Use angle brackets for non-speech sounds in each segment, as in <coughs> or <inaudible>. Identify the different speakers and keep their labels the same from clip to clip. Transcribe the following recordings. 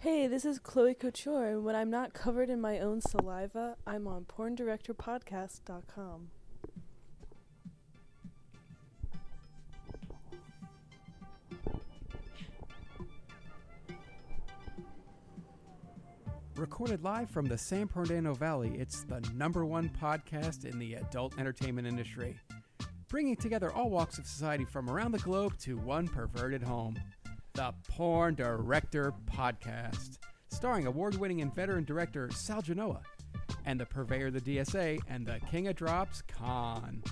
Speaker 1: Hey, this is Chloe Couture, and when I'm not covered in my own saliva, I'm on porndirectorpodcast.com.
Speaker 2: Recorded live from the San Fernando Valley, it's the number one podcast in the adult entertainment industry, bringing together all walks of society from around the globe to one perverted home. The Porn Director Podcast, starring award winning and veteran director Sal Genoa, and the purveyor of the DSA and the king of drops, Khan.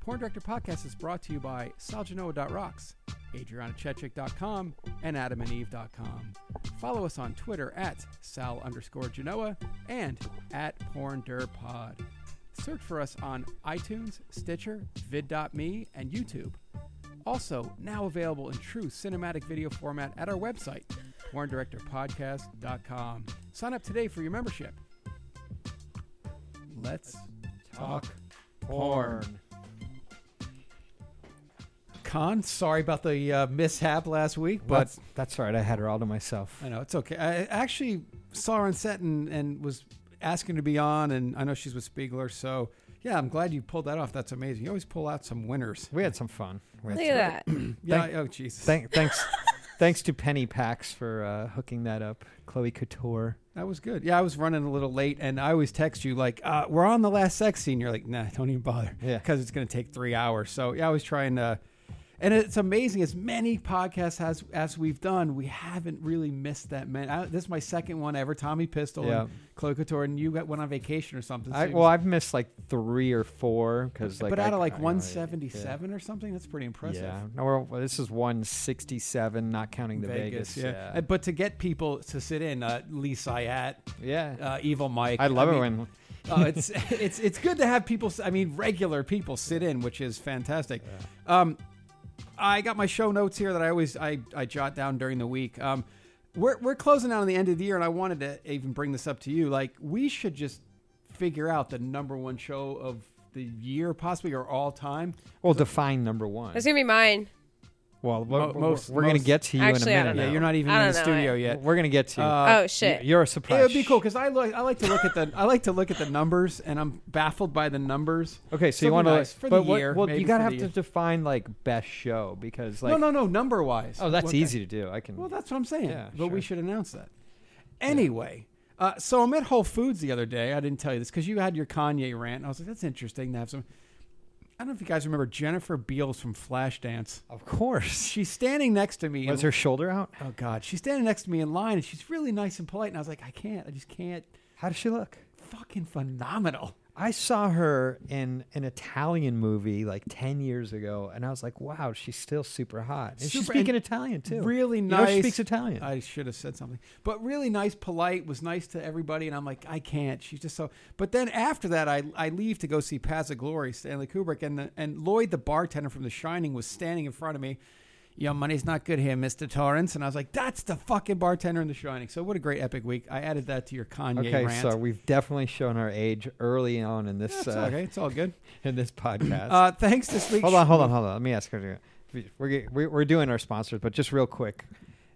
Speaker 2: Porn Director Podcast is brought to you by Saljanoa.rocks, AdrianaChechik.com, and AdamandEve.com. Follow us on Twitter at Sal underscore Genoa and at PornDurPod. Search for us on iTunes, Stitcher, vid.me, and YouTube. Also, now available in true cinematic video format at our website, PornDirectorPodcast.com. Sign up today for your membership. Let's talk porn. Con,
Speaker 3: Sorry about the uh, mishap last week, but
Speaker 2: That's-
Speaker 3: that's all right. I had her all to myself.
Speaker 2: I know it's okay. I actually saw her on set and, and was asking to be on, and I know she's with Spiegler, so yeah, I'm glad you pulled that off. That's amazing. You always pull out some winners.
Speaker 3: We had some fun. We had
Speaker 4: Look
Speaker 3: some-
Speaker 4: at that.
Speaker 2: Yeah.
Speaker 3: Thank-
Speaker 2: oh, Jesus.
Speaker 3: Thank,
Speaker 4: <laughs>
Speaker 3: thanks, thanks to Penny Pax for uh, hooking that up. Chloe Couture.
Speaker 2: that was good. Yeah, I was running a little late, and I always text you like, uh, "We're on the last sex scene." You're like, "Nah, don't even bother,"
Speaker 3: Yeah.
Speaker 2: because it's going to take three hours. So yeah, I was trying to. And it's amazing. As many podcasts as as we've done, we haven't really missed that many. I, this is my second one ever. Tommy Pistol
Speaker 3: Yeah.
Speaker 2: and Chloe Couture, and you got- went on vacation or something. so
Speaker 3: I,
Speaker 2: you
Speaker 3: well, I've missed like three or four because like
Speaker 2: but
Speaker 3: I-
Speaker 2: out of like
Speaker 3: I- I-
Speaker 2: 177 or something, that's pretty
Speaker 3: Yeah.
Speaker 2: impressive.
Speaker 3: yeah. No, we're, well, this is 167, not counting the
Speaker 2: Vegas,
Speaker 3: Vegas.
Speaker 2: yeah. Uh, But to get people to sit in, uh, Lee Syatt,
Speaker 3: yeah.
Speaker 2: uh, Evil Mike.
Speaker 3: I love it
Speaker 2: mean,
Speaker 3: when
Speaker 2: uh, it's <laughs> it's it's good to have people. s- I mean, regular people sit in, which is fantastic. Um, I got my show notes here that I always I, I jot down during the week. Um, we're we're closing out on the end of the year, and I wanted to even bring this up to you. Like, we should just figure out the number one show of the year, possibly or all time.
Speaker 3: well define number one.
Speaker 4: That's gonna be mine.
Speaker 3: well, we're,
Speaker 2: most-
Speaker 3: we're gonna
Speaker 2: most-
Speaker 3: get to you
Speaker 4: Actually, I
Speaker 3: in a
Speaker 4: don't
Speaker 3: minute.
Speaker 2: Yeah,
Speaker 4: know.
Speaker 2: you're not even
Speaker 4: I
Speaker 2: in the
Speaker 4: don't know
Speaker 2: studio
Speaker 4: it.
Speaker 2: yet. Uh,
Speaker 3: We're gonna get to you.
Speaker 4: oh shit.
Speaker 3: You're a surprise.
Speaker 2: It would be cool because I look. I like to look at the. I like to look at the numbers, and I'm baffled by the numbers.
Speaker 3: Okay, so you
Speaker 2: Something
Speaker 3: want to
Speaker 2: nice for
Speaker 3: but
Speaker 2: the
Speaker 3: what-
Speaker 2: year,
Speaker 3: well,
Speaker 2: maybe
Speaker 3: you gotta
Speaker 2: for the
Speaker 3: have
Speaker 2: year.
Speaker 3: to define like best show because like
Speaker 2: no, no, no. Number wise.
Speaker 3: oh, that's easy to do. I can.
Speaker 2: Well, that's what I'm saying.
Speaker 3: Yeah,
Speaker 2: but we
Speaker 3: sure.
Speaker 2: should announce that. Anyway, uh, so I'm at Whole Foods the other day. I didn't tell you this because you had your Kanye rant. And I was like, that's interesting to have some. I don't know if you guys remember Jennifer Beals from Flashdance.
Speaker 3: of course. <laughs>
Speaker 2: She's standing next to me.
Speaker 3: Was
Speaker 2: and
Speaker 3: her shoulder out?
Speaker 2: oh God, she's standing next to me in line, and she's really nice and polite. And I was like, I can't. I just can't.
Speaker 3: How does she look?
Speaker 2: Fucking phenomenal.
Speaker 3: I saw her in an Italian movie like ten years ago, and I was like, "Wow, she's still super hot." And she's
Speaker 2: Super-
Speaker 3: speaking
Speaker 2: and
Speaker 3: Italian too.
Speaker 2: Really
Speaker 3: You
Speaker 2: nice. uh,
Speaker 3: know she speaks Italian.
Speaker 2: I should have said something, but really nice, polite, was nice to everybody. And I'm like, I can't. She's just so. But then after that, I I leave to go see Paths of Glory, Stanley Kubrick, and the, and Lloyd, the bartender from The Shining, was standing in front of me. Your money's not good here, Mister Torrance. And I was like, that's the fucking bartender in The Shining. So what a great epic week. I added that to your Kanye
Speaker 3: okay,
Speaker 2: rant.
Speaker 3: so we've definitely shown our age early on in this
Speaker 2: That's
Speaker 3: uh,
Speaker 2: okay. It's all good.
Speaker 3: in this podcast.
Speaker 2: Uh, thanks this week.
Speaker 3: hold on, hold on, hold on. Let me ask her. We're get- we're we're doing our sponsors, but just real quick,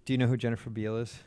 Speaker 3: do you know who Jennifer Beal is?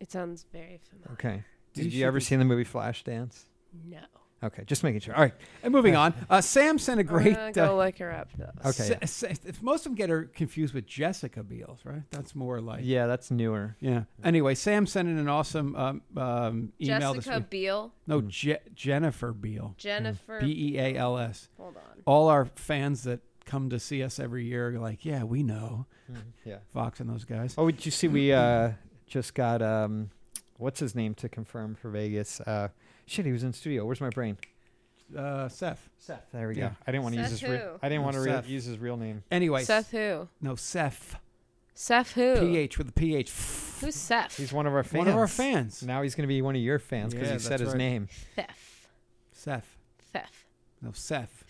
Speaker 4: It sounds very familiar.
Speaker 3: Okay.
Speaker 2: You
Speaker 3: Did you,
Speaker 2: should
Speaker 3: ever
Speaker 2: be-
Speaker 3: see the movie Flashdance?
Speaker 4: No.
Speaker 3: Okay, just making sure. All right.
Speaker 2: And moving on, uh, Sam sent a <laughs> great.
Speaker 4: I'm gonna
Speaker 2: uh,
Speaker 4: go look her up though.
Speaker 3: Okay.
Speaker 2: Se- se- if most of them get her confused with Jessica Beals, right? That's more like yeah.
Speaker 3: Yeah, that's newer.
Speaker 2: Anyway, Sam sent in an awesome um, um, email this
Speaker 4: Jessica
Speaker 2: week.
Speaker 4: Biel.
Speaker 2: No, Je- Jennifer Beal,
Speaker 4: Jennifer.
Speaker 2: B E A L S.
Speaker 4: Hold on.
Speaker 2: All our fans that come to see us every year are like, yeah, we know
Speaker 3: mm. Yeah.
Speaker 2: Fox and those guys.
Speaker 3: Oh, did you see we uh, just got um, what's his name to confirm for Vegas? Uh, shit, he was in studio. Where's my brain?
Speaker 2: Uh, Seth.
Speaker 3: Seth. There we
Speaker 2: Yeah.
Speaker 3: go. I didn't want to use
Speaker 4: Seth
Speaker 3: his. Re-
Speaker 4: who?
Speaker 3: I didn't
Speaker 2: No,
Speaker 3: want to
Speaker 2: Seth.
Speaker 3: re- use his real name.
Speaker 2: Anyway,
Speaker 4: Seth who?
Speaker 2: no Seth.
Speaker 4: Seth who?
Speaker 2: PH with a PH.
Speaker 4: Who's Seth?
Speaker 3: He's one of our fans.
Speaker 2: One of our fans.
Speaker 3: Now he's going to be one of your fans because
Speaker 2: Yeah,
Speaker 3: you said
Speaker 2: that's
Speaker 3: his
Speaker 2: right.
Speaker 3: <laughs> name.
Speaker 4: Thef.
Speaker 2: Seth.
Speaker 4: Thef.
Speaker 2: No Seth.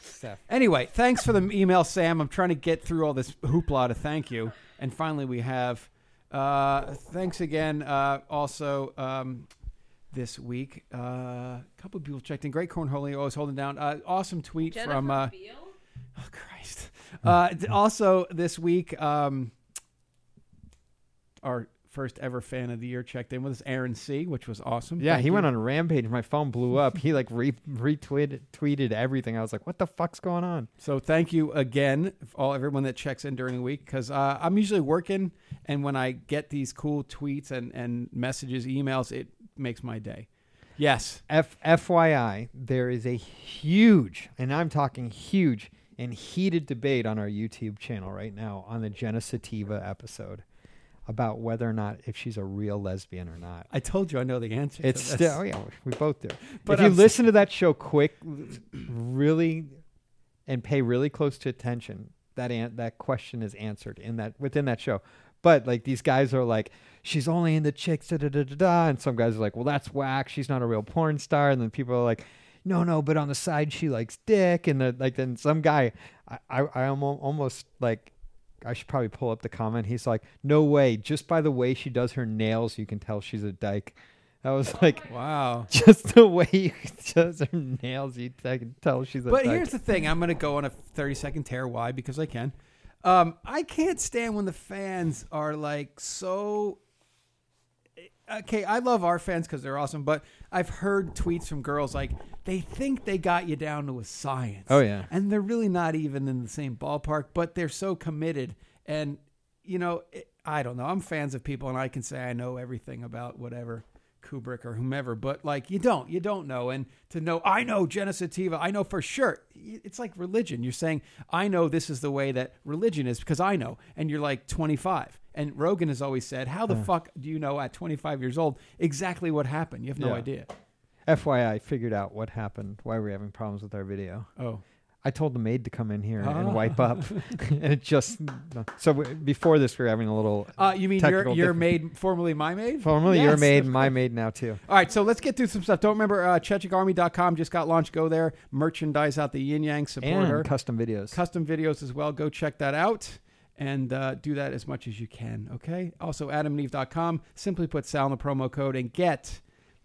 Speaker 3: Seth.
Speaker 2: Anyway, thanks for the email, Sam. I'm trying to get through all this hoopla to thank you. And finally, we have uh, thanks again. Uh, also, um, this week, uh, a couple of people checked in. Great cornholio, always holding down. Uh, awesome tweet
Speaker 4: Jennifer
Speaker 2: from. Uh,
Speaker 4: Beal.
Speaker 2: oh, <laughs> Christ. Uh, d- also, this week, um, our first ever fan of the year checked in with us, Aaron C, which was awesome.
Speaker 3: Yeah,
Speaker 2: Thank
Speaker 3: he
Speaker 2: you.
Speaker 3: went on a rampage. My phone blew up. He like re- retweeted tweeted everything. I was like, "What the fuck's going on?"
Speaker 2: So thank you again, for all everyone that checks in during the week, because uh, I'm usually working, and when I get these cool tweets and and messages, emails, it makes my day. Yes,
Speaker 3: F- FYI, there is a huge, and I'm talking huge and heated debate on our YouTube channel right now on the Genesativa episode about whether or not if she's a real lesbian or not.
Speaker 2: I told you I know the answer. to
Speaker 3: It's
Speaker 2: this.
Speaker 3: still, oh yeah, we- we both do.
Speaker 2: But
Speaker 3: <laughs> But if you
Speaker 2: I'm s-
Speaker 3: listen to that show quick, really, and pay really close to attention, that an- that question is answered in that within that show. But like these guys are like, she's only into chicks, da da da da da, and some guys are like, well, that's whack. She's not a real porn star, and then people are like. No, no, but on the side she likes dick, and the, like then some guy, I, I, I almo- almost like, I should probably pull up the comment. He's like, no way, just by the way she does her nails, you can tell she's a dyke. I was like,
Speaker 2: <laughs> wow.
Speaker 3: <laughs> just the way you does her nails, you I can tell she's a.
Speaker 2: But
Speaker 3: thug.
Speaker 2: here's the thing: I'm going to go on a 30 second tear. Why? Because I can. Um, I can't stand when the fans are like so. eh, Okay, I love our fans because they're awesome, but I've heard tweets from girls like they think they got you down to a science.
Speaker 3: Oh, yeah.
Speaker 2: and they're really not even in the same ballpark, but they're so committed. And you know, it, I don't know. I'm fans of people, and I can say I know everything about whatever Kubrick or whomever, but like you don't, you don't know. And to know, I know Genesativa, I know for sure. Y- It's like religion. You're saying I know this is the way that religion is because I know, and you're like 25. And Rogan has always said, "How the fuck do you know at 25 years old exactly what happened? You have no
Speaker 3: Yeah.
Speaker 2: idea."
Speaker 3: FYI, I figured out what happened. Why we're having problems with our video.
Speaker 2: Oh,
Speaker 3: I told the maid to come in here
Speaker 2: Ah.
Speaker 3: and
Speaker 2: <laughs>
Speaker 3: wipe up, <laughs> and it just. no. So w- before this, we were having a little.
Speaker 2: uh, you mean your
Speaker 3: Technical
Speaker 2: your
Speaker 3: difference.
Speaker 2: maid, formerly my maid?
Speaker 3: Formerly your
Speaker 2: Yes,
Speaker 3: maid,
Speaker 2: of
Speaker 3: my maid now too.
Speaker 2: All right, so let's get through some stuff. Don't remember uh, ChechikArmy.com just got launched. Go there. Merchandise out the yin yang. Support
Speaker 3: And
Speaker 2: her.
Speaker 3: custom videos.
Speaker 2: Custom videos as well. Go check that out and uh, do that as much as you can. Okay. Also, AdamandEve.com. Simply put Sal in the promo code and get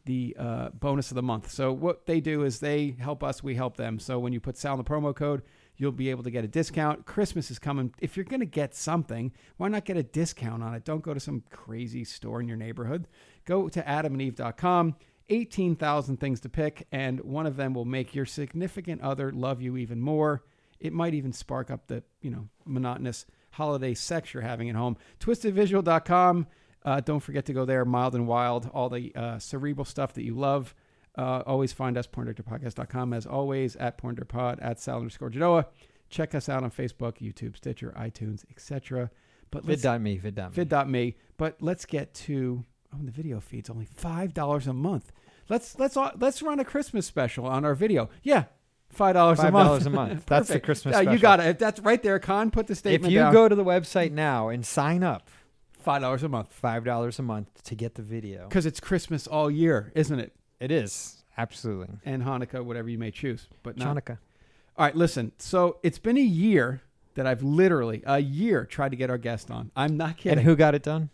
Speaker 2: the uh, bonus of the month. So what they do is they help us, we help them. So when you put Sal in the promo code, you'll be able to get a discount. Christmas is coming. If you're going to get something, why not get a discount on it? Don't go to some crazy store in your neighborhood. Go to adamandeve.com. 18,000 things to pick, and one of them will make your significant other love you even more. It might even spark up the, you know, monotonous holiday sex you're having at home. Twistedvisual.com. Uh, don't forget to go there. Mild and Wild, all the uh, cerebral stuff that you love. Uh, always find us, porndirectorpodcast.com. As always, at porndirpod, at sal underscore Genoa. Check us out on Facebook, YouTube, Stitcher, iTunes, etc. But let's
Speaker 3: Vid.me, vid.me.
Speaker 2: vid.me. But let's get to oh, the video feed's only five dollars a month. Let's let's all- let's run a Christmas special on our video. Yeah, five dollars a
Speaker 3: Five
Speaker 2: month.
Speaker 3: dollars a month. That's the
Speaker 2: Perfect.
Speaker 3: Christmas.
Speaker 2: Uh, you
Speaker 3: special.
Speaker 2: got it. If that's right there, Con. Put the
Speaker 3: If
Speaker 2: statement
Speaker 3: you
Speaker 2: down.
Speaker 3: go to the website now and sign up,
Speaker 2: five dollars a month
Speaker 3: five dollars a month to get the video.
Speaker 2: because it's Christmas all year, isn't it?
Speaker 3: It is absolutely.
Speaker 2: And Hanukkah, whatever you may choose, but not
Speaker 3: Chanukah.
Speaker 2: All right, listen. So it's been a year that I've literally a year tried to get our guest on. I'm not
Speaker 3: And
Speaker 2: kidding.
Speaker 3: who got it done?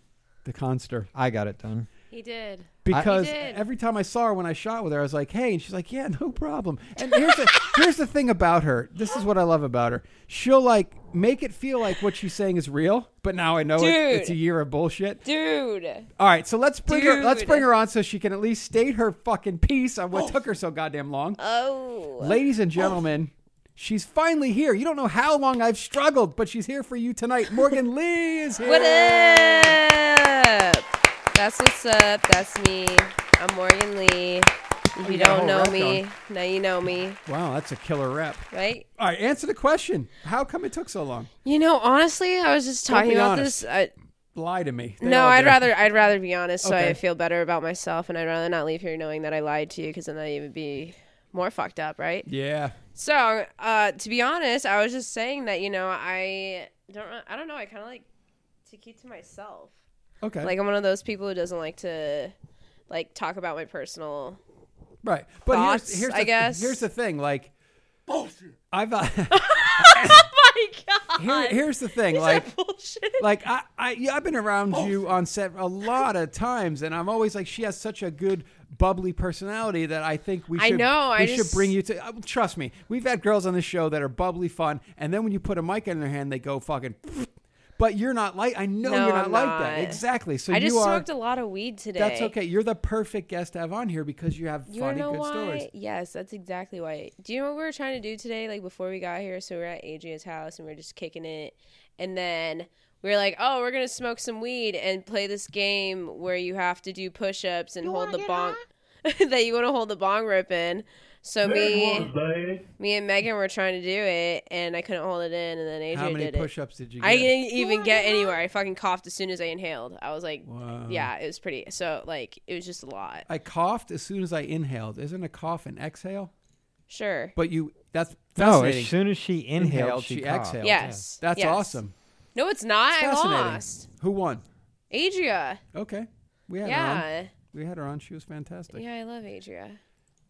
Speaker 2: the conster.
Speaker 3: I got it done.
Speaker 4: He did.
Speaker 2: Because
Speaker 4: He did.
Speaker 2: every time I saw her when I shot with her, I was like, "Hey," and she's like, "Yeah, no problem." And here's
Speaker 3: <laughs>
Speaker 2: the here's the thing about her. This is what I love about her. She'll like make it feel like what she's saying is real, but now I know it,
Speaker 4: Dude.
Speaker 2: it's a year of bullshit.
Speaker 4: Dude.
Speaker 2: All right, so let's bring her let's
Speaker 4: Dude.
Speaker 2: bring her on so she can at least state her fucking piece on
Speaker 4: <gasps>
Speaker 2: what took her so goddamn long.
Speaker 4: Oh.
Speaker 2: Ladies and gentlemen, she's finally here. You don't know how long I've struggled, but she's here for you tonight.
Speaker 4: <laughs>
Speaker 2: Morgan Lee is here.
Speaker 4: What up? That's what's up. That's me. I'm Morgan Lee. If you
Speaker 2: you got a whole
Speaker 4: don't know
Speaker 2: rap
Speaker 4: me,
Speaker 2: going.
Speaker 4: now you know me,
Speaker 2: Wow, that's a killer rep.
Speaker 4: right?
Speaker 2: All right, answer the question. How come it took so long?
Speaker 4: You know, honestly, I was just
Speaker 2: Don't
Speaker 4: talking
Speaker 2: be
Speaker 4: about
Speaker 2: honest.
Speaker 4: this. uh, I,
Speaker 2: Lie to me. They
Speaker 4: no,
Speaker 2: all
Speaker 4: I'd
Speaker 2: do.
Speaker 4: rather I'd rather be honest, so
Speaker 2: Okay.
Speaker 4: I feel better about myself, and I'd rather not leave here knowing that I lied to you, because then I would be more fucked up, right?
Speaker 2: Yeah.
Speaker 4: So, uh, to be honest, I was just saying that you know I don't re- I don't know I kind of like to keep to myself.
Speaker 2: Okay.
Speaker 4: Like I'm one of those people who doesn't like to like talk about
Speaker 2: <laughs>
Speaker 4: my personal.
Speaker 2: right. But
Speaker 4: thoughts,
Speaker 2: here's, here's the,
Speaker 4: I guess.
Speaker 2: here's the thing. Like, I've uh, <laughs>
Speaker 4: <laughs> My God,
Speaker 2: here, here's the
Speaker 4: <laughs>
Speaker 2: thing. Like,
Speaker 4: bullshit.
Speaker 2: like I, I yeah, I've been around you on set a lot of times, and I'm always like, she has such a good bubbly personality that I think we
Speaker 4: I
Speaker 2: should
Speaker 4: know,
Speaker 2: we
Speaker 4: I
Speaker 2: should
Speaker 4: just-
Speaker 2: bring you to. uh, trust me, we've had girls on the show that are bubbly fun, and then when you put a mic in their hand, they go fucking. But you're not like I know
Speaker 4: No,
Speaker 2: you're not
Speaker 4: I'm
Speaker 2: like that.
Speaker 4: not.
Speaker 2: Exactly. So
Speaker 4: I
Speaker 2: you
Speaker 4: just
Speaker 2: are
Speaker 4: smoked a lot of weed today.
Speaker 2: That's okay. You're the perfect guest to have on here because you have
Speaker 4: You wanna
Speaker 2: funny
Speaker 4: know
Speaker 2: good
Speaker 4: why?
Speaker 2: stories.
Speaker 4: Yes, that's exactly why. Do you know what we were trying to do today? Like before we got here, so we were at Adrian's house and we were just kicking it, and then we were like, "Oh, we're gonna smoke some weed and play this game where you have to do push-ups and hold the bong <laughs> that you want to hold the bong rope in." So me, me and Megan were trying to do it, and I couldn't hold it in, and then AJ
Speaker 2: How many
Speaker 4: did it.
Speaker 2: push-ups did you get?
Speaker 4: I didn't even get anywhere. I fucking coughed as soon as I inhaled. I was like,
Speaker 2: Wow.
Speaker 4: "Yeah, it was pretty." So like, it was just a lot.
Speaker 2: I coughed as soon as I inhaled. Isn't a cough an exhale?
Speaker 4: Sure.
Speaker 2: But you that's
Speaker 3: No, as
Speaker 2: fascinating.
Speaker 3: soon as she inhaled,
Speaker 2: Inhaled,
Speaker 3: she,
Speaker 2: she
Speaker 3: coughed.
Speaker 2: exhaled.
Speaker 4: Yes.
Speaker 2: that's
Speaker 4: yes.
Speaker 2: awesome.
Speaker 4: No, it's not.
Speaker 2: It's
Speaker 4: I
Speaker 2: fascinating.
Speaker 4: lost.
Speaker 2: Who won?
Speaker 4: Adria.
Speaker 2: Okay. We had her on.
Speaker 4: Yeah.
Speaker 2: We had her on. She was fantastic.
Speaker 4: Yeah, I love Adria.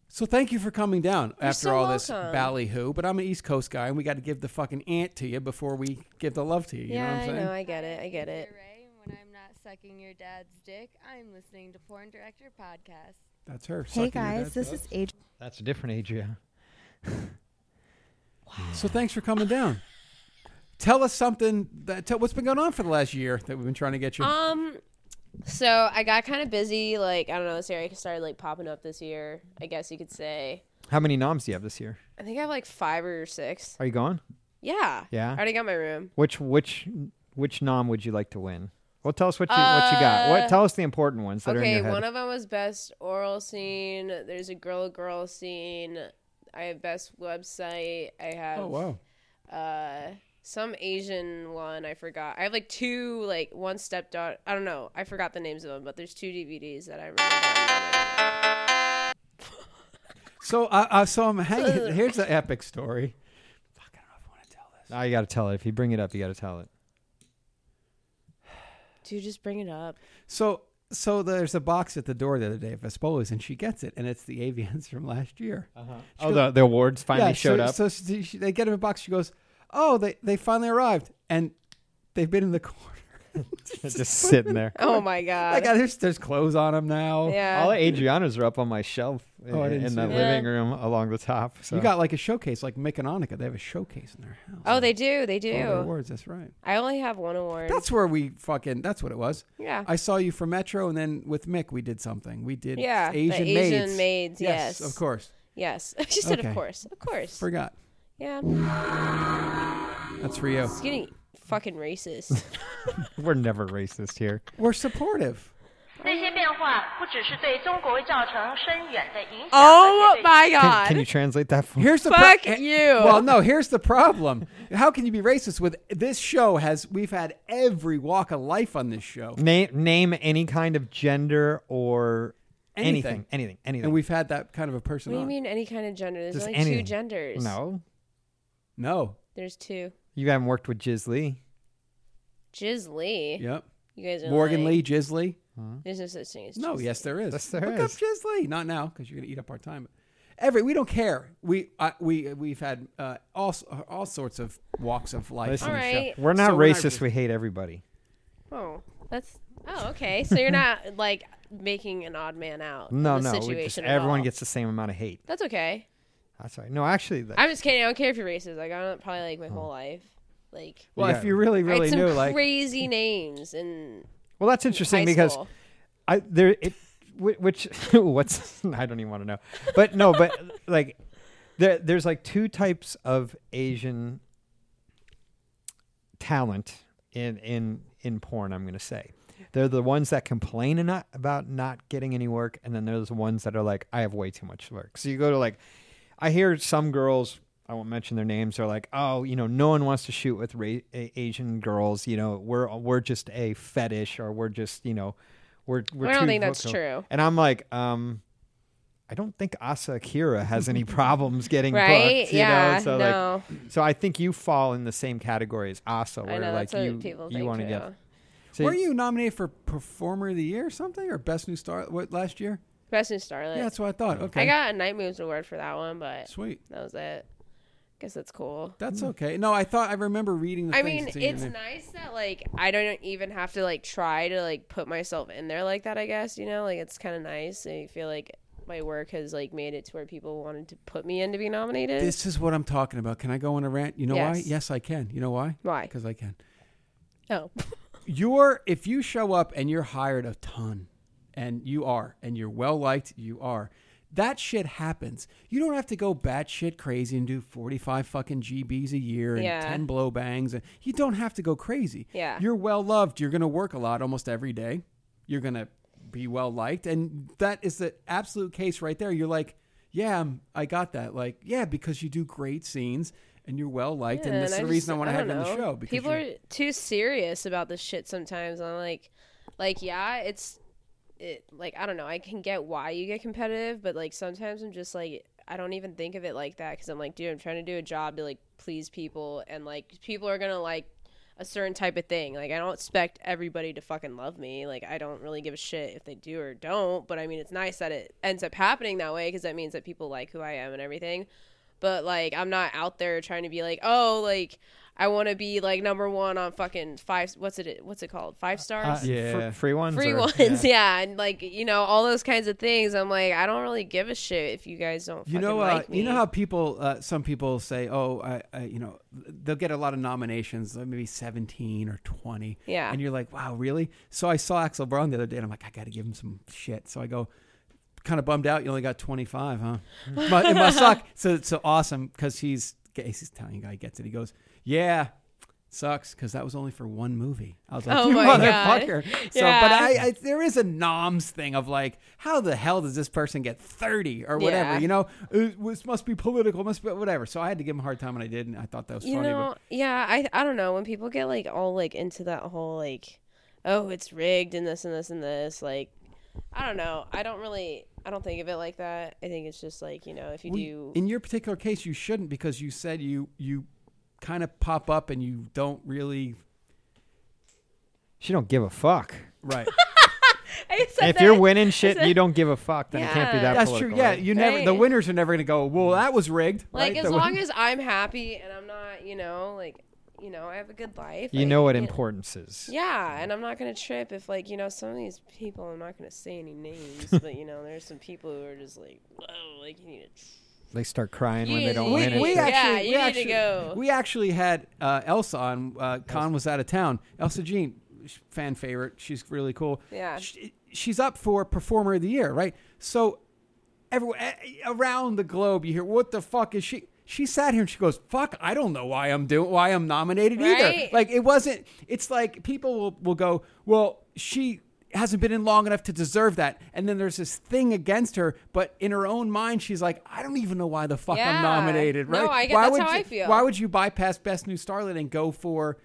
Speaker 2: So thank you for coming down after
Speaker 4: so
Speaker 2: all this
Speaker 4: welcome.
Speaker 2: ballyhoo. But I'm an East Coast guy, and we got to give the fucking ant to you before we give the love to you. You know
Speaker 4: yeah,
Speaker 2: what I'm saying?
Speaker 4: I know. I get it. I get it.
Speaker 5: Ray, and when I'm not sucking your dad's dick, I'm listening to Porn Director Podcast.
Speaker 2: That's her.
Speaker 6: Hey
Speaker 2: sucking your
Speaker 6: guys,
Speaker 2: dad's
Speaker 6: this
Speaker 2: dick.
Speaker 6: is Adrian.
Speaker 3: That's a different Adria.
Speaker 2: So thanks for coming down. Tell us something. That, tell what's been going on for the last year that we've been trying to get you.
Speaker 4: Um, so I got kind of busy. Like I don't know. This area started like popping up this year. I guess you could say.
Speaker 3: How many noms do you have this year?
Speaker 4: I think I have like five or six.
Speaker 3: Are you going?
Speaker 4: Yeah.
Speaker 3: Yeah.
Speaker 4: I already got my room.
Speaker 3: Which which which nom would you like to win? Well, tell us what you what you got.
Speaker 4: Uh,
Speaker 3: What tell us the important ones that are in
Speaker 4: Okay.
Speaker 3: your head.
Speaker 4: One of them was best oral scene. There's a girl girl scene. I have best website. I have.
Speaker 2: oh wow.
Speaker 4: uh some asian one i forgot i have like two like one stepdaughter i don't know i forgot the names of them but there's two dvds that i remember
Speaker 2: So uh, uh, so I'm
Speaker 4: <laughs>
Speaker 2: hanging. Here's an epic story. Fuck, I don't know if I want to tell this.
Speaker 3: now you got to tell it. If you bring it up, you got to tell it.
Speaker 4: dude just bring it up
Speaker 2: So so there's a box at the door the other day of Vespoli's, and she gets it, and it's the avians from last year.
Speaker 3: Oh, the, the awards finally
Speaker 2: Yeah,
Speaker 3: showed
Speaker 2: so,
Speaker 3: up.
Speaker 2: So she, she- they get him a box. She goes, "Oh, they they finally arrived, and they've been in the <laughs> corner.
Speaker 3: just sitting there.
Speaker 4: oh my god
Speaker 2: Like there's there's clothes on them now.
Speaker 4: <laughs> yeah
Speaker 3: All the Adrianas are up on my shelf in,
Speaker 2: Oh, I didn't
Speaker 3: in
Speaker 2: see
Speaker 3: the
Speaker 2: that.
Speaker 3: living room along the top. So
Speaker 2: You got like a showcase, like Mick and Annika. They have a showcase in their house.
Speaker 4: oh they do they
Speaker 2: All their
Speaker 4: do
Speaker 2: awards. That's right.
Speaker 4: i only have one award
Speaker 2: That's where we fucking. That's what it was.
Speaker 4: yeah
Speaker 2: I saw you for Metro, and then with Mick, we did something. We did
Speaker 4: yeah
Speaker 2: Asian
Speaker 4: the asian
Speaker 2: maids.
Speaker 4: maids,
Speaker 2: yes,
Speaker 4: yes,
Speaker 2: of course.
Speaker 4: yes <laughs> she said
Speaker 2: Okay.
Speaker 4: of course of course
Speaker 2: Forgot.
Speaker 4: yeah
Speaker 2: That's for you.
Speaker 4: it's getting fucking racist
Speaker 2: <laughs>
Speaker 4: <laughs>
Speaker 3: we're never racist here.
Speaker 2: We're supportive.
Speaker 7: 这些变化不只是对中国会造成深远的影响，而
Speaker 4: oh
Speaker 7: 且对
Speaker 4: my
Speaker 3: Can,
Speaker 4: god
Speaker 3: can you translate that for me?
Speaker 2: Here's the
Speaker 4: Fuck
Speaker 2: eh,
Speaker 4: you.
Speaker 2: Well, no. Here's the problem. How can you be racist with this show? Has we've had every walk of life on this show,
Speaker 3: Name name any kind of gender or
Speaker 2: Anything.
Speaker 3: anything, anything, anything.
Speaker 2: and we've had that kind of a person.
Speaker 4: what do you
Speaker 2: on.
Speaker 4: mean any kind of gender there's
Speaker 3: Just
Speaker 4: only two
Speaker 3: anything.
Speaker 4: genders
Speaker 3: no,
Speaker 2: No.
Speaker 4: there's two
Speaker 3: you haven't worked with Jizz Lee.
Speaker 4: Jizz Lee.
Speaker 2: Yep.
Speaker 4: You guys are
Speaker 2: Morgan
Speaker 4: like,
Speaker 2: Lee, Jisley.
Speaker 4: There's no such thing as
Speaker 2: No,
Speaker 4: Jizz
Speaker 2: yes, there is.
Speaker 3: Yes, there
Speaker 2: Look up
Speaker 3: is.
Speaker 2: Jisley. Not now, because you're gonna eat up our time. Every we don't care. We I, we we've had uh, all s- all sorts of walks of life.
Speaker 3: Listen,
Speaker 2: on the
Speaker 4: All
Speaker 2: show.
Speaker 4: right.
Speaker 3: We're not
Speaker 2: So we're not
Speaker 3: racist.
Speaker 2: racist.
Speaker 3: we hate everybody.
Speaker 4: Lee. Oh, that's oh okay. So you're not like making an odd man out. in
Speaker 3: No,
Speaker 4: this
Speaker 3: no. we just-
Speaker 4: situation at
Speaker 3: everyone
Speaker 4: all.
Speaker 3: gets the same amount of hate.
Speaker 4: That's okay.
Speaker 3: That's right. No, actually, the-
Speaker 4: I'm just kidding. I don't care if you're racist. Like I'm probably like my whole life. Like
Speaker 2: Well,
Speaker 3: Yeah.
Speaker 2: if you really
Speaker 4: I
Speaker 2: really
Speaker 4: had some
Speaker 2: knew, like
Speaker 4: crazy names and
Speaker 3: well, that's interesting
Speaker 4: high
Speaker 3: because
Speaker 4: school.
Speaker 3: I there it whi- which <laughs> what's I don't even want to know, but no, but like there there's like two types of Asian talent in in in porn. I'm gonna say they're the ones that complain and not, about not getting any work, and then there's the ones that are like I have way too much work. So you go to like I hear some girls. I won't mention their names. Are like, oh, you know, no one wants to shoot with ra- a- Asian girls. You know, we're we're just a fetish, or we're just, you know, we're we're.
Speaker 4: I don't
Speaker 3: too
Speaker 4: think that's
Speaker 3: vocal."
Speaker 4: true.
Speaker 3: And I'm like, um, I don't think Asa Akira has
Speaker 4: <laughs>
Speaker 3: any problems getting
Speaker 4: Right?
Speaker 3: booked. You
Speaker 4: Yeah,
Speaker 3: Know? So
Speaker 4: no.
Speaker 3: like, so I think you fall in the same category as Asa, where
Speaker 4: I know
Speaker 3: like
Speaker 4: that's what
Speaker 3: you
Speaker 4: people
Speaker 3: you
Speaker 4: think
Speaker 3: want to
Speaker 4: too.
Speaker 3: get. So
Speaker 2: were you nominated for Performer of the Year or something, or Best New Star what, last year?
Speaker 4: Best New Starlet.
Speaker 2: Yeah, that's what I thought. Okay,
Speaker 4: I got a Night Moves award for that one, but
Speaker 2: sweet.
Speaker 4: that was it. Guess that's cool.
Speaker 2: That's okay. No, I thought I remember reading the.
Speaker 4: I
Speaker 2: things
Speaker 4: mean,
Speaker 2: and seeing your
Speaker 4: it's
Speaker 2: name.
Speaker 4: nice that like I don't even have to like try to like put myself in there like that. I guess you know, like it's kind of nice. I feel like my work has like made it to where people wanted to put me in to be nominated.
Speaker 2: This is what I'm talking about. Can I go on a rant? You know why? <laughs>
Speaker 4: Yes.
Speaker 2: Yes, I can. You know why?
Speaker 4: Why?
Speaker 2: Because I can.
Speaker 4: Oh,
Speaker 2: You're if you show up and you're hired a ton, and you are, and you're well liked, you are. That shit happens. You don't have to go batshit crazy and do forty five fucking GBs a year and
Speaker 4: Yeah.
Speaker 2: ten blow bangs. You don't have to go crazy.
Speaker 4: Yeah.
Speaker 2: You're well loved. You're gonna work a lot almost every day. You're gonna be well liked, and that is the absolute case right there. You're like, yeah, I'm- I got that. Like, yeah, because you do great scenes and you're well liked, and
Speaker 4: Yeah,
Speaker 2: this is
Speaker 4: <laughs> I
Speaker 2: the reason I
Speaker 4: just-
Speaker 2: want to have you
Speaker 4: don't
Speaker 2: on the
Speaker 4: know.
Speaker 2: show. Because
Speaker 4: people
Speaker 2: you're-
Speaker 4: are too serious about this shit sometimes. I'm like, like yeah, it's it like I don't know. I can get why you get competitive, but like sometimes I'm just like I don't even think of it like that because I'm like, dude, I'm trying to do a job to like please people, and like people are gonna like a certain type of thing. Like I don't expect everybody to fucking love me. Like I don't really give a shit if they do or don't. But I mean, it's nice that it ends up happening that way because that means that people like who I am and everything. But like I'm not out there trying to be like, oh, like I want to be like number one on fucking five. What's it? What's it called? Five stars.
Speaker 3: Uh,
Speaker 2: Yeah.
Speaker 3: fr- free ones.
Speaker 4: Free
Speaker 3: or-
Speaker 4: ones, <laughs> yeah. and like you know, all those kinds of things. I'm like, I don't really give a shit if you guys don't.
Speaker 2: you know,
Speaker 4: fucking
Speaker 2: uh,
Speaker 4: like me.
Speaker 2: you know how people, uh, some people say, "Oh, I, I, you know, they'll get a lot of nominations, like maybe seventeen or twenty.
Speaker 4: Yeah.
Speaker 2: and you're like, "Wow, really?" So I saw Axel Braun the other day, and I'm like, "I got to give him some shit." So I go, kind of bummed out. You only got twenty five, huh? but in my
Speaker 4: <laughs>
Speaker 2: sock, so so awesome because he's he's this Italian guy gets it. He goes, "Yeah." Sucks because that was only for one movie. I was like,
Speaker 4: Oh
Speaker 2: "You
Speaker 4: my God."
Speaker 2: motherfucker!" So, but
Speaker 4: Yeah.
Speaker 2: I, I there is a noms thing of like, how the hell does this person get thirty or whatever?
Speaker 4: Yeah.
Speaker 2: You know, it was, must be political, must be whatever. So I had to give him a hard time, and I did, and I thought that was
Speaker 4: you
Speaker 2: funny.
Speaker 4: know yeah i i don't know when people get like all like into that whole like oh it's rigged and this and this and this like i don't know i don't really i don't think of it like that i think it's just like you know if you
Speaker 2: but
Speaker 4: do
Speaker 2: in your particular case, you shouldn't because you said you you kind of pop up and you don't really
Speaker 3: She don't give a
Speaker 4: <laughs>
Speaker 3: fuck.
Speaker 2: right.
Speaker 4: <laughs> I said
Speaker 3: If you're
Speaker 4: that-
Speaker 3: winning shit
Speaker 4: said-
Speaker 3: and you don't give a fuck, then it can't be
Speaker 4: Yeah.
Speaker 3: that
Speaker 2: That's
Speaker 3: political.
Speaker 2: true. Yeah,
Speaker 3: right?
Speaker 2: you never. The
Speaker 4: Right.
Speaker 2: winners are never going to go. Well, that was rigged.
Speaker 4: like
Speaker 2: right?
Speaker 4: as
Speaker 2: The
Speaker 4: long
Speaker 2: win-
Speaker 4: as i'm happy and i'm not you know like you know i have a good life
Speaker 3: You
Speaker 4: like,
Speaker 3: know what
Speaker 4: it-
Speaker 3: importance is.
Speaker 4: yeah, and I'm not gonna trip if like you know some of these people. I'm not gonna say
Speaker 2: <laughs>
Speaker 4: any names, but you know there's some people who are just like, whoa, like you need to
Speaker 3: They start crying when they
Speaker 4: Yeah,
Speaker 3: don't
Speaker 4: yeah,
Speaker 3: win. and
Speaker 4: yeah.
Speaker 3: shit.
Speaker 4: Yeah. you need to go.
Speaker 2: We actually had uh, Elsa on. Uh, Con was out of town. Elsa Jean, sh- fan favorite. She's really cool.
Speaker 4: Yeah.
Speaker 2: Sh she's up for Performer of the Year, right? So, everyone a- around the globe, you hear, "What the fuck is she?" She sat here and she goes, "Fuck, I don't know why I'm doing, why I'm nominated either."
Speaker 4: Right.
Speaker 2: Like it wasn't. It's like people will will go, "Well, she." hasn't been in long enough to deserve that and then there's this thing against her but in her own mind she's like i don't even know why the fuck
Speaker 4: Yeah.
Speaker 2: I'm nominated, right?
Speaker 4: No, I get-
Speaker 2: why
Speaker 4: that's
Speaker 2: would
Speaker 4: how
Speaker 2: you,
Speaker 4: I feel.
Speaker 2: Why would you bypass Best New Starlet and go for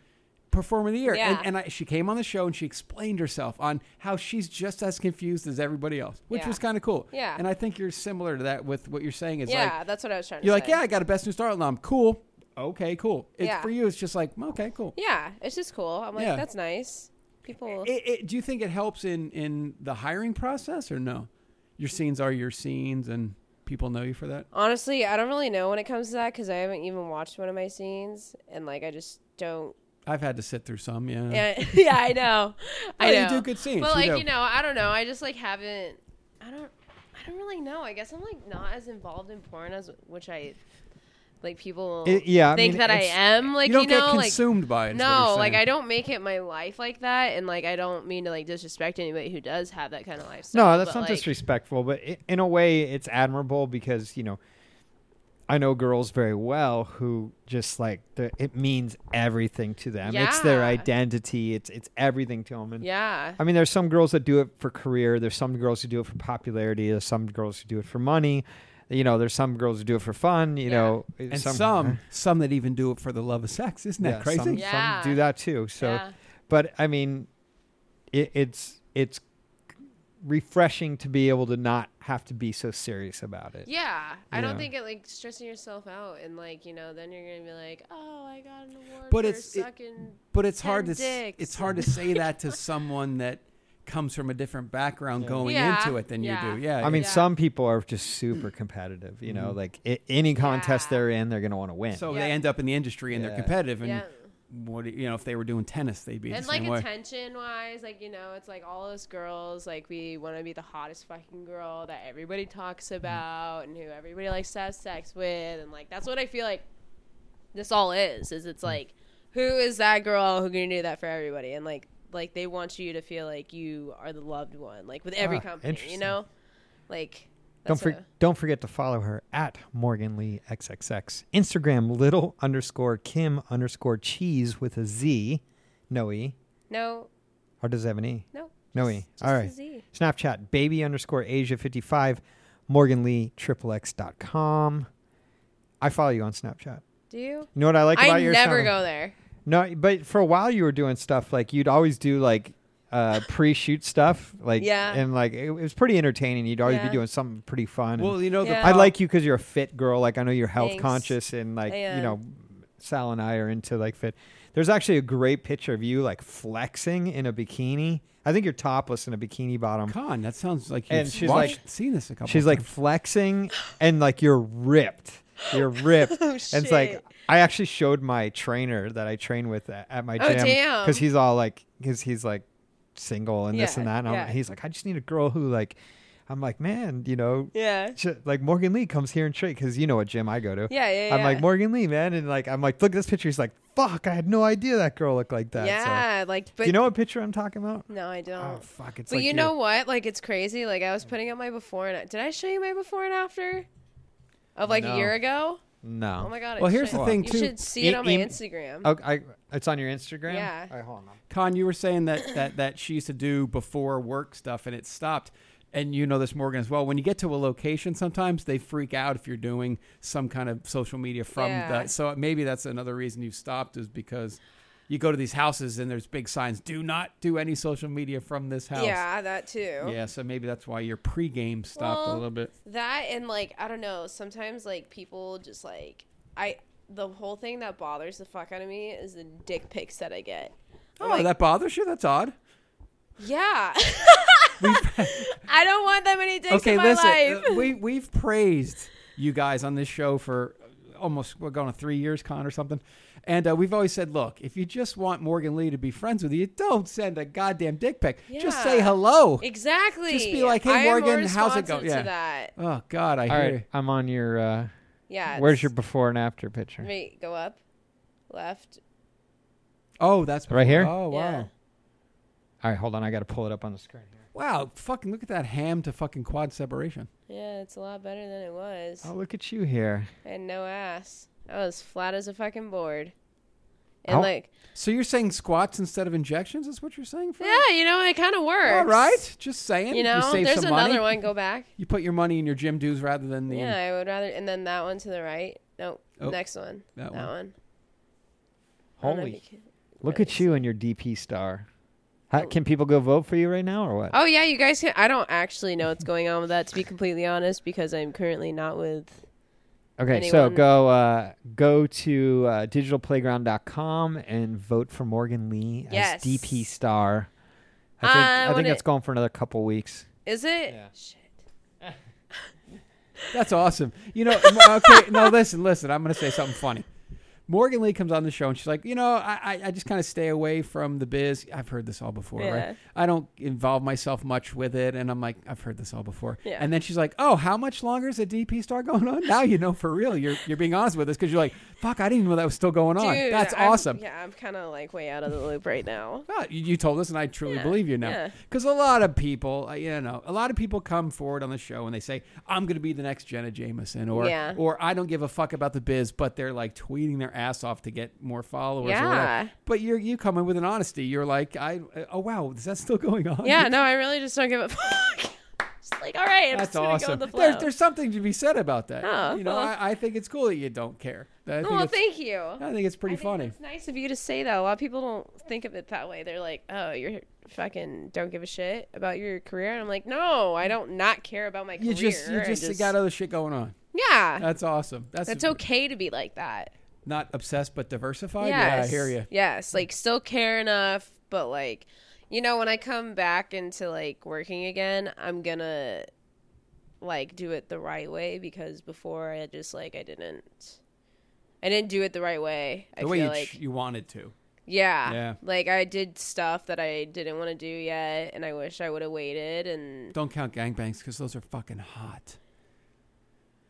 Speaker 2: Performer of the Year?
Speaker 4: Yeah.
Speaker 2: And, and I, she came on the show and she explained herself on how she's just as confused as everybody else, which
Speaker 4: Yeah.
Speaker 2: was kind of cool.
Speaker 4: Yeah.
Speaker 2: And I think you're similar to that with what you're saying. Is
Speaker 4: yeah,
Speaker 2: like
Speaker 4: that's what I was trying to.
Speaker 2: you're
Speaker 4: say.
Speaker 2: like, yeah, I got a Best New Starlet nom. Cool. Okay, cool. It,
Speaker 4: Yeah.
Speaker 2: For you, it's just like okay, cool.
Speaker 4: Yeah, it's just cool. I'm like,
Speaker 2: Yeah.
Speaker 4: that's nice. People.
Speaker 2: It, it, do you think it helps in in the hiring process or no? Your scenes are your scenes, and people know you for that.
Speaker 4: Honestly, I don't really know when it comes to that because I haven't even watched one of my scenes, and like I just don't.
Speaker 2: I've had to sit through some, yeah.
Speaker 4: Yeah, <laughs> yeah
Speaker 2: <laughs>
Speaker 4: I know. I
Speaker 2: No,
Speaker 4: know.
Speaker 2: you do good scenes, you
Speaker 4: But like
Speaker 2: do.
Speaker 4: you know, I don't know. I just like haven't. I don't. I don't really know. I guess I'm like not as involved in porn as which I like people
Speaker 3: It- yeah, I
Speaker 4: think
Speaker 3: mean,
Speaker 4: that I
Speaker 3: it's-
Speaker 4: am. Like
Speaker 2: you
Speaker 4: you,
Speaker 2: don't
Speaker 4: know,
Speaker 2: get
Speaker 4: like
Speaker 2: consumed by it. is what you're
Speaker 4: no, like
Speaker 2: saying.
Speaker 4: I don't make it my life like that, and like I don't mean to like disrespect anybody who does have that kind of lifestyle.
Speaker 3: No, that's
Speaker 4: but,
Speaker 3: not
Speaker 4: like,
Speaker 3: disrespectful, but i in a way, it's admirable because you know, I know girls very well who just like the, it means everything to them. It's their
Speaker 4: Yeah.
Speaker 3: identity. It's it's everything to them. And
Speaker 4: Yeah,
Speaker 3: I mean, there's some girls that do it for career. There's some girls who do it for popularity. There's some girls who do it for money. You know, there's some girls who do it for fun. You
Speaker 4: Yeah.
Speaker 3: know,
Speaker 2: And some,
Speaker 3: <laughs>
Speaker 2: some, that even do it for the love of sex. Isn't that
Speaker 3: yeah,
Speaker 2: crazy?
Speaker 3: Some,
Speaker 4: Yeah.
Speaker 3: some do that too. So,
Speaker 4: Yeah.
Speaker 3: but I mean, it, it's it's refreshing to be able to not have to be so serious about it.
Speaker 4: Yeah, I don't
Speaker 3: Yeah.
Speaker 4: think it like stressing yourself out and like you know then you're gonna be like, oh, I got an award
Speaker 2: But
Speaker 4: for
Speaker 2: it's- it-
Speaker 4: sucking.
Speaker 2: But it's
Speaker 4: Ten
Speaker 2: hard to s-
Speaker 4: dicks.
Speaker 2: it's hard to
Speaker 4: <laughs>
Speaker 2: say that to someone that comes from a different background going
Speaker 4: Yeah,
Speaker 2: into it than
Speaker 4: yeah.
Speaker 2: you do. Yeah.
Speaker 3: I mean,
Speaker 4: Yeah.
Speaker 3: some people are just super competitive. You know, like i any contest
Speaker 4: Yeah.
Speaker 3: they're in, they're going to want to win.
Speaker 2: so
Speaker 4: Yeah.
Speaker 2: they end up in the industry and
Speaker 3: Yeah.
Speaker 2: they're competitive. And
Speaker 4: Yeah.
Speaker 2: what do you you know, if they were doing tennis, they'd be
Speaker 4: And
Speaker 2: the same
Speaker 4: like
Speaker 2: way.
Speaker 4: attention wise, like you know, it's like all us girls, like we want to be the hottest fucking girl that everybody
Speaker 2: Mm-hmm.
Speaker 4: talks about and who everybody
Speaker 2: Mm-hmm.
Speaker 4: likes to have sex with, and like that's what I feel like this all is. Is it's like who who is that girl who can do that for everybody? And like, like they want you to feel like you are the loved one, like with every
Speaker 3: Ah,
Speaker 4: company, you
Speaker 3: interesting.
Speaker 4: know, like.
Speaker 3: Don't,
Speaker 4: That's
Speaker 3: for,
Speaker 4: a-
Speaker 3: don't forget to follow her at Morgan Lee XXX. Instagram little underscore Kim underscore cheese with a Z. No E.
Speaker 4: no,
Speaker 3: Or does it have an E?
Speaker 4: no,
Speaker 3: No
Speaker 4: just-
Speaker 3: E.
Speaker 4: just
Speaker 3: All
Speaker 4: a
Speaker 3: right.
Speaker 4: Z.
Speaker 3: Snapchat baby underscore Asia 55. Morgan Lee triple X dot com. I follow you on Snapchat.
Speaker 4: Do you?
Speaker 3: You know what I like about
Speaker 4: I
Speaker 3: your
Speaker 4: never
Speaker 3: sound?
Speaker 4: go there.
Speaker 3: No, but for a while you were doing stuff like you'd always do like uh, <laughs> pre-shoot stuff, like
Speaker 4: Yeah.
Speaker 3: and like it, it was pretty entertaining. You'd always be
Speaker 4: Yeah.
Speaker 3: doing something pretty fun.
Speaker 2: Well, you know, the
Speaker 4: Yeah.
Speaker 3: I
Speaker 2: prob-
Speaker 3: like you because you're a fit girl. Like I know you're health
Speaker 4: Thanks.
Speaker 3: conscious and like
Speaker 4: I
Speaker 3: you
Speaker 4: am.
Speaker 3: know, Sal and I are into like fit. There's actually a great picture of you like flexing in a bikini. I think you're topless in a bikini bottom.
Speaker 2: Con. That sounds like you've
Speaker 3: And she's
Speaker 2: watched,
Speaker 3: like-
Speaker 2: seen this a couple.
Speaker 3: She's like flexing and like you're ripped. You're ripped.
Speaker 4: <laughs> Oh,
Speaker 3: And it's like
Speaker 4: shit.
Speaker 3: I actually showed my trainer that I train with at, at my
Speaker 4: Oh,
Speaker 3: gym
Speaker 4: damn.
Speaker 3: because he's all like because he's like single and this
Speaker 4: Yeah,
Speaker 3: and that. And I'm-
Speaker 4: yeah.
Speaker 3: he's like, I just need a girl who like. I'm like, man, you know,
Speaker 4: Yeah.
Speaker 3: sh- like Morgan Lee comes here and train because you know what gym I go to.
Speaker 4: Yeah, yeah,
Speaker 3: I'm
Speaker 4: yeah.
Speaker 3: like Morgan Lee, man, and like I'm like, look at this picture. He's like, fuck, I had no idea that girl looked like that. So-
Speaker 4: yeah, like,
Speaker 3: Do
Speaker 4: but
Speaker 3: you know what picture I'm talking about?
Speaker 4: no, I don't.
Speaker 2: Oh fuck! It's
Speaker 4: but
Speaker 2: like
Speaker 4: you
Speaker 2: your-
Speaker 4: know what? Like, it's crazy. Like, I was putting up my before and did I show you my before and after of like
Speaker 3: No.
Speaker 4: a year ago?
Speaker 3: No.
Speaker 4: Oh my god! I
Speaker 2: Well, here's
Speaker 4: should.
Speaker 2: the thing,
Speaker 4: You
Speaker 2: too.
Speaker 4: should see
Speaker 3: E-
Speaker 4: it on my
Speaker 3: em-
Speaker 4: Instagram.
Speaker 3: Oh, I, it's on your Instagram.
Speaker 4: Yeah.
Speaker 3: All right, hold on.
Speaker 2: Con, you were saying that that that she used to do before work stuff, and it stopped. And you know this, Morgan, as well. When you get to a location, sometimes they freak out if you're doing some kind of social media from
Speaker 4: Yeah.
Speaker 2: that. So maybe that's another reason you stopped is because you go to these houses and there's big signs: "Do not do any social media from this house."
Speaker 4: yeah, that too.
Speaker 2: Yeah, so maybe that's why your pregame stopped a
Speaker 4: Well,
Speaker 2: little bit.
Speaker 4: That and like I don't know, sometimes like people just like I the whole thing that bothers the fuck out of me is the dick pics that I get.
Speaker 2: Oh,
Speaker 4: like-
Speaker 2: that bothers you? That's odd. <laughs>
Speaker 4: Yeah. <laughs> I don't want that many dicks in my life.
Speaker 2: uh, we we've praised you guys on this show for almost we're going to three years con or something, and uh, we've always said, look, if you just want Morgan Lee to be friends with you, don't send a goddamn dick pic. Just say
Speaker 4: Yeah.
Speaker 2: hello.
Speaker 4: <laughs> exactly.
Speaker 2: Just be like, hey,
Speaker 4: I am more
Speaker 2: Morgan, how's it
Speaker 4: responsive
Speaker 2: go- yeah.
Speaker 4: To that.
Speaker 2: Oh God, I
Speaker 3: All
Speaker 2: hear.
Speaker 3: right, I'm on your. Uh,
Speaker 4: Yeah.
Speaker 3: where's
Speaker 4: it's-
Speaker 3: your before and after picture?
Speaker 4: Wait, go up, left.
Speaker 2: Oh, that's
Speaker 3: Right here?
Speaker 2: Oh wow,
Speaker 4: Yeah.
Speaker 3: All right, hold on. I got to pull it up on the screen. here.
Speaker 2: wow, fucking look at that ham to fucking quad separation.
Speaker 4: Yeah, it's a lot better than it was.
Speaker 3: Oh, look at you here.
Speaker 4: I had no ass. I was flat as a fucking board. And
Speaker 3: How-
Speaker 4: like,
Speaker 2: So you're saying squats instead of injections? Is what you're saying? Fred?
Speaker 4: yeah, you know, it kind of works.
Speaker 2: All right, just saying.
Speaker 4: You know,
Speaker 2: save
Speaker 4: there's
Speaker 2: some
Speaker 4: another
Speaker 2: money.
Speaker 4: one.
Speaker 3: <laughs>
Speaker 4: Go back.
Speaker 2: You put your money in your gym dues rather than the.
Speaker 4: Yeah, I would rather. And then that one to the right. Nope.
Speaker 2: Oh,
Speaker 4: next one.
Speaker 2: that
Speaker 4: That,
Speaker 2: one.
Speaker 4: one. I don't know if
Speaker 3: Holy.
Speaker 4: you can-
Speaker 3: Look
Speaker 4: what is-
Speaker 3: at you and your DP star. How, can people go vote for you right now or what?
Speaker 4: Oh yeah, you guys can. I don't actually know what's going on with that, to be completely honest, because I'm currently not with.
Speaker 3: okay, so
Speaker 4: anyone-
Speaker 3: go uh, go to uh, digitalplayground.com and vote for Morgan Lee
Speaker 4: Yes.
Speaker 3: as DP star. I think
Speaker 4: I
Speaker 3: I, think
Speaker 4: wanna-
Speaker 3: that's going for another couple weeks.
Speaker 4: Is it?
Speaker 3: Yeah.
Speaker 4: Shit.
Speaker 2: That's awesome. You know, m- okay, no, listen, listen. I'm going to say something funny. Morgan Lee comes on the show and she's like, you know, I, I- I just kind of stay away from the biz. I've heard this all before,
Speaker 4: Yeah.
Speaker 2: right? I don't involve myself much with it. And I'm like, I've heard this all before.
Speaker 4: Yeah.
Speaker 2: And then she's like, oh, how much longer is a DP star going on? Now you know for real. You're, you're being honest with us because you're like, fuck, I didn't even know that was still going on.
Speaker 4: Dude,
Speaker 2: That's
Speaker 4: I'm-
Speaker 2: awesome.
Speaker 4: Yeah, I'm kind of like way out of the loop right now.
Speaker 2: Well, "Ah, you, you told us, and I truly
Speaker 4: Yeah,
Speaker 2: believe you now.
Speaker 4: yeah.
Speaker 2: Because a lot of people, uh, you know, a lot of people come forward on the show and they say, "I'm going to be the next Jenna Jameson," or
Speaker 4: Yeah.
Speaker 2: or "I don't give a fuck about the biz," but they're like tweeting their ass off to get more followers. Or
Speaker 4: Yeah.
Speaker 2: whatever. But you're you come in with an honesty. You're like, "I uh, oh wow, is that still going on?" <laughs>
Speaker 4: Yeah, no, I really just don't give a <laughs> fuck. just like, all right, I'm
Speaker 2: That's
Speaker 4: just gonna
Speaker 2: awesome.
Speaker 4: go with the flow.
Speaker 2: there's, there's something to be said about that.
Speaker 4: Oh,
Speaker 2: you know,
Speaker 4: well.
Speaker 2: I, I think it's cool that you don't care. I think
Speaker 4: oh, well,
Speaker 2: it's,
Speaker 4: thank you.
Speaker 2: I think it's pretty
Speaker 4: I think
Speaker 2: funny.
Speaker 4: It's nice of you to say that. A lot of people don't think of it that way. They're like, "Oh, you're fucking don't give a shit about your career," and I'm like, "No, I don't not care about my
Speaker 2: You
Speaker 4: career."
Speaker 2: just you
Speaker 4: I
Speaker 2: just, got other shit going on.
Speaker 4: yeah.
Speaker 2: That's awesome. That's
Speaker 4: That's okay to be like that.
Speaker 2: Not obsessed, but diversified. Oh, Yeah,
Speaker 4: Yes.
Speaker 2: I hear you.
Speaker 4: Yes, like still care enough, but like, you know, when I come back into like working again, I'm gonna like do it the right way because before I just like I didn't, I didn't do it the right way. I
Speaker 2: the
Speaker 4: feel
Speaker 2: way you,
Speaker 4: like
Speaker 2: ch- you wanted to.
Speaker 4: Yeah.
Speaker 2: Yeah.
Speaker 4: Like I did stuff that I didn't want to do yet and I wish I would have waited and
Speaker 2: Don't count gangbangs because those are fucking hot.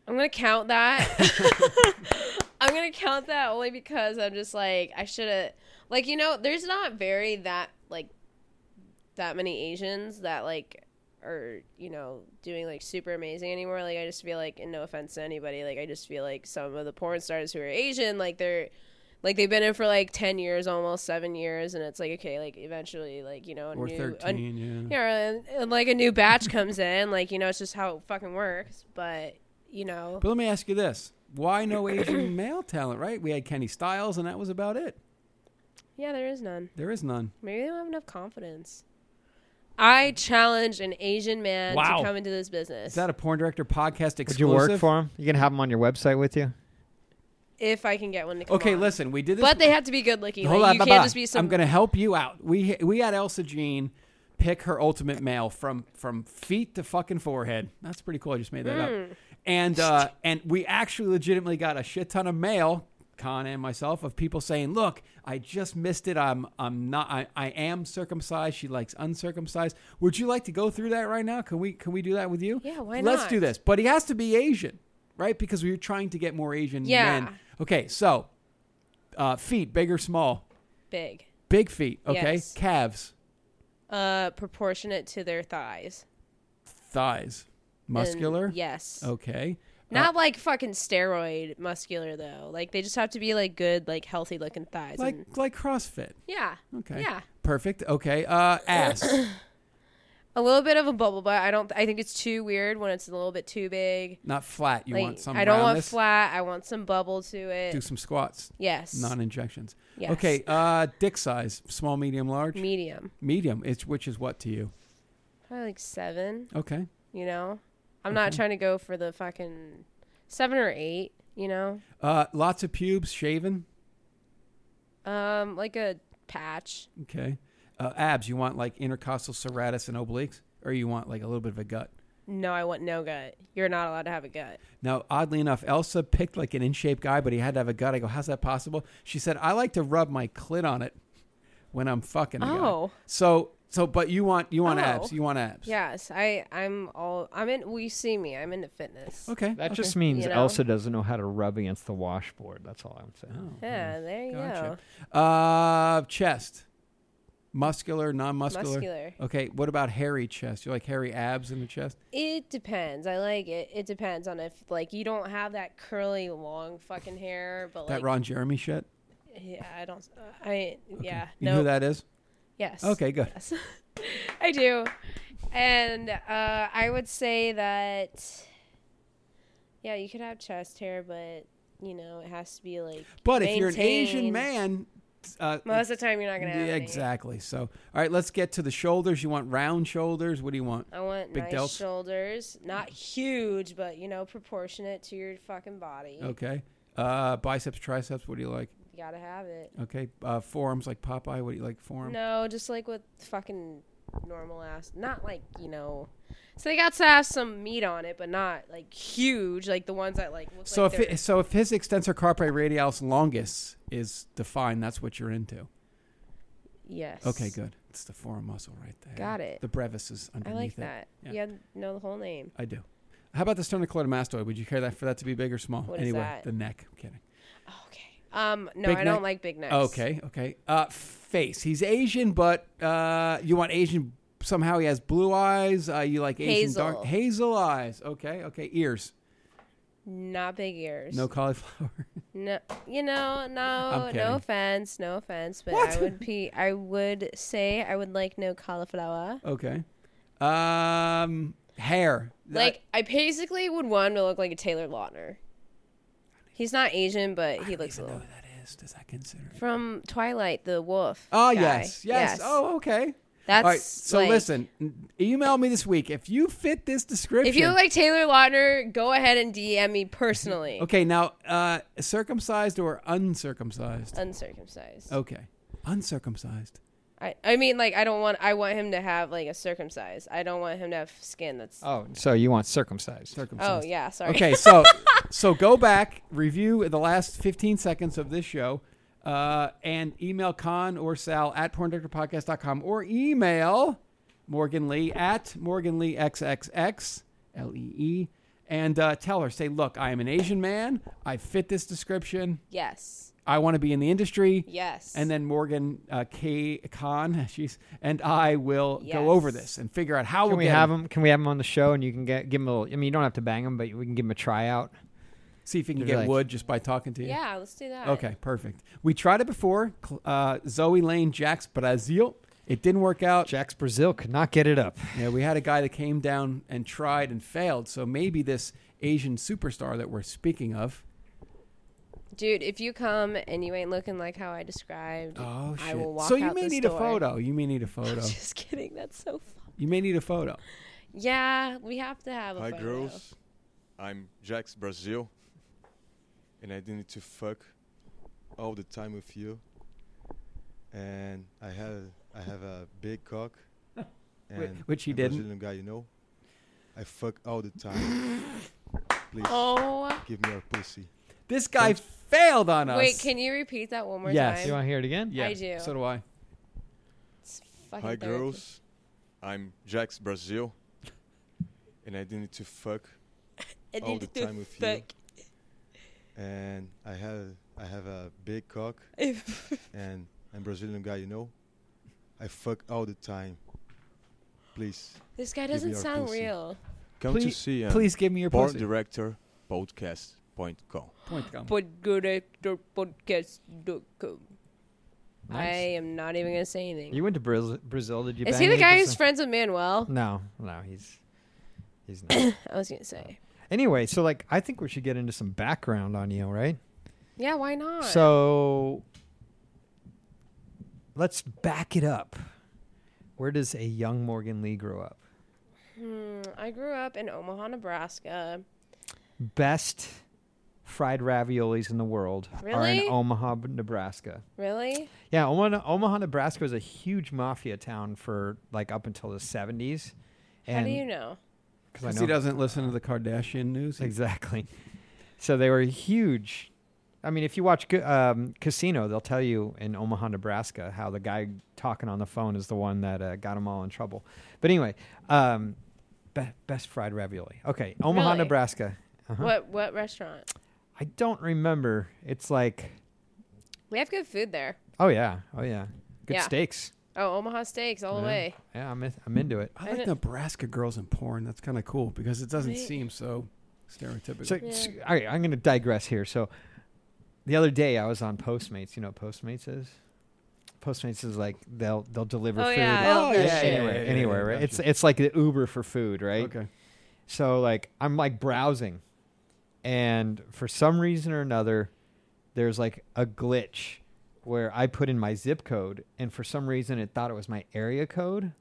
Speaker 4: I'm going to count that. <laughs> I'm gonna count that only because I'm just like I should have like you know there's not very that like that many Asians that like are you know doing like super amazing anymore like I just feel like and no offense to anybody like I just feel like some of the porn stars who are Asian like they're like they've been in for like 10 years almost 7 years and it's like okay like eventually like you know a
Speaker 2: or
Speaker 4: new a-
Speaker 2: thirteen. yeah.
Speaker 4: yeah, and, and like a new batch comes in, like you know, it's just how it fucking works. But you know,
Speaker 2: But let me ask you this: Why no Asian <coughs> male talent? Right? We had Kenny Styles, and that was about it.
Speaker 4: yeah, there is none.
Speaker 2: There is none.
Speaker 4: Maybe they don't have enough confidence. I challenge an Asian man
Speaker 2: Wow.
Speaker 4: to come into this business.
Speaker 2: Is that a porn director podcast exclusive?
Speaker 3: Would you work for him? You can have him on your website with you.
Speaker 4: if I can get one to come.
Speaker 2: Okay,
Speaker 4: on.
Speaker 2: listen. We did this.
Speaker 4: But they have to be good looking.
Speaker 2: Hold
Speaker 4: like,
Speaker 2: on,
Speaker 4: you
Speaker 2: blah,
Speaker 4: can't
Speaker 2: blah.
Speaker 4: just be some.
Speaker 2: I'm gonna help you out. We we had Elsa Jean pick her ultimate male from from feet to fucking forehead. That's pretty cool. I just made that
Speaker 4: Hmm.
Speaker 2: up. And uh, and we actually legitimately got a shit ton of mail, Con and myself, of people saying, "Look, I just missed it. I'm I'm not. I, I am circumcised. She likes uncircumcised. Would you like to go through that right now? Can we can we do that with you?
Speaker 4: Yeah, why
Speaker 2: Let's
Speaker 4: not?
Speaker 2: do this. But he has to be Asian, right? Because we were trying to get more Asian
Speaker 4: Yeah.
Speaker 2: men. Okay, so uh, feet, big or small?
Speaker 4: big,
Speaker 2: Big feet, okay?
Speaker 4: Yes.
Speaker 2: Calves,
Speaker 4: uh, proportionate to their thighs.
Speaker 2: thighs,
Speaker 4: And-
Speaker 2: muscular. Oh, uh,
Speaker 4: yes.
Speaker 2: Okay.
Speaker 4: Not like fucking steroid muscular though. Like they just have to be like good, like healthy looking thighs.
Speaker 2: Like
Speaker 4: and,
Speaker 2: like CrossFit.
Speaker 4: yeah.
Speaker 2: Okay.
Speaker 4: Yeah.
Speaker 2: Perfect. Okay. Uh ass.
Speaker 4: <coughs> a little bit of a bubble butt. I don't. I think it's too weird when it's a little bit too big.
Speaker 2: Not flat. You
Speaker 4: like
Speaker 2: want some
Speaker 4: I don't want
Speaker 2: roundness?
Speaker 4: flat. I want some bubble to it.
Speaker 2: Do some squats.
Speaker 4: yes.
Speaker 2: Non injections.
Speaker 4: Yes.
Speaker 2: Okay. Uh dick size. Small, medium, large.
Speaker 4: medium.
Speaker 2: medium. It's which is what to you?
Speaker 4: Probably like seven.
Speaker 2: Okay.
Speaker 4: You know. I'm not trying to go for the fucking seven or eight. You know.
Speaker 2: Uh lots of pubes, shaven.
Speaker 4: Um, like a patch.
Speaker 2: Okay. Uh, abs, you want like intercostal serratus and obliques? Or you want like a little bit of a gut?
Speaker 4: No, I want no gut. You're not allowed to have a gut.
Speaker 2: Now, oddly enough, Elsa picked like an in shape guy, but he had to have a gut. I go, how's that possible? She said, I like to rub my clit on it when I'm fucking. the guy."
Speaker 4: Oh.
Speaker 2: So, so, but you want you want
Speaker 4: Oh.
Speaker 2: abs? You want abs?
Speaker 4: Yes, I. I'm all. I'm in. Well, you see me. I'm into fitness.
Speaker 2: Okay.
Speaker 3: That
Speaker 2: okay.
Speaker 3: just means
Speaker 4: You know?
Speaker 3: Elsa doesn't know how to rub against the washboard. That's all I'm saying.
Speaker 2: Oh,
Speaker 4: Yeah. There you
Speaker 2: gotcha.
Speaker 4: go.
Speaker 2: Uh, chest, muscular, non-muscular.
Speaker 4: Muscular.
Speaker 2: Okay. What about hairy chest? You like hairy abs in the chest?
Speaker 4: It depends. I like it. It depends on if like you don't have that curly long fucking hair, but like
Speaker 2: that Ron Jeremy shit.
Speaker 4: yeah, I don't. I yeah.
Speaker 2: You
Speaker 4: no.
Speaker 2: know who that is?
Speaker 4: Yes.
Speaker 2: Okay. Good.
Speaker 4: Yes. <laughs> I do, and uh, I would say that yeah, you could have chest hair, but you know it has to be like.
Speaker 2: But if you're an Asian
Speaker 4: maintained.
Speaker 2: man, uh,
Speaker 4: most of the time you're not gonna have
Speaker 2: Yeah,
Speaker 4: any.
Speaker 2: exactly. So, all right, let's get to the shoulders. You want round shoulders? What do you want?
Speaker 4: I want
Speaker 2: Big
Speaker 4: nice
Speaker 2: delts.
Speaker 4: shoulders, not huge, but you know proportionate to your fucking body.
Speaker 2: Okay. Uh, biceps, triceps. What do you like?
Speaker 4: You gotta have it.
Speaker 2: Okay. Uh, forearms, like Popeye. What do you like? Forearm.
Speaker 4: No, just like with fucking normal ass. Not like, you know. So they got to have some meat on it, but not like huge, like the ones that like look
Speaker 2: So
Speaker 4: like
Speaker 2: if it, so, if his extensor carpi radialis longus is defined, that's what you're into.
Speaker 4: Yes.
Speaker 2: Okay, good. It's the forearm muscle right there.
Speaker 4: Got it.
Speaker 2: The brevis is
Speaker 4: I
Speaker 2: underneath
Speaker 4: like
Speaker 2: it.
Speaker 4: that.
Speaker 2: Yeah.
Speaker 4: You had to know the whole name.
Speaker 2: I do. How about the sternocleidomastoid? Would you care that for that to be big or small?
Speaker 4: What is
Speaker 2: anyway,
Speaker 4: that?
Speaker 2: the neck. I'm kidding.
Speaker 4: Okay. Um no,
Speaker 2: Big
Speaker 4: I don't
Speaker 2: neck?
Speaker 4: like big necks.
Speaker 2: Okay, okay. Uh, face. He's Asian, but uh, you want Asian. Somehaw he has blue eyes. Uh, you like Asian dark
Speaker 4: Hazel.
Speaker 2: hazel eyes. Okay, okay. Ears.
Speaker 4: Not big ears.
Speaker 2: No cauliflower. <laughs>
Speaker 4: No, you know, no,
Speaker 2: I'm kidding.
Speaker 4: no offense, no offense, but I would be, I would say, I would like no cauliflower.
Speaker 2: okay. Um, hair. Uh, That-
Speaker 4: Like, I basically would want him to look like a Taylor Lautner. He's not Asian, but
Speaker 2: I
Speaker 4: he
Speaker 2: don't
Speaker 4: looks a
Speaker 2: even know
Speaker 4: little
Speaker 2: who that is. Does that consider? it?
Speaker 4: from Twilight, the wolf.
Speaker 2: Oh
Speaker 4: guy.
Speaker 2: yes, yes, Oh okay.
Speaker 4: that's
Speaker 2: All right. So
Speaker 4: like-
Speaker 2: listen, email me this week if you fit this description.
Speaker 4: If you look like Taylor Lautner, go ahead and DM me personally.
Speaker 2: okay, now uh, circumcised or uncircumcised?
Speaker 4: Uh, Uncircumcised.
Speaker 2: Okay, uncircumcised.
Speaker 4: I, I mean, like, I don't want. I want him to have like a circumcised. I don't want him to have skin that's.
Speaker 3: Oh, so you want circumcised?
Speaker 4: oh
Speaker 2: Circumcised.
Speaker 4: yeah, sorry.
Speaker 2: Okay, so <laughs> so go back, review the last 15 seconds of this show, uh, and email con or sal at porndirectorpodcast.com or email Morgan Lee at Morgan Lee XXX, L E E, and uh, tell her, say, look, I am an Asian man. I fit this description.
Speaker 4: Yes.
Speaker 2: I want to be in the industry.
Speaker 4: Yes.
Speaker 2: And then Morgan uh, K. Khan, <laughs> she's and I will
Speaker 4: Yes.
Speaker 2: go over this and figure out how
Speaker 3: Can
Speaker 2: we'll
Speaker 3: we
Speaker 2: get
Speaker 3: have him? Can we have him on the show? And you can get give him a little. I mean, you don't have to bang him, but we can give him a tryout.
Speaker 2: See if you can
Speaker 3: They're
Speaker 2: get
Speaker 3: like-
Speaker 2: wood just by talking to you.
Speaker 4: yeah, let's do that.
Speaker 2: Okay, perfect. We tried it before. Cl- Uh, Zoe Lane, Jax Brazil. It didn't work out.
Speaker 3: Jax Brazil could not get it up.
Speaker 2: Yeah, we had a guy that came down and tried and failed. So maybe this Asian superstar that we're speaking of.
Speaker 4: Dude, if you come and you ain't looking like how I described,
Speaker 2: Oh shit!
Speaker 4: I will walk
Speaker 2: so you
Speaker 4: out
Speaker 2: may
Speaker 4: this
Speaker 2: need
Speaker 4: door.
Speaker 2: a photo. You may need a <laughs> photo.
Speaker 4: <laughs> Just kidding. That's so fun.
Speaker 2: you may need a photo.
Speaker 4: Yeah, we have to have a
Speaker 6: Hi,
Speaker 4: photo.
Speaker 6: girls. I'm Jax Brazil, and I need to fuck all the time with you. And I have I have a
Speaker 2: <laughs>
Speaker 6: big cock. And
Speaker 2: which he
Speaker 6: a
Speaker 2: didn't.
Speaker 6: Brazilian guy, you know. I fuck all
Speaker 4: <laughs>
Speaker 6: the time. Please
Speaker 4: Oh,
Speaker 6: give me your pussy.
Speaker 2: This guy failed on us.
Speaker 4: wait. Can you repeat that one more
Speaker 2: Yes.
Speaker 3: You
Speaker 4: time?
Speaker 3: want to hear it again?
Speaker 2: yeah,
Speaker 4: I do.
Speaker 2: So do I.
Speaker 4: It's fucking
Speaker 6: Hi,
Speaker 4: therapy.
Speaker 6: girls. I'm Jax Brazil, and I need to fuck
Speaker 4: I
Speaker 6: all
Speaker 4: need
Speaker 6: the
Speaker 4: to
Speaker 6: time with
Speaker 4: fuck.
Speaker 6: and I have I have a big
Speaker 2: <laughs>
Speaker 6: cock and I'm Brazilian guy, you know. I fuck all the time. Please
Speaker 4: this guy
Speaker 6: Give me
Speaker 4: doesn't
Speaker 6: your
Speaker 4: sound
Speaker 6: pussy.
Speaker 4: real.
Speaker 6: come to
Speaker 2: Please-
Speaker 6: see um,
Speaker 2: Please give me your
Speaker 6: porn
Speaker 2: pussy.
Speaker 6: director podcast.com.
Speaker 2: Point gum.
Speaker 4: I am not even gonna say anything.
Speaker 3: You went to Brazil. Brazil did you?
Speaker 4: Is
Speaker 3: bang
Speaker 4: he the
Speaker 3: any
Speaker 4: guy who's
Speaker 3: Brazil-
Speaker 4: friends with Manuel?
Speaker 3: No, no, he's he's
Speaker 4: <coughs>
Speaker 3: not.
Speaker 4: I was gonna say.
Speaker 3: anyway, so like, I think we should get into some background on you, right?
Speaker 4: Yeah, why not?
Speaker 3: So let's back it up. Where does a young Morgan Lee grow up?
Speaker 4: Hmm, I grew up in Omaha, Nebraska.
Speaker 3: Best fried raviolis in the world are in
Speaker 4: Really?
Speaker 3: Omaha, Nebraska.
Speaker 4: Really?
Speaker 3: Yeah, Omaha, Omaha, Nebraska was a huge mafia town for like up until the 70s. And
Speaker 4: How do you know?
Speaker 3: Because
Speaker 2: Because he
Speaker 3: <laughs>
Speaker 2: doesn't listen to the Kardashian news.
Speaker 3: Exactly. So they were huge. I mean, if you watch Ca- um, Casino, they'll tell you in Omaha, Nebraska, how the guy talking on the phone is the one that uh, got them all in trouble. But anyway, um, be- best fried ravioli. Okay, Omaha,
Speaker 4: Really?
Speaker 3: Nebraska. Uh-huh.
Speaker 4: What what restaurant?
Speaker 3: I don't remember. It's like,
Speaker 4: We have good food there.
Speaker 3: oh yeah, oh yeah, good
Speaker 4: Yeah.
Speaker 3: steaks.
Speaker 4: Oh, Omaha Steaks all the
Speaker 3: Yeah.
Speaker 4: way.
Speaker 3: Yeah, I'm in- I'm into it.
Speaker 2: I like Nebraska girls in porn. That's kind of cool because it doesn't seem so stereotypical.
Speaker 3: So, s- all right, I'm going to digress here. So, the other day I was on Postmates. You know what Postmates is? Postmates is like they'll they'll deliver
Speaker 4: Oh,
Speaker 3: food
Speaker 4: yeah, I love
Speaker 2: Oh,
Speaker 4: that
Speaker 2: yeah,
Speaker 4: shit.
Speaker 2: yeah,
Speaker 3: anywhere, anywhere, right? It's it's like the Uber for food, right?
Speaker 2: okay.
Speaker 3: So like I'm like browsing, and for some reason or another, there's like a glitch where I put in my zip code, and for some reason it thought it was my area code,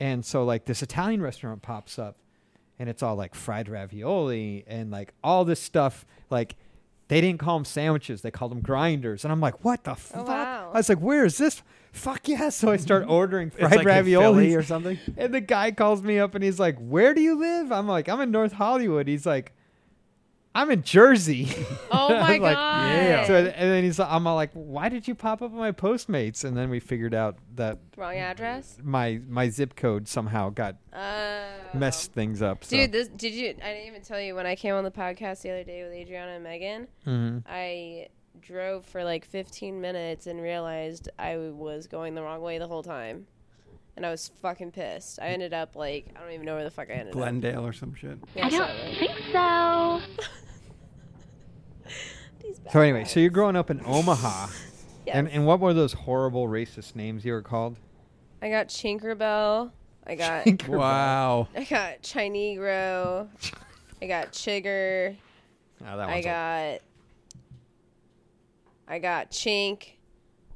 Speaker 3: and so like this Italian restaurant pops up, and it's all like fried ravioli and like all this stuff like. They didn't call them sandwiches; they called them grinders, and I'm like, "What the fuck?"
Speaker 4: wow.
Speaker 3: I was like, "Where is this? Fuck yeah!" So I start ordering
Speaker 2: It's
Speaker 3: fried
Speaker 2: like in
Speaker 3: ravioli
Speaker 2: Philly or something.
Speaker 3: <laughs> and the guy calls me up and he's like, "Where do you live?" I'm like, "I'm in North Hollywood." He's like, "I'm in Jersey." <laughs>
Speaker 4: Oh
Speaker 3: I
Speaker 4: my
Speaker 3: was like,
Speaker 4: god.
Speaker 3: So and then he's like, "I'm all like, why did you pop up on my Postmates?" And then we figured out that
Speaker 4: Wrong address.
Speaker 3: my my zip code somehow got
Speaker 4: Uh,
Speaker 3: messed things up. So.
Speaker 4: Dude, this, did you? I didn't even tell you when I came on the podcast the other day with Adriana and Megan.
Speaker 3: Mhm.
Speaker 4: I drove for like 15 minutes and realized I was going the wrong way the whole time, and I was fucking pissed. I ended up like I don't even know where the fuck I ended up.
Speaker 2: Glendale or some shit.
Speaker 4: Yeah,
Speaker 7: I
Speaker 4: so-
Speaker 7: don't think so.
Speaker 4: These bad
Speaker 3: So anyway,
Speaker 4: guys.
Speaker 3: so you're growing up in Omaha,
Speaker 4: <laughs> Yes.
Speaker 3: and and what were those horrible racist names you were called?
Speaker 4: I got Chinkerbell. I got
Speaker 2: Wow.
Speaker 4: I got Chinegro. I got Chigger.
Speaker 3: Oh, that
Speaker 4: I
Speaker 3: one's a-
Speaker 4: got I got Chink.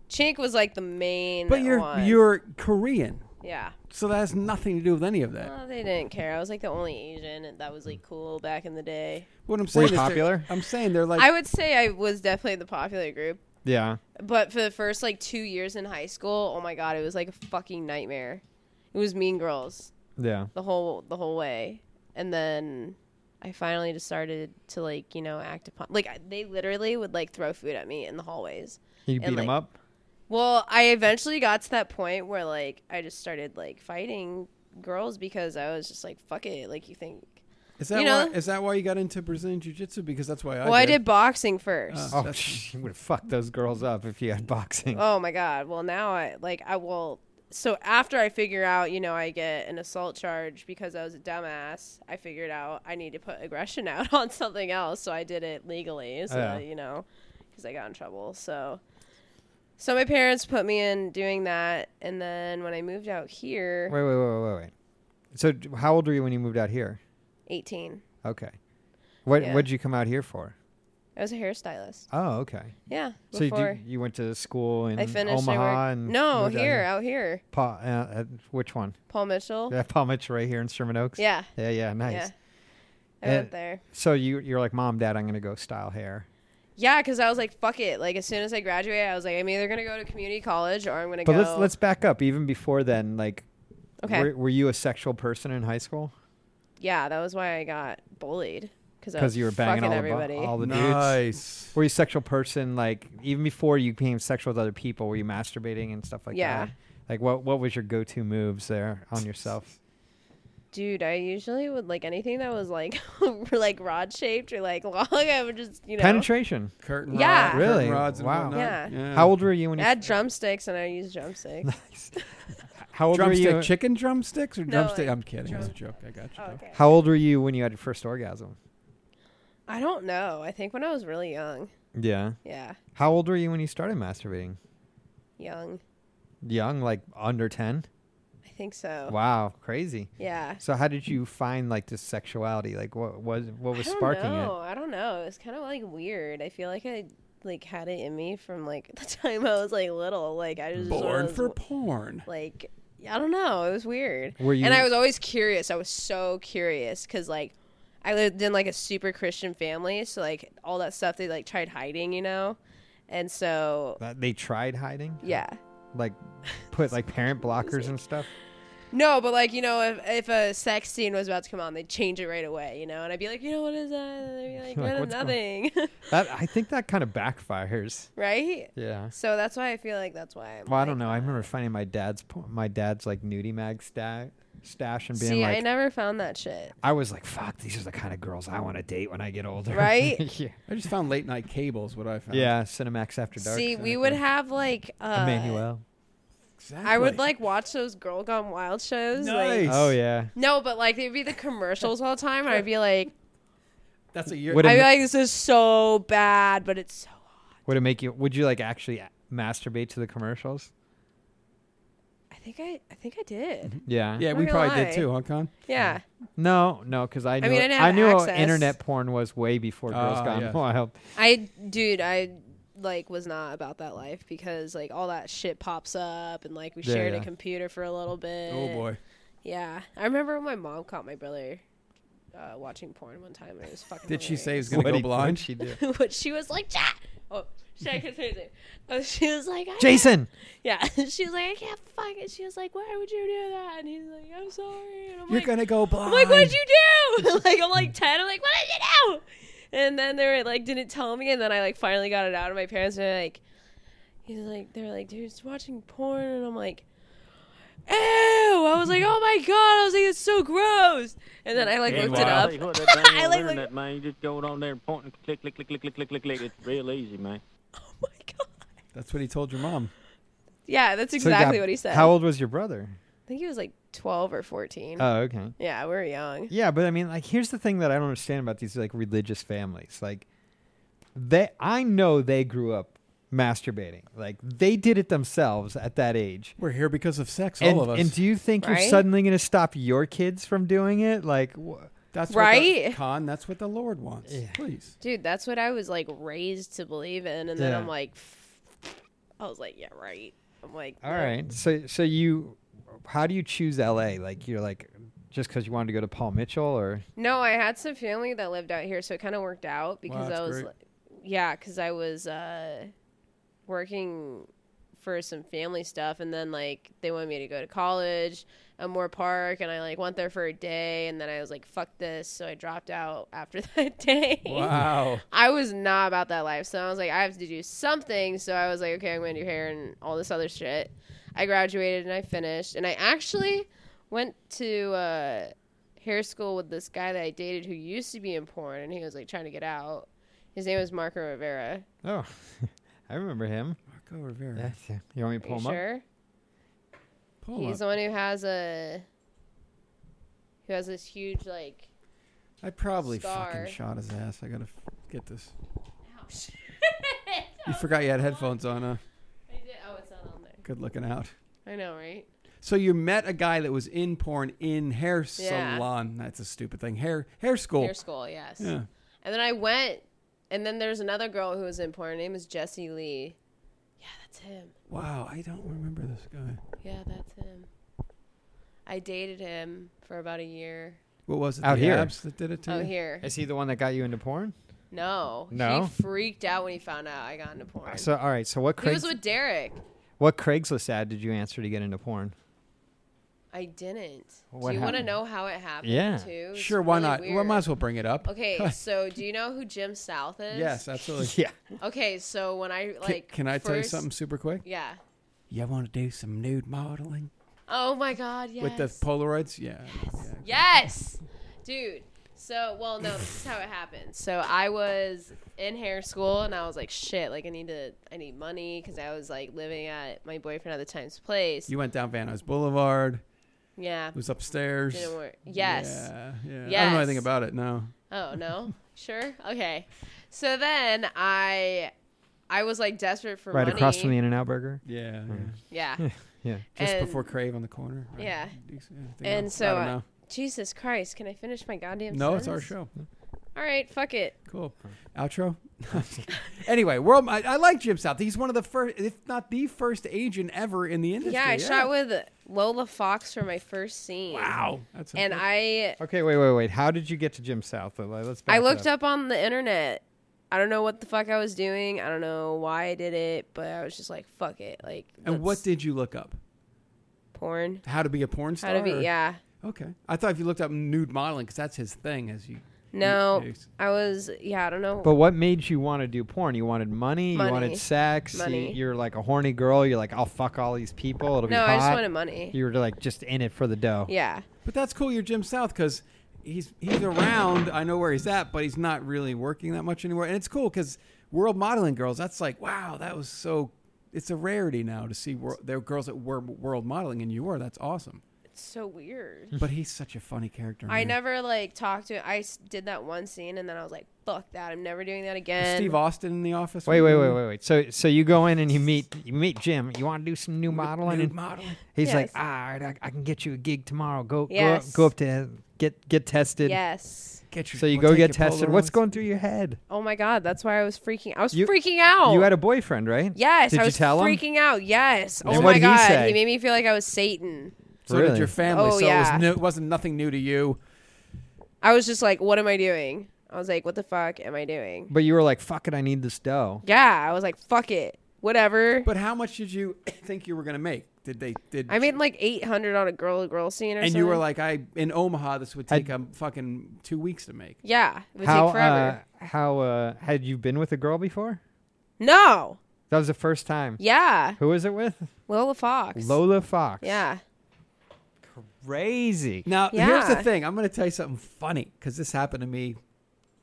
Speaker 4: Chink was like the main
Speaker 2: But you're
Speaker 4: one.
Speaker 2: you're Korean,
Speaker 4: yeah.
Speaker 2: so that has nothing to do with any of that.
Speaker 4: Well, they didn't care. I was like the only Asian and that was like cool back in the day.
Speaker 2: What I'm
Speaker 3: you
Speaker 2: saying is they're-
Speaker 3: popular?
Speaker 2: I'm saying they're like
Speaker 4: I would say I was definitely the popular group,
Speaker 3: yeah.
Speaker 4: but for the first like 2 years in high school, oh my god, it was like a fucking nightmare. It was mean girls
Speaker 3: Yeah.
Speaker 4: the whole the whole way. And then I finally just started to like, you know, act upon like I- they literally would like throw food at me in the hallways.
Speaker 3: You
Speaker 4: And,
Speaker 3: beat them
Speaker 4: like,
Speaker 3: up.
Speaker 4: Well, I eventually got to that point where like I just started like fighting girls because I was just like, fuck it, like you think
Speaker 2: Is that
Speaker 4: You know-
Speaker 2: why? Is that why you got into Brazilian Jiu Jitsu? Because that's why I.
Speaker 4: well, I did boxing first.
Speaker 2: Oh,
Speaker 3: Oh,
Speaker 2: that's-
Speaker 3: <laughs> you would have fucked those girls up if you had boxing.
Speaker 4: Oh my god. Well, now I like I will. So after I figure out, you know, I get an assault charge because I was a dumbass. I figured out I need to put aggression <laughs> out on something else, so I did it legally. So
Speaker 3: Yeah.
Speaker 4: you know, because I got in trouble. So, so my parents put me in doing that, and then when I moved out here,
Speaker 3: Wait, wait, wait, wait, wait. So, d- how old were you when you moved out here?
Speaker 4: eighteen,
Speaker 3: Okay. What
Speaker 4: Yeah.
Speaker 3: What did you come out here for?
Speaker 4: I was a hairstylist.
Speaker 3: Oh, okay.
Speaker 4: Yeah,
Speaker 3: So you,
Speaker 4: before
Speaker 3: do, you went to school in
Speaker 4: I finished,
Speaker 3: Omaha
Speaker 4: I worked.
Speaker 3: and
Speaker 4: No,
Speaker 3: moved out
Speaker 4: here, out here,
Speaker 3: Pa, uh, uh, which one?
Speaker 4: Paul Mitchell.
Speaker 3: Yeah, Palm Mitch right here in Sherman Oaks.
Speaker 4: Yeah,
Speaker 3: yeah, yeah, nice.
Speaker 4: yeah. I
Speaker 3: And-
Speaker 4: went there.
Speaker 3: So you you're like, mom, dad, I'm gonna go style hair.
Speaker 4: Yeah, because I was like, fuck it. Like as soon as I graduated, I was like, I'm either gonna go to community college or I'm gonna
Speaker 3: But
Speaker 4: go.
Speaker 3: let's let's back up. Even before then, like,
Speaker 4: Okay.
Speaker 3: were, were you a sexual person in high school?
Speaker 4: yeah, that was why I got bullied because
Speaker 3: Because you were banging
Speaker 4: fucking
Speaker 3: all the,
Speaker 4: everybody.
Speaker 3: bu- all the dudes.
Speaker 2: nice.
Speaker 3: Were you a sexual person like even before you became sexual with other people? Were you masturbating and stuff like
Speaker 4: Yeah.
Speaker 3: that? Like what what was your go to moves there on yourself?
Speaker 4: Dude, I usually would like anything that was like <laughs> like rod shaped or like <laughs> long. I would just <laughs> you know.
Speaker 3: Penetration.
Speaker 2: Curtain
Speaker 4: Yeah.
Speaker 2: rod,
Speaker 3: Really?
Speaker 2: Curtain rods and
Speaker 3: Wow.
Speaker 2: whatnot.
Speaker 4: Yeah.
Speaker 3: How old were you when
Speaker 4: I
Speaker 3: you? <laughs>
Speaker 4: had drumsticks and I used drumsticks.
Speaker 3: How old were
Speaker 2: Drumstick
Speaker 3: you?
Speaker 2: chicken drumsticks or
Speaker 4: No,
Speaker 2: drumstick?
Speaker 4: like,
Speaker 2: I'm kidding. It's a
Speaker 4: drum-
Speaker 2: joke. I got you.
Speaker 4: Oh,
Speaker 2: though.
Speaker 4: okay.
Speaker 3: How old were you when you had your first orgasm?
Speaker 4: I don't know. I think when I was really young.
Speaker 3: Yeah.
Speaker 4: Yeah,
Speaker 3: How old were you when you started masturbating?
Speaker 4: young.
Speaker 3: Young, like under ten.
Speaker 4: I think so.
Speaker 3: Wow, crazy.
Speaker 4: Yeah.
Speaker 3: So how did you find like this sexuality? Like what was what was
Speaker 4: I don't
Speaker 3: sparking
Speaker 4: know. I don't know. It was kind of like weird. I feel like I like had it in me from like <laughs> the time I was like little. Like I was just one of
Speaker 2: Born
Speaker 4: those,
Speaker 2: for porn.
Speaker 4: like I don't know. It was weird.
Speaker 3: Were you-
Speaker 4: And I was always curious. I was so curious because like I lived in like a super Christian family, so like all that stuff they like tried hiding, you know, and so
Speaker 3: it? That Uh, they tried hiding?
Speaker 4: yeah.
Speaker 3: Like put like parent blockers and stuff?
Speaker 4: No, but like you know, if if a sex scene was about to come on, they'd change it right away, you know. And I'd be like, you know, what is that? And they'd be
Speaker 3: <laughs>
Speaker 4: like,
Speaker 3: Like,
Speaker 4: "No,
Speaker 3: what's
Speaker 4: nothing, <laughs>
Speaker 3: That I think that kind of backfires.
Speaker 4: right?
Speaker 3: Yeah.
Speaker 4: So that's why I feel like that's why I'm.
Speaker 3: Well, I
Speaker 4: like,
Speaker 3: don't know. I remember finding my dad's po- my dad's like nudie mag sta- stash and being
Speaker 4: See,
Speaker 3: like
Speaker 4: I never found that shit.
Speaker 3: I was like, fuck, these are the kind of girls I want to date when I get older.
Speaker 4: Right?
Speaker 3: <laughs> yeah.
Speaker 2: I just found late night cables. What I found.
Speaker 3: yeah, Cinemax After Dark.
Speaker 4: See, we would
Speaker 3: Cinemax.
Speaker 4: have like uh,
Speaker 3: Emmanuel.
Speaker 2: Exactly.
Speaker 4: I would like watch those Girl Gone Wild shows. Like,
Speaker 2: Nice.
Speaker 3: Oh yeah.
Speaker 4: no, but like they'd be the commercials all the time, and
Speaker 3: <laughs>
Speaker 4: I'd be like,
Speaker 2: That's a year.
Speaker 3: Would But it-
Speaker 4: I'd be
Speaker 3: ma-
Speaker 4: like, this is so bad, but it's so.
Speaker 3: Would it make you would you like actually a- masturbate to the commercials?
Speaker 4: I think I, I think I did.
Speaker 3: Yeah.
Speaker 2: yeah,
Speaker 4: I'm
Speaker 2: we
Speaker 4: gonna
Speaker 2: probably did
Speaker 4: lie.
Speaker 2: too, huh, Con?
Speaker 4: Yeah,
Speaker 3: Mm-hmm. No, no, because I knew
Speaker 4: mean, I
Speaker 3: it-
Speaker 4: didn't
Speaker 3: I,
Speaker 4: have
Speaker 3: knew
Speaker 4: access.
Speaker 3: internet porn was way before Girls
Speaker 2: Ah,
Speaker 3: Gone
Speaker 2: yes.
Speaker 3: Wild.
Speaker 4: I, dude, I like was not about that life because like all that shit pops up, and like we
Speaker 3: Yeah,
Speaker 4: shared
Speaker 3: yeah.
Speaker 4: a computer for a little bit.
Speaker 2: Oh boy.
Speaker 4: Yeah, I remember when my mom caught my brother uh, watching porn one time. And it was fucking.
Speaker 2: Did she say
Speaker 4: hilarious.
Speaker 2: he's gonna
Speaker 3: What'd
Speaker 2: go
Speaker 3: he-
Speaker 2: blind?
Speaker 3: what'd she do?
Speaker 4: <laughs> what she was like? "Ja-" Oh, should I continue? to say it? Oh, she was like, I
Speaker 3: Jason.
Speaker 4: Yeah, <laughs> she was like, I can't fuck it. She was like, Why would you do that? And he's like, I'm sorry. And I'm
Speaker 2: You're
Speaker 4: like,
Speaker 2: gonna go blind.
Speaker 4: I'm like, what did you
Speaker 3: <laughs>
Speaker 4: do? <laughs> like, I'm like 10. I'm like, What did you do? And then they were like, didn't tell me. And then I like finally got it out of my parents. And they're like, he's like, they're like, dude, it's watching porn. And I'm like, ew. I was like, oh my God. I was like, it's so gross. And then I like
Speaker 8: Hey,
Speaker 4: looked
Speaker 8: well, I'll
Speaker 4: it
Speaker 8: tell you
Speaker 4: up.
Speaker 8: what, that dang
Speaker 4: <laughs> I
Speaker 8: old
Speaker 4: like
Speaker 8: internet,
Speaker 4: looked-
Speaker 8: man. You just go down there and point and click, click, click, click, click, click, click, click. It's real easy, man.
Speaker 4: Oh my God.
Speaker 2: That's what he told your mom.
Speaker 4: Yeah, that's
Speaker 3: So you got-
Speaker 4: exactly what he said.
Speaker 3: How old was your brother?
Speaker 4: I think he was like 12 or 14.
Speaker 3: Oh, okay.
Speaker 4: yeah, we we're young.
Speaker 3: Yeah, but I mean, like, here's the thing that I don't understand about these like religious families. Like, they, I know they grew up masturbating. Like, they did it themselves at that age.
Speaker 2: We're here because of sex,
Speaker 3: and,
Speaker 2: all of us.
Speaker 3: and do you think you're
Speaker 4: Right?
Speaker 3: suddenly going to stop your kids from doing it? Like, wh-
Speaker 2: that's what the-
Speaker 4: Right?
Speaker 2: Con. That's what the Lord wants.
Speaker 3: Yeah.
Speaker 2: Please.
Speaker 4: Dude, that's what I was like raised to believe in, and then
Speaker 3: Yeah.
Speaker 4: I'm like, I was like, yeah, right. I'm like,
Speaker 3: all
Speaker 4: "No."
Speaker 3: right. So, so you, how do you choose L.A.? Like, you're like, just because you wanted to go to Paul Mitchell, or
Speaker 4: No, I had some family that lived out here, so it kind of worked out because
Speaker 2: that's
Speaker 4: I was,
Speaker 2: great.
Speaker 4: like, yeah, because I was uh, working for some family stuff, and then like they wanted me to go to college at Moore Park, and I like went there for a day, and then I was like, fuck this, so I dropped out after <laughs> that day.
Speaker 2: Wow.
Speaker 4: I was not about that life. So I was like, I have to do something. So I was like, okay, I'm going to do hair and all this other shit. I graduated and I finished. And I actually went to uh, hair school with this guy that I dated who used to be in porn, and he was like trying to get out. His name was Marco Rivera.
Speaker 3: Oh, I remember him.
Speaker 2: Marco Rivera.
Speaker 3: That's him. You want me to
Speaker 4: Are
Speaker 3: pull
Speaker 4: you
Speaker 3: him up?
Speaker 4: sure?
Speaker 2: Pull him
Speaker 4: He's the
Speaker 2: up.
Speaker 4: one who has a who has this huge like.
Speaker 2: I probably
Speaker 4: star.
Speaker 2: fucking shot his ass. I gotta f- get this.
Speaker 4: <laughs>
Speaker 2: You forgot you had headphones on, huh?
Speaker 4: I did. Oh, it's not on there.
Speaker 2: Good looking out.
Speaker 4: I know, right?
Speaker 2: So you met a guy that was in porn in hair
Speaker 4: Yeah.
Speaker 2: salon. That's a stupid thing. Hair hair school.
Speaker 4: Hair school, yes.
Speaker 2: yeah.
Speaker 4: And then I went, and then there's another girl who was in porn. Her name is Jessie Lee. Yeah, that's him.
Speaker 2: Wow, I don't remember this guy.
Speaker 4: Yeah, that's him. I dated him for about a year.
Speaker 2: What was it?
Speaker 3: Out
Speaker 2: the
Speaker 3: here.
Speaker 2: Abs that did it to
Speaker 4: Oh,
Speaker 2: you?
Speaker 4: here.
Speaker 3: Is he the one that got you into porn?
Speaker 4: No.
Speaker 3: No?
Speaker 4: He freaked out when he found out I got into porn.
Speaker 3: So all right. So what
Speaker 4: he was
Speaker 3: Craigs-
Speaker 4: with Derek.
Speaker 3: what Craigslist ad did you answer to get into
Speaker 4: <laughs>
Speaker 3: porn?
Speaker 4: I didn't.
Speaker 3: What
Speaker 4: do you want to
Speaker 3: happened?
Speaker 4: know how it happened?
Speaker 3: Yeah.
Speaker 4: Too? It's
Speaker 2: Sure, why
Speaker 4: really
Speaker 2: not? Well,
Speaker 4: weird.
Speaker 2: might as well bring it up. <laughs>
Speaker 4: Okay, so do you know who Jim South is? <laughs>
Speaker 2: Yes, absolutely.
Speaker 3: Yeah.
Speaker 4: Okay, so when I
Speaker 2: Can-
Speaker 4: like,
Speaker 2: can I tell you
Speaker 4: first-
Speaker 2: something super quick?
Speaker 4: Yeah.
Speaker 2: You want to do some nude modeling
Speaker 4: Oh my God! Yes.
Speaker 2: with the Polaroids? Yeah. yeah.
Speaker 4: Yes, dude. So, well, no, this is how it happened. So, I was in hair school, and I was like, "Shit! Like, I need to, I need money," because I was like living at my boyfriend at the time's place.
Speaker 2: You went down Van Nuys Boulevard.
Speaker 4: yeah.
Speaker 2: It was upstairs.
Speaker 4: Didn't work. Yes.
Speaker 2: Yeah. yeah. I don't know anything
Speaker 4: Yes.
Speaker 2: about it. No.
Speaker 4: Oh no. sure. Okay. So then I, I was like desperate for
Speaker 3: Right
Speaker 4: money.
Speaker 3: across from the In and Out Burger.
Speaker 2: Yeah. <laughs> yeah.
Speaker 4: <laughs> Yeah.
Speaker 3: Yeah.
Speaker 2: Just
Speaker 4: And-
Speaker 2: before Crave on the corner. right?
Speaker 4: Yeah.
Speaker 2: Decent- anything
Speaker 4: And
Speaker 2: else?
Speaker 4: so,
Speaker 2: I don't
Speaker 4: uh,
Speaker 2: know.
Speaker 4: Jesus Christ! Can I finish my goddamn?
Speaker 2: no, it's our
Speaker 4: sentence?
Speaker 2: show.
Speaker 4: All right. Fuck it.
Speaker 2: Cool. Outro. <laughs> anyway, world. I, I like Jim South. He's one of the first, if not the first agent ever in the industry.
Speaker 4: Yeah, I shot with Lola Fox for my first scene.
Speaker 2: Wow. That's
Speaker 4: And
Speaker 2: impressive.
Speaker 4: I
Speaker 3: Okay. Wait. Wait. Wait. How did you get to Jim South? Let- Let's. Back
Speaker 4: I looked up on the internet. I don't know what the fuck I was doing. I don't know why I did it, but I was just like, fuck it. Like,
Speaker 2: And what
Speaker 4: let's-
Speaker 2: did you look up?
Speaker 4: porn?
Speaker 2: How to be a porn star?
Speaker 4: How to be?
Speaker 2: or-
Speaker 4: Yeah.
Speaker 2: Okay. I thought if you looked up nude modeling, because that's his thing, as you.
Speaker 4: No,
Speaker 2: Yes.
Speaker 4: I was. Yeah, I don't know.
Speaker 3: But what made you want to do porn? You wanted money. You
Speaker 4: Money.
Speaker 3: wanted sex.
Speaker 4: Money.
Speaker 3: You, are like a horny girl. You're like, I'll fuck all these people. It'll be
Speaker 4: no,
Speaker 3: hot.
Speaker 4: I just wanted money.
Speaker 3: You were like just in it for the dough.
Speaker 4: yeah.
Speaker 2: But that's cool. You're Jim South because he's he's around. I know where he's at, but he's not really working that much anymore. And it's cool because world modeling girls. That's like wow, that was so. It's a rarity now to see wor- there are girls that were world modeling, and you were. That's awesome.
Speaker 4: It's so weird.
Speaker 2: But he's such a funny character.
Speaker 4: I
Speaker 2: man.
Speaker 4: never like talked to. I s- did that one scene, and then I was like, fuck that. I'm never doing that again.
Speaker 2: Steve Austin in the office.
Speaker 3: Wait,
Speaker 2: with
Speaker 3: wait,
Speaker 2: you?
Speaker 3: wait,
Speaker 4: Mm-hmm.
Speaker 3: wait, wait. So, so you go in and you meet you meet Jim. You want to do some new modeling,
Speaker 2: Nude
Speaker 3: and
Speaker 2: modeling.
Speaker 3: he's like,
Speaker 4: Yes.
Speaker 3: "All right, I, I can get you a gig tomorrow. Go,
Speaker 4: Yes.
Speaker 3: go, up, go up to get get tested."
Speaker 4: Yes.
Speaker 2: Get your,
Speaker 3: So you
Speaker 2: we'll
Speaker 3: go
Speaker 2: take
Speaker 3: get
Speaker 2: your
Speaker 3: tested. What's
Speaker 2: Polaroids.
Speaker 3: going through your head?
Speaker 4: Oh my god, that's why I was freaking. I was
Speaker 3: You-
Speaker 4: freaking out.
Speaker 3: You had a boyfriend, right?
Speaker 4: Oh. yes,
Speaker 3: Did
Speaker 4: I
Speaker 3: you
Speaker 4: was
Speaker 3: tell him?
Speaker 4: freaking out. Yes. Oh
Speaker 3: And
Speaker 4: my
Speaker 3: what did he
Speaker 4: god,
Speaker 3: say?
Speaker 4: he made me feel like I was Satan.
Speaker 2: So did
Speaker 3: Really?
Speaker 2: your family.
Speaker 4: Oh,
Speaker 2: so it,
Speaker 4: yeah.
Speaker 2: was new, it wasn't nothing new to you.
Speaker 4: I was just like, what am I doing? I was like, what the fuck am I doing?
Speaker 3: But you were like, "Fuck it, I need this dough."
Speaker 4: Yeah, I was like, fuck it, whatever.
Speaker 2: But how much did you <coughs> think you were going to make? Did they did
Speaker 4: I made like 800 on a girl to girl scene or
Speaker 2: And
Speaker 4: something.
Speaker 2: you were like, I in Omaha, this would take um fucking two weeks to make.
Speaker 4: yeah, it would
Speaker 3: how
Speaker 4: take forever.
Speaker 3: uh, how uh, had you been with a girl before?
Speaker 4: no,
Speaker 3: That was the first time.
Speaker 4: yeah,
Speaker 3: Who was it with?
Speaker 4: Lola Fox.
Speaker 3: Lola Fox.
Speaker 4: yeah,
Speaker 3: Crazy.
Speaker 2: Now here's the
Speaker 4: Yeah.
Speaker 2: thing. I'm going to tell you something funny because this happened to me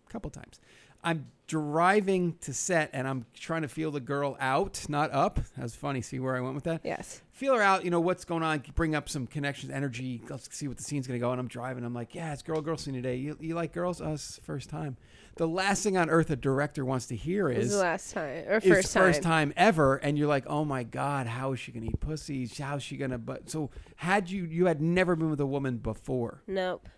Speaker 2: a couple times. I'm driving to set and I'm trying to feel the girl out, not up. That was funny. See where I went with that?
Speaker 4: yes.
Speaker 2: feel her out, you know, what's going on, bring up some connections, energy, let's see what the scene's going to go. And I'm driving, I'm like, yeah, it's girl, girl scene today. You, you like girls? Us, first time. The last thing on earth a director wants to hear
Speaker 4: It was
Speaker 2: is,
Speaker 4: the last time or
Speaker 2: is
Speaker 4: first time.
Speaker 2: first time ever. And you're like, oh my God, how is she going to eat pussy? How's she going to, but so had you, you had never been with a woman before.
Speaker 4: Nope.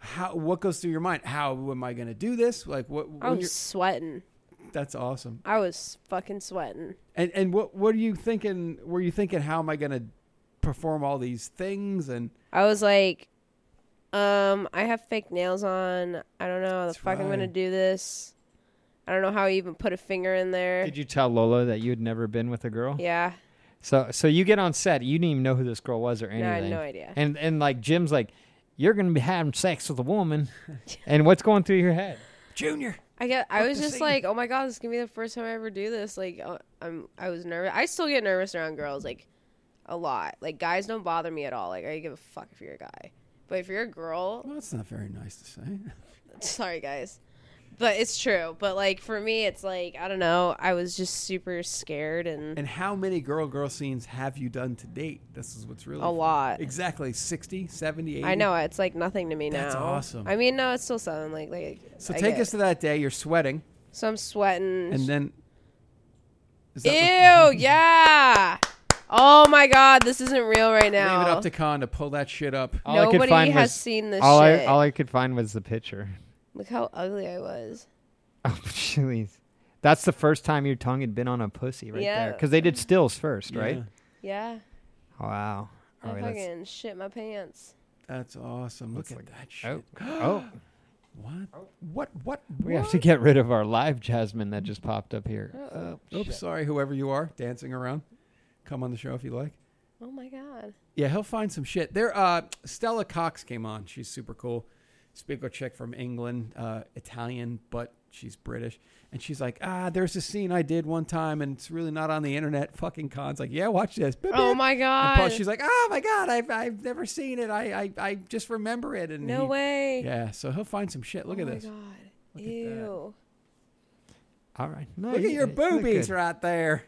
Speaker 2: How, what goes through your mind? How am I going to do this? Like what,
Speaker 4: I
Speaker 2: when
Speaker 4: was sweating.
Speaker 2: you're- that's awesome.
Speaker 4: I was fucking sweating.
Speaker 2: And, and what, what are you thinking? Were you thinking, how am I going to perform all these things? And,
Speaker 4: I was like, um, I have fake nails on. I don't know how the
Speaker 2: That's
Speaker 4: fuck I'm gonna
Speaker 2: right.
Speaker 4: do this. I don't know how I even put a finger in there.
Speaker 3: Did you tell Lola that you had never been with a girl?
Speaker 4: yeah.
Speaker 3: So so you get on set, you didn't even know who this girl was or anything.
Speaker 4: No, I had no idea.
Speaker 3: And and like Jim's like, you're gonna be having sex with a woman, and what's going through your head?
Speaker 2: Junior,
Speaker 4: I get. I
Speaker 2: Fuck
Speaker 4: was
Speaker 2: the
Speaker 4: just
Speaker 2: scene.
Speaker 4: like, oh my god, this is gonna be the first time I ever do this. Like, uh, I'm. I was nervous. I still get nervous around girls, like, a lot. Like, guys don't bother me at all. Like, I give a fuck if you're a guy. But if you're a girl, <laughs>
Speaker 2: Well, that's not very nice to say. <laughs>
Speaker 4: sorry guys, but it's true. But like for me, it's like I don't know. I was just super scared and
Speaker 2: And how many girl girl scenes have you done to date? This is what's really
Speaker 4: a lot.
Speaker 2: Exactly 60, 70, 80.
Speaker 4: I know it's like nothing to me now.
Speaker 2: That's awesome.
Speaker 4: I mean, no, it's still something. Like, like
Speaker 2: So
Speaker 4: I
Speaker 2: take
Speaker 4: get
Speaker 2: us to that day. You're sweating,
Speaker 4: it. So I'm sweating.
Speaker 2: and then. Is
Speaker 4: Ew,
Speaker 2: what- <laughs>
Speaker 4: yeah. Oh my God, this isn't real right now.
Speaker 2: Leave it up to Khan to pull that shit up.
Speaker 3: All I could
Speaker 4: Nobody
Speaker 3: find
Speaker 4: has
Speaker 3: was-
Speaker 4: seen this
Speaker 3: all
Speaker 4: shit.
Speaker 3: I all I could find was the picture. <laughs>
Speaker 4: Look how ugly I was.
Speaker 3: Oh, jeez. That's the first time your tongue had been on a pussy right there.
Speaker 4: Yeah.
Speaker 3: Because they did stills first, right?
Speaker 2: Yeah,
Speaker 4: Yeah,
Speaker 3: Wow.
Speaker 4: I
Speaker 3: Oh, wait, that's-
Speaker 4: fucking shit my pants.
Speaker 2: that's awesome. Look
Speaker 3: Looks
Speaker 2: at
Speaker 3: like-
Speaker 2: that shit.
Speaker 3: oh, <gasps> oh.
Speaker 2: What? What? What?
Speaker 3: We have
Speaker 2: what?
Speaker 3: to get rid of our live Jasmine that just popped up here. Oh,
Speaker 2: Uh, Oops, sorry, whoever you are, dancing around. Come on the show if you like.
Speaker 4: Oh my God.
Speaker 2: Yeah, he'll find some shit. There, uh, Stella Cox came on. She's super cool. Speaker chick from England, uh, Italian, but she's British. And she's like, ah, there's a scene I did one time, and it's really not on the internet. Fucking cons like, yeah, watch this. Beep,
Speaker 4: <laughs> Oh
Speaker 2: beep.
Speaker 4: my
Speaker 2: And
Speaker 4: God.
Speaker 2: Paul, she's like, oh my god, I've I've never seen it. I I, I just remember it. And
Speaker 4: no
Speaker 2: he-
Speaker 4: way.
Speaker 2: Yeah, so he'll find some shit. Look
Speaker 4: oh
Speaker 2: at
Speaker 4: my
Speaker 2: this.
Speaker 4: God.
Speaker 2: Look at that.
Speaker 4: Ew.
Speaker 3: All right. No,
Speaker 2: Look
Speaker 3: you-
Speaker 2: at your
Speaker 3: you look
Speaker 2: boobies
Speaker 3: good.
Speaker 2: right there.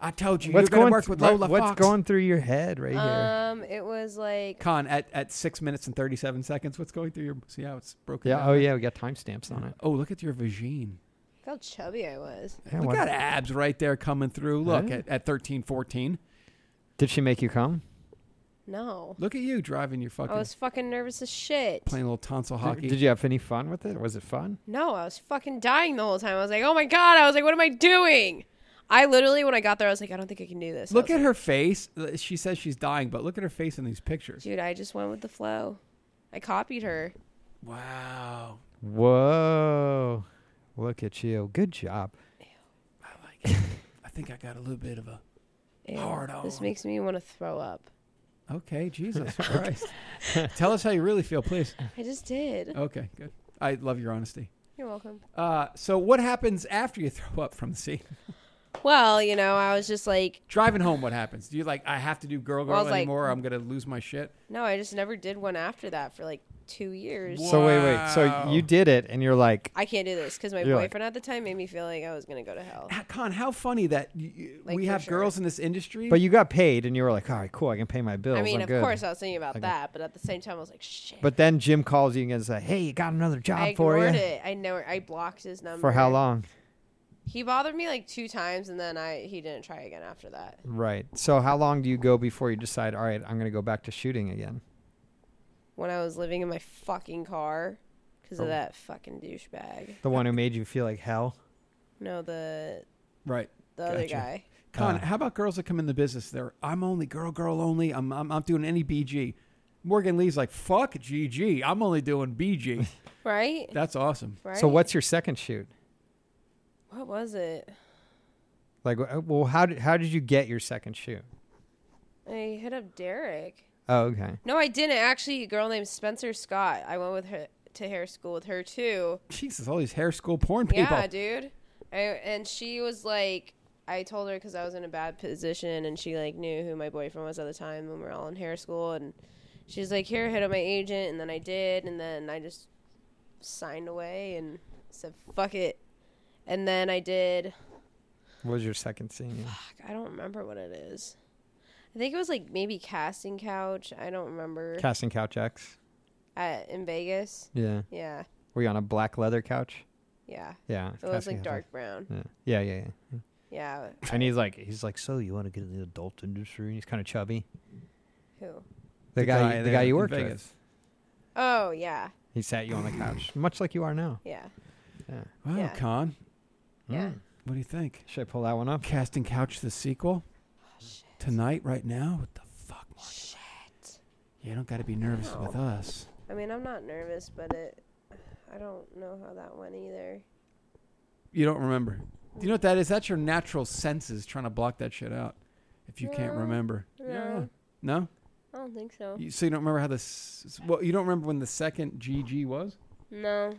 Speaker 2: I told you
Speaker 3: What's
Speaker 2: you're gonna
Speaker 3: going
Speaker 2: work
Speaker 3: th-
Speaker 2: with
Speaker 3: what-
Speaker 2: Lola
Speaker 3: What's
Speaker 2: Fox.
Speaker 3: going through your head right here?
Speaker 4: Um, it was like
Speaker 2: Con at, at six minutes and thirty seven seconds. What's going through your? See how it's broken.
Speaker 3: Yeah.
Speaker 2: down
Speaker 3: Oh
Speaker 2: there?
Speaker 3: yeah, we got timestamps on it.
Speaker 2: Oh, look at your vagine.
Speaker 4: look how chubby I was.
Speaker 3: Yeah,
Speaker 2: Look
Speaker 3: what-
Speaker 2: at abs right there coming through. Look
Speaker 3: Yeah.
Speaker 2: at, at 13, 14.
Speaker 3: Did she make you come?
Speaker 4: No,
Speaker 2: Look at you driving your fucking
Speaker 4: I was fucking nervous as shit.
Speaker 2: playing a little tonsil hockey.
Speaker 3: Did you have any fun with it? Was it fun?
Speaker 4: No, I was fucking dying the whole time. I was like, oh my God. I was like, what am I doing? I literally, when I got there, I was like, I don't think I can do this. I
Speaker 2: look
Speaker 4: was
Speaker 2: at her face. Uh, She says she's dying, but look at her face in these
Speaker 4: like,
Speaker 2: pictures.
Speaker 4: dude, I just went with the flow. I copied her.
Speaker 2: Wow.
Speaker 3: Whoa. Look at you. Good job.
Speaker 2: I like
Speaker 3: <laughs>
Speaker 2: it. I think I got a little bit of a.
Speaker 4: Ew,
Speaker 2: Hard
Speaker 4: This
Speaker 2: on.
Speaker 4: makes me want to throw up.
Speaker 2: Okay, Jesus Christ. Tell us how you really feel, please.
Speaker 4: I just did.
Speaker 2: Okay, good. I love your honesty.
Speaker 4: You're welcome.
Speaker 2: Uh, so, what happens after you <laughs> throw up from the scene?
Speaker 4: Well, you know, I was just like,
Speaker 2: Driving home, what happens? Do you like, I have to do girl
Speaker 4: Well, I
Speaker 2: girl
Speaker 4: was like-
Speaker 2: anymore? I'm going to lose my shit?
Speaker 4: no, I just never did one after that for like two years.
Speaker 2: Wha-
Speaker 3: So wait, wait. So
Speaker 2: Wow.
Speaker 3: you did it, and you're like,
Speaker 4: I can't do this because my
Speaker 3: You're like-
Speaker 4: boyfriend at the time made me feel like I was gonna go to hell.
Speaker 2: Ah, Con, how funny that y y-
Speaker 4: Like,
Speaker 2: we
Speaker 4: for
Speaker 2: have
Speaker 4: sure.
Speaker 2: girls in this industry.
Speaker 3: but you got paid, and you were like, all right, cool, I can pay my bills.
Speaker 4: I mean,
Speaker 3: I'm
Speaker 4: of
Speaker 3: good.
Speaker 4: course, I was thinking about
Speaker 3: Okay.
Speaker 4: that, but at the same time, I was like, shit.
Speaker 3: But then Jim calls you and says, hey, you got another job
Speaker 4: I
Speaker 3: for you.
Speaker 4: ignored it. I know I blocked his number
Speaker 3: For how long?
Speaker 4: He bothered me like two times, and then I he didn't try again after that.
Speaker 3: Right. So how long do you go before you decide, all right, I'm going to go back to shooting again?
Speaker 4: When I was living in my fucking car because
Speaker 3: Oh.
Speaker 4: of that fucking douchebag.
Speaker 3: The one who made you feel like hell?
Speaker 4: No, the
Speaker 2: right.
Speaker 4: the other
Speaker 2: Gotcha.
Speaker 4: guy.
Speaker 2: Con,
Speaker 3: Uh.
Speaker 2: how about girls that come in the business? They're I'm only girl, girl only. I'm I'm, I'm doing any BG. Morgan Lee's like fuck GG. I'm only doing
Speaker 4: <laughs>
Speaker 2: BG.
Speaker 4: Right?
Speaker 2: That's awesome.
Speaker 4: Right.
Speaker 3: So what's your second shoot?
Speaker 4: What was it?
Speaker 3: Like, wh- well, how did, how did you get your second shoot?
Speaker 4: I hit up Derek.
Speaker 3: Oh, okay.
Speaker 4: No, I didn't. Actually, a girl named Spencer Scott. I went with her to hair school with her too.
Speaker 2: Jesus, all these hair school porn people.
Speaker 4: Yeah, dude. I, and she was like, I told her because I was in a bad position, and she like knew who my boyfriend was at the time when we were all in hair school, and she's like, "Here, hit up my agent," and then I did, and then I just signed away and said, "Fuck it," and then I did.
Speaker 3: What was your second scene?
Speaker 4: fuck, I don't remember what it is. I think it was like maybe casting couch. I don't remember.
Speaker 3: Casting couch X.
Speaker 4: At, in Vegas.
Speaker 3: Yeah.
Speaker 4: Yeah,
Speaker 3: Were you on a black leather couch?
Speaker 4: yeah.
Speaker 3: Yeah.
Speaker 4: It was
Speaker 3: casting
Speaker 4: like
Speaker 3: couch
Speaker 4: dark brown.
Speaker 3: X. Yeah. yeah, yeah, yeah.
Speaker 4: Yeah.
Speaker 3: <laughs> And he's like, he's like, so you want to get in the adult industry? And he's kind of chubby.
Speaker 4: Who?
Speaker 3: The, guy, the
Speaker 2: there
Speaker 3: guy you
Speaker 2: in
Speaker 3: worked
Speaker 2: Vegas.
Speaker 3: with.
Speaker 4: Oh yeah,
Speaker 3: He sat you on the couch, much like you are now. Hmm.
Speaker 4: yeah,
Speaker 2: Wow,
Speaker 4: Yeah.
Speaker 2: Con,
Speaker 4: yeah.
Speaker 2: what do you think?
Speaker 3: Should I pull that one up?
Speaker 2: Casting couch the sequel tonight, right now. What the fuck, Morgan? Shit. You don't got to be nervous
Speaker 4: No.
Speaker 2: with us.
Speaker 4: I mean, I'm not nervous, but it. I don't know how that went either.
Speaker 2: You don't remember. Do you know what that is? That's your natural senses trying to block that shit out. If you can't
Speaker 4: No.
Speaker 2: remember. Yeah.
Speaker 4: No.
Speaker 2: No.
Speaker 4: I don't think so.
Speaker 2: You, so you don't remember how this? s- Well, you don't remember when the second GG was?
Speaker 4: No,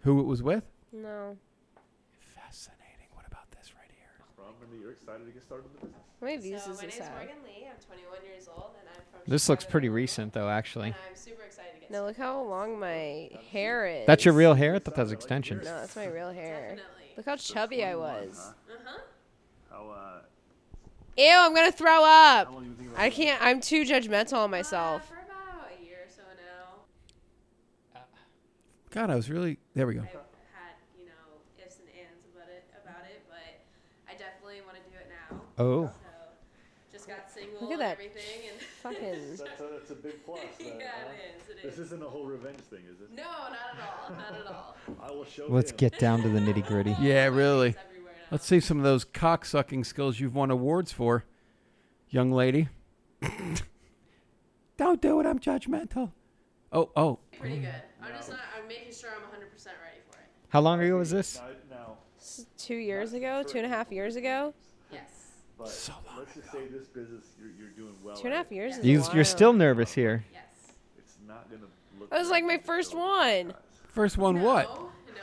Speaker 2: Who it was with?
Speaker 4: no.
Speaker 2: Fascinating. What about this right here?
Speaker 9: and that you're excited to get started in the business.
Speaker 4: How many views
Speaker 5: So,
Speaker 4: does
Speaker 5: my
Speaker 4: this
Speaker 5: name's
Speaker 4: have?
Speaker 5: Morgan Lee. I'm 21 years old, and I'm from.
Speaker 3: This looks
Speaker 5: Chicago,
Speaker 3: pretty
Speaker 5: Illinois,
Speaker 3: recent though, actually.
Speaker 5: And I'm super excited to get.
Speaker 4: No, look how long my hair is.
Speaker 3: That's your real hair? I thought that was extensions.
Speaker 4: No, that's my real hair.
Speaker 5: Definitely. Uh-huh.
Speaker 4: Look how
Speaker 9: So
Speaker 4: chubby I
Speaker 9: 21,
Speaker 4: was.
Speaker 9: huh? How, uh,
Speaker 4: Ew, I'm gonna throw
Speaker 9: how
Speaker 4: up.
Speaker 9: long you been thinking about
Speaker 4: I
Speaker 9: that?
Speaker 4: can't. I'm too judgmental on
Speaker 5: Uh,
Speaker 4: myself.
Speaker 5: for about a year or so now,
Speaker 2: God, I was really. There we go.
Speaker 5: I've had you know ifs and ands about it, about it, but I definitely want to do it now.
Speaker 3: Oh.
Speaker 5: So, just got single
Speaker 4: Look at
Speaker 5: and
Speaker 4: that
Speaker 5: everything,
Speaker 4: <laughs>
Speaker 5: and <laughs>
Speaker 4: Fucking.
Speaker 9: That's a, that's a big plus.
Speaker 5: yeah,
Speaker 9: that, huh?
Speaker 5: it is. It
Speaker 9: This
Speaker 5: is.
Speaker 9: isn't a whole revenge thing, is it?
Speaker 5: No, not at all. Not at all.
Speaker 9: I will show
Speaker 3: Let's
Speaker 9: him.
Speaker 3: get down to the nitty gritty.
Speaker 2: Yeah, really.
Speaker 5: It's everywhere now.
Speaker 2: Let's see some of those cock sucking skills you've won awards for, young
Speaker 5: <laughs>
Speaker 2: lady. Don't do it. I'm judgmental. Oh, oh.
Speaker 5: Pretty good. I'm just not. I'm making sure I'm 100 percent ready for it.
Speaker 3: How long ago was this?
Speaker 9: Now, now,
Speaker 4: <laughs> This is Two years ago, two and a half years ago,
Speaker 5: Yes.
Speaker 9: but
Speaker 2: So long
Speaker 9: let's just say this business, you're, you're doing well.
Speaker 4: two and a
Speaker 9: at
Speaker 4: half
Speaker 9: it.
Speaker 4: years. Is a
Speaker 3: You,
Speaker 4: while.
Speaker 3: you're still nervous here.
Speaker 5: Yes.
Speaker 9: It's not gonna look.
Speaker 4: That was like my first
Speaker 9: Oh,
Speaker 4: one.
Speaker 2: First one, what?
Speaker 5: No,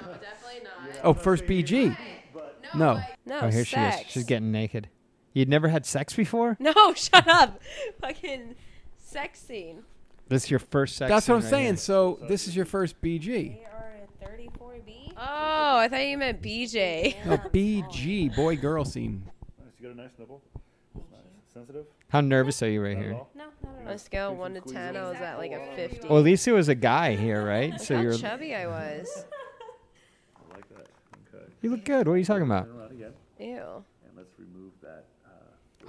Speaker 5: no, definitely not.
Speaker 2: Oh, first BG.
Speaker 9: But
Speaker 2: No.
Speaker 5: like-
Speaker 4: No,
Speaker 3: Oh, here
Speaker 4: sex.
Speaker 3: she is. She's getting naked. You'd never had sex before?
Speaker 4: <laughs> No, shut up. Fucking sex scene.
Speaker 3: This is your first sex.
Speaker 2: That's what I'm
Speaker 3: scene right
Speaker 2: saying.
Speaker 3: here.
Speaker 2: So this is your first BG.
Speaker 7: are a 34B.
Speaker 4: Oh, I thought you meant BJ.
Speaker 2: No, BG, boy girl scene.
Speaker 9: nice. you got a nice nipple. Nice. Sensitive.
Speaker 3: How nervous are you right
Speaker 9: Not at
Speaker 3: here?
Speaker 9: all.
Speaker 7: No,
Speaker 4: On
Speaker 7: not
Speaker 4: a scale of one to ten, I was at like a fifty.
Speaker 3: Well, at least it was a guy here, right? So
Speaker 4: How
Speaker 3: you're
Speaker 4: chubby I
Speaker 5: <laughs>
Speaker 4: was.
Speaker 9: I like that. Okay.
Speaker 3: you look good. What are you talking about?
Speaker 9: Turn around again,
Speaker 4: Ew.
Speaker 9: and let's remove that. Uh,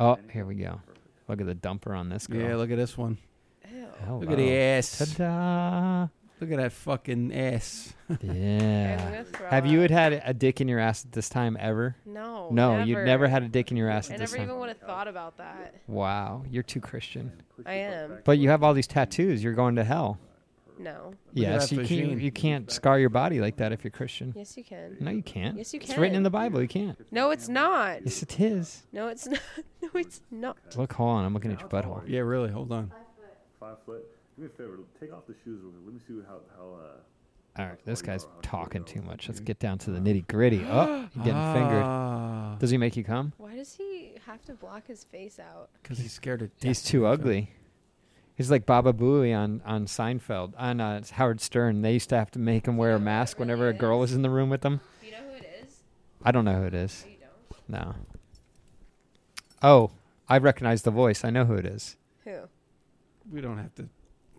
Speaker 3: Oh, here we go. Look at the dumper on this girl.
Speaker 2: Yeah, look at this one.
Speaker 4: Ew.
Speaker 3: Hello.
Speaker 2: Look at the ass. <laughs>
Speaker 3: Ta-da.
Speaker 2: Look at that fucking ass.
Speaker 4: Guys, I'm
Speaker 3: Yeah.
Speaker 4: gonna throw
Speaker 3: Have you
Speaker 4: up.
Speaker 3: had, had a dick in your ass at this time ever?
Speaker 4: No.
Speaker 3: No, you'd never had a dick in your ass
Speaker 4: I
Speaker 3: at this
Speaker 4: never
Speaker 3: time.
Speaker 4: even would have thought about that.
Speaker 3: Wow, you're too Christian.
Speaker 9: Push
Speaker 4: I
Speaker 9: your butt
Speaker 4: am.
Speaker 9: back
Speaker 3: But you have all these tattoos. You're going to hell.
Speaker 4: No.
Speaker 2: that
Speaker 3: Yes, you
Speaker 2: vagine.
Speaker 3: can't. You can't scar your body like that if you're Christian.
Speaker 4: Yes, you can.
Speaker 3: No, you can't.
Speaker 4: Yes, you
Speaker 3: It's written
Speaker 4: can.
Speaker 3: in the Bible. You can't.
Speaker 4: No, it's not.
Speaker 3: Yes, it is.
Speaker 4: No, it's not. <laughs> No, it's not.
Speaker 3: Look, hold on. I'm looking at your butthole.
Speaker 2: Yeah, really. Hold on.
Speaker 9: Five foot. Do me a favor. Take off the shoes real quick. Let me see how how. Uh,
Speaker 3: All right, this guy's talking too much. Let's get down to the nitty
Speaker 2: <gasps>
Speaker 3: gritty. Oh, you're getting
Speaker 2: <laughs>
Speaker 3: fingered.
Speaker 2: Ah,
Speaker 3: Does he make you come?
Speaker 4: Why does he have to block his face out?
Speaker 2: because he's scared of.
Speaker 3: He's
Speaker 2: death.
Speaker 3: too ugly. He's like Baba Booey on on Seinfeld, on uh, Howard Stern. They used to have to make him wear a mask whenever a girl was in the room with him.
Speaker 5: Do you know who it is?
Speaker 3: I don't know who it is.
Speaker 5: Oh, you don't.
Speaker 3: No. Oh, I recognize the voice. I know who it is.
Speaker 4: Who?
Speaker 2: We don't have to.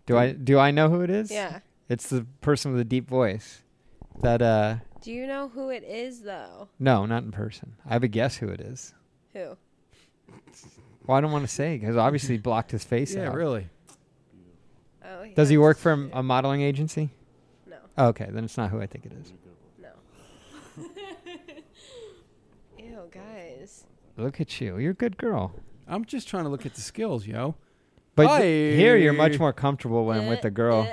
Speaker 3: Do I do I know who it is?
Speaker 4: <laughs> Yeah.
Speaker 3: It's the person with the deep voice. That uh
Speaker 4: Do you know who it is though?
Speaker 3: no, not in person. I have a guess who it is.
Speaker 4: Who?
Speaker 3: Well, I don't want to say because obviously he blocked his face
Speaker 2: Yeah,
Speaker 3: out.
Speaker 2: really.
Speaker 4: Oh.
Speaker 3: Does he work
Speaker 4: just-
Speaker 3: for a- a modeling agency?
Speaker 4: No.
Speaker 3: Oh, okay, then it's not who I think it is.
Speaker 4: No. Ew, guys.
Speaker 3: Look at you. You're a good girl.
Speaker 2: I'm just trying to look at the skills, yo.
Speaker 3: But th- here you're
Speaker 2: Aye.
Speaker 3: much more comfortable when I'm with a girl.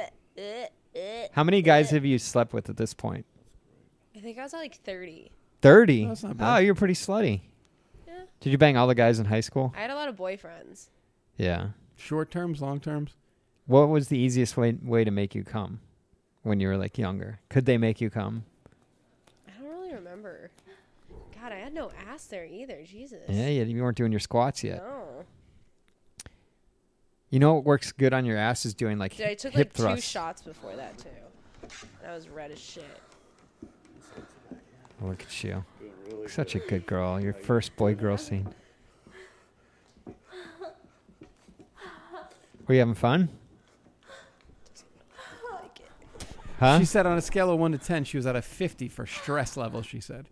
Speaker 3: How many guys have you slept with at this point?
Speaker 4: I think I was at like 30.
Speaker 3: 30.
Speaker 2: That's not
Speaker 3: Oh,
Speaker 2: bad.
Speaker 3: you're pretty slutty.
Speaker 4: Yeah.
Speaker 3: Did you bang all the guys in high school?
Speaker 4: I had a lot of boyfriends.
Speaker 3: Yeah.
Speaker 2: Short terms, long terms.
Speaker 3: What was the easiest way way to make you come when you were like younger? Could they make you come?
Speaker 4: I don't really remember. God, I had no ass there either. Jesus.
Speaker 3: Yeah, you, you weren't doing your squats yet.
Speaker 4: No.
Speaker 3: You know what works good on your ass is doing like
Speaker 4: Dude, I
Speaker 3: hip
Speaker 4: took
Speaker 3: hip
Speaker 4: like
Speaker 3: thrusts.
Speaker 4: two shots before that too. And I was red as shit.
Speaker 3: Look at you, such a good girl. Your first boy girl scene.
Speaker 4: <laughs>
Speaker 3: Were you having fun? Huh?
Speaker 2: She said on a scale of one to ten, she was at a fifty for stress level. She said.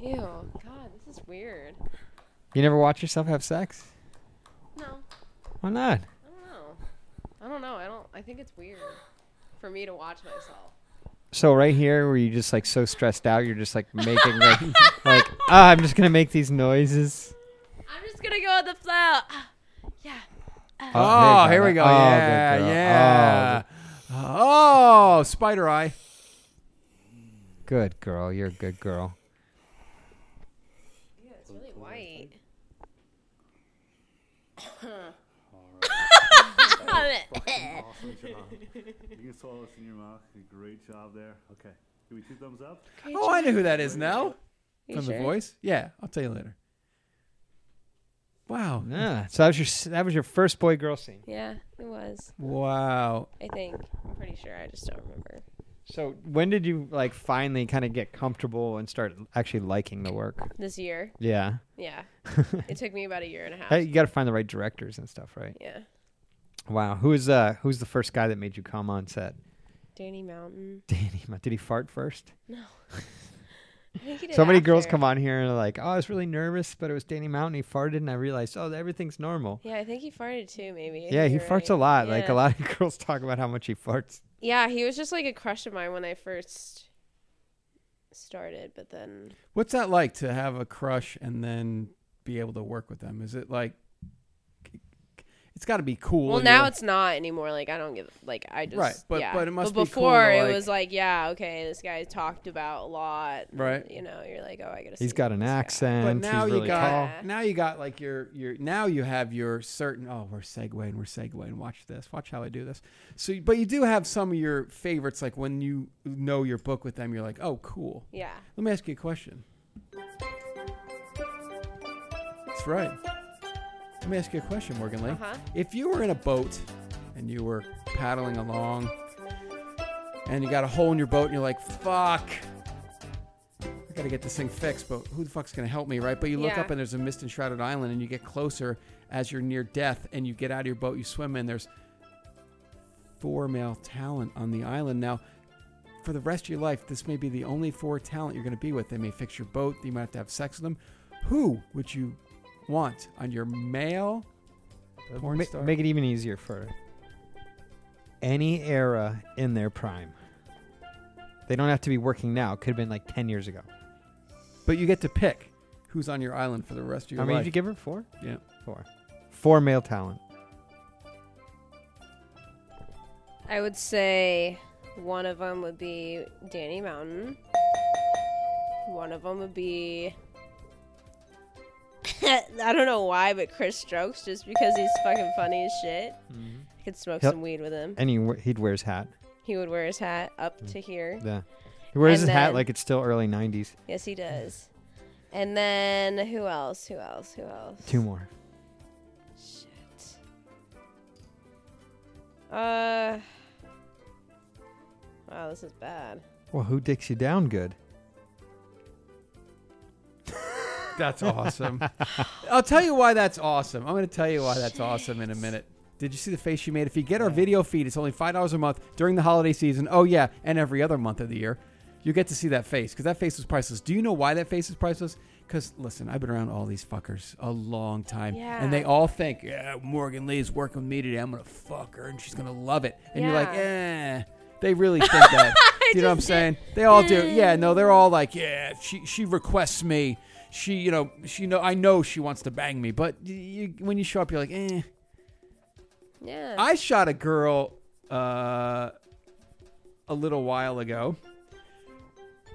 Speaker 4: Ew. God, this is weird.
Speaker 3: you never watch yourself have sex?
Speaker 4: No.
Speaker 3: Why not?
Speaker 4: I don't know. I don't know. I don't I think it's weird for me to watch myself.
Speaker 3: So right here, were you just like so stressed out, you're just like making like, <laughs> like ah, I'm just gonna make these noises.
Speaker 4: I'm just gonna go with the flow. Ah, yeah.
Speaker 2: Oh, here we go.
Speaker 3: Oh, good
Speaker 2: yeah,
Speaker 3: girl.
Speaker 2: yeah.
Speaker 3: Oh,
Speaker 2: Oh, spider eye.
Speaker 3: good girl. You're a good girl.
Speaker 4: Yeah, it's really white.
Speaker 9: You can swallow this in your mouth. You did a Great job there. Okay. Give me two thumbs up.
Speaker 2: Oh, I know who that is now.
Speaker 4: You
Speaker 2: From
Speaker 4: sure?
Speaker 2: The Voice? Yeah, I'll tell you later. Wow.
Speaker 3: Yeah. So that was your s- that was your first boy girl scene.
Speaker 4: Yeah, it was.
Speaker 2: Wow.
Speaker 4: I think. I'm pretty sure. I just don't remember.
Speaker 3: So when did you like finally kind of get comfortable and start actually liking the work?
Speaker 4: This year.
Speaker 3: Yeah.
Speaker 4: Yeah. it took me about a year and a half.
Speaker 3: <laughs> Hey, you got to find the right directors and stuff, right?
Speaker 4: Yeah.
Speaker 3: Wow. Who's uh who's the first guy that made you come on set?
Speaker 4: Danny Mountain.
Speaker 3: Danny. Ma- Did he fart first?
Speaker 4: <laughs>
Speaker 3: <laughs>
Speaker 4: I think he did
Speaker 3: so many girls
Speaker 4: after.
Speaker 3: come on here and are like, "Oh, I was really nervous, but it was Danny Mountain. He farted, and I realized, oh, everything's normal."
Speaker 4: Yeah, I think he farted too, maybe.
Speaker 3: Yeah, he
Speaker 4: You're
Speaker 3: farts a
Speaker 4: right.
Speaker 3: lot. Like
Speaker 4: Yeah.
Speaker 3: a lot of <laughs> girls talk about how much he farts.
Speaker 4: Yeah, he was just like a crush of mine when I first started, but then
Speaker 2: What's that like to have a crush and then be able to work with them? Is it like it's got to be cool?
Speaker 4: well,
Speaker 2: You're
Speaker 4: now
Speaker 2: like-
Speaker 4: it's not anymore. Like I don't give like I just
Speaker 2: Right, but-
Speaker 4: yeah.
Speaker 2: but it must
Speaker 4: but
Speaker 2: be cool
Speaker 4: before
Speaker 2: to,
Speaker 4: it
Speaker 2: like-
Speaker 4: was like yeah okay this guy talked about a lot
Speaker 2: Right.
Speaker 4: you know you're like oh I gotta
Speaker 3: He's
Speaker 4: see
Speaker 3: got
Speaker 4: what
Speaker 3: an
Speaker 4: this guy-
Speaker 3: accent.
Speaker 2: But now
Speaker 3: he's
Speaker 2: you
Speaker 3: really
Speaker 2: got
Speaker 3: tall.
Speaker 4: tall.
Speaker 2: now you got like your your now you have your certain oh we're segueing we're segueing watch this watch how I do this so but you do have some of your favorites like when you know your book with them you're like oh cool
Speaker 4: yeah
Speaker 2: let me ask you a question that's right let me ask you a question Morgan Lee
Speaker 4: Uh-huh.
Speaker 2: if you were in a boat and you were paddling along and you got a hole in your boat and you're like fuck I gotta get this thing fixed, but who the fuck's gonna help me, right? But you look
Speaker 4: Yeah.
Speaker 2: up and there's a mist enshrouded island, and you get closer as you're near death, and you get out of your boat, you swim in. There's four male talent on the island. Now, for the rest of your life, this may be the only four talent you're gonna be with. They may fix your boat, you might have to have sex with them. Who would you want on your male porn
Speaker 3: Ma-
Speaker 2: star?
Speaker 3: Make it even easier for any era in their prime. They don't have to be working now. It could have been like ten years ago.
Speaker 2: but you get to pick who's on your island for the rest of your
Speaker 3: I mean,
Speaker 2: life.
Speaker 3: did you give her four?
Speaker 2: yeah.
Speaker 3: Four. Four male talent.
Speaker 4: I would say one of them would be Danny Mountain. One of them would be. <laughs> I don't know why, but Chris Strokes, just because he's fucking funny as shit. I could smoke
Speaker 3: Yep.
Speaker 4: some weed with him.
Speaker 3: And he, w- he'd wear his hat.
Speaker 4: He would wear his hat up to here.
Speaker 3: Yeah. He wears
Speaker 4: And
Speaker 3: his hat
Speaker 4: then-
Speaker 3: like it's still early 90s.
Speaker 4: Yes, he does. And then who else? Who else? Who else?
Speaker 3: Two more.
Speaker 4: Uh. Wow, this is bad.
Speaker 3: Well, who dicks you down good?
Speaker 2: That's awesome. <laughs> I'll tell you why that's awesome. I'm going to tell you why that's awesome in a minute. Did you see the face she made? If you get our video feed, it's only $5 a month during the holiday season. Oh, yeah, and every other month of the year. You get to see that face because that face was priceless. Do you know why that face is priceless? Because, listen, I've been around all these fuckers a long time.
Speaker 4: Yeah.
Speaker 2: And they all think, yeah, Morgan Lee's working with me today. I'm going to fuck her and she's going to love it. And you're like, eh. They really think that. Do you know what I'm saying? They all do. Yeah, no, they're all like, yeah, she she requests me. She, you know, she know I know she wants to bang me, but y you, when you show up, you're like, eh.
Speaker 4: Yeah.
Speaker 2: I shot a girl uh, a little while ago.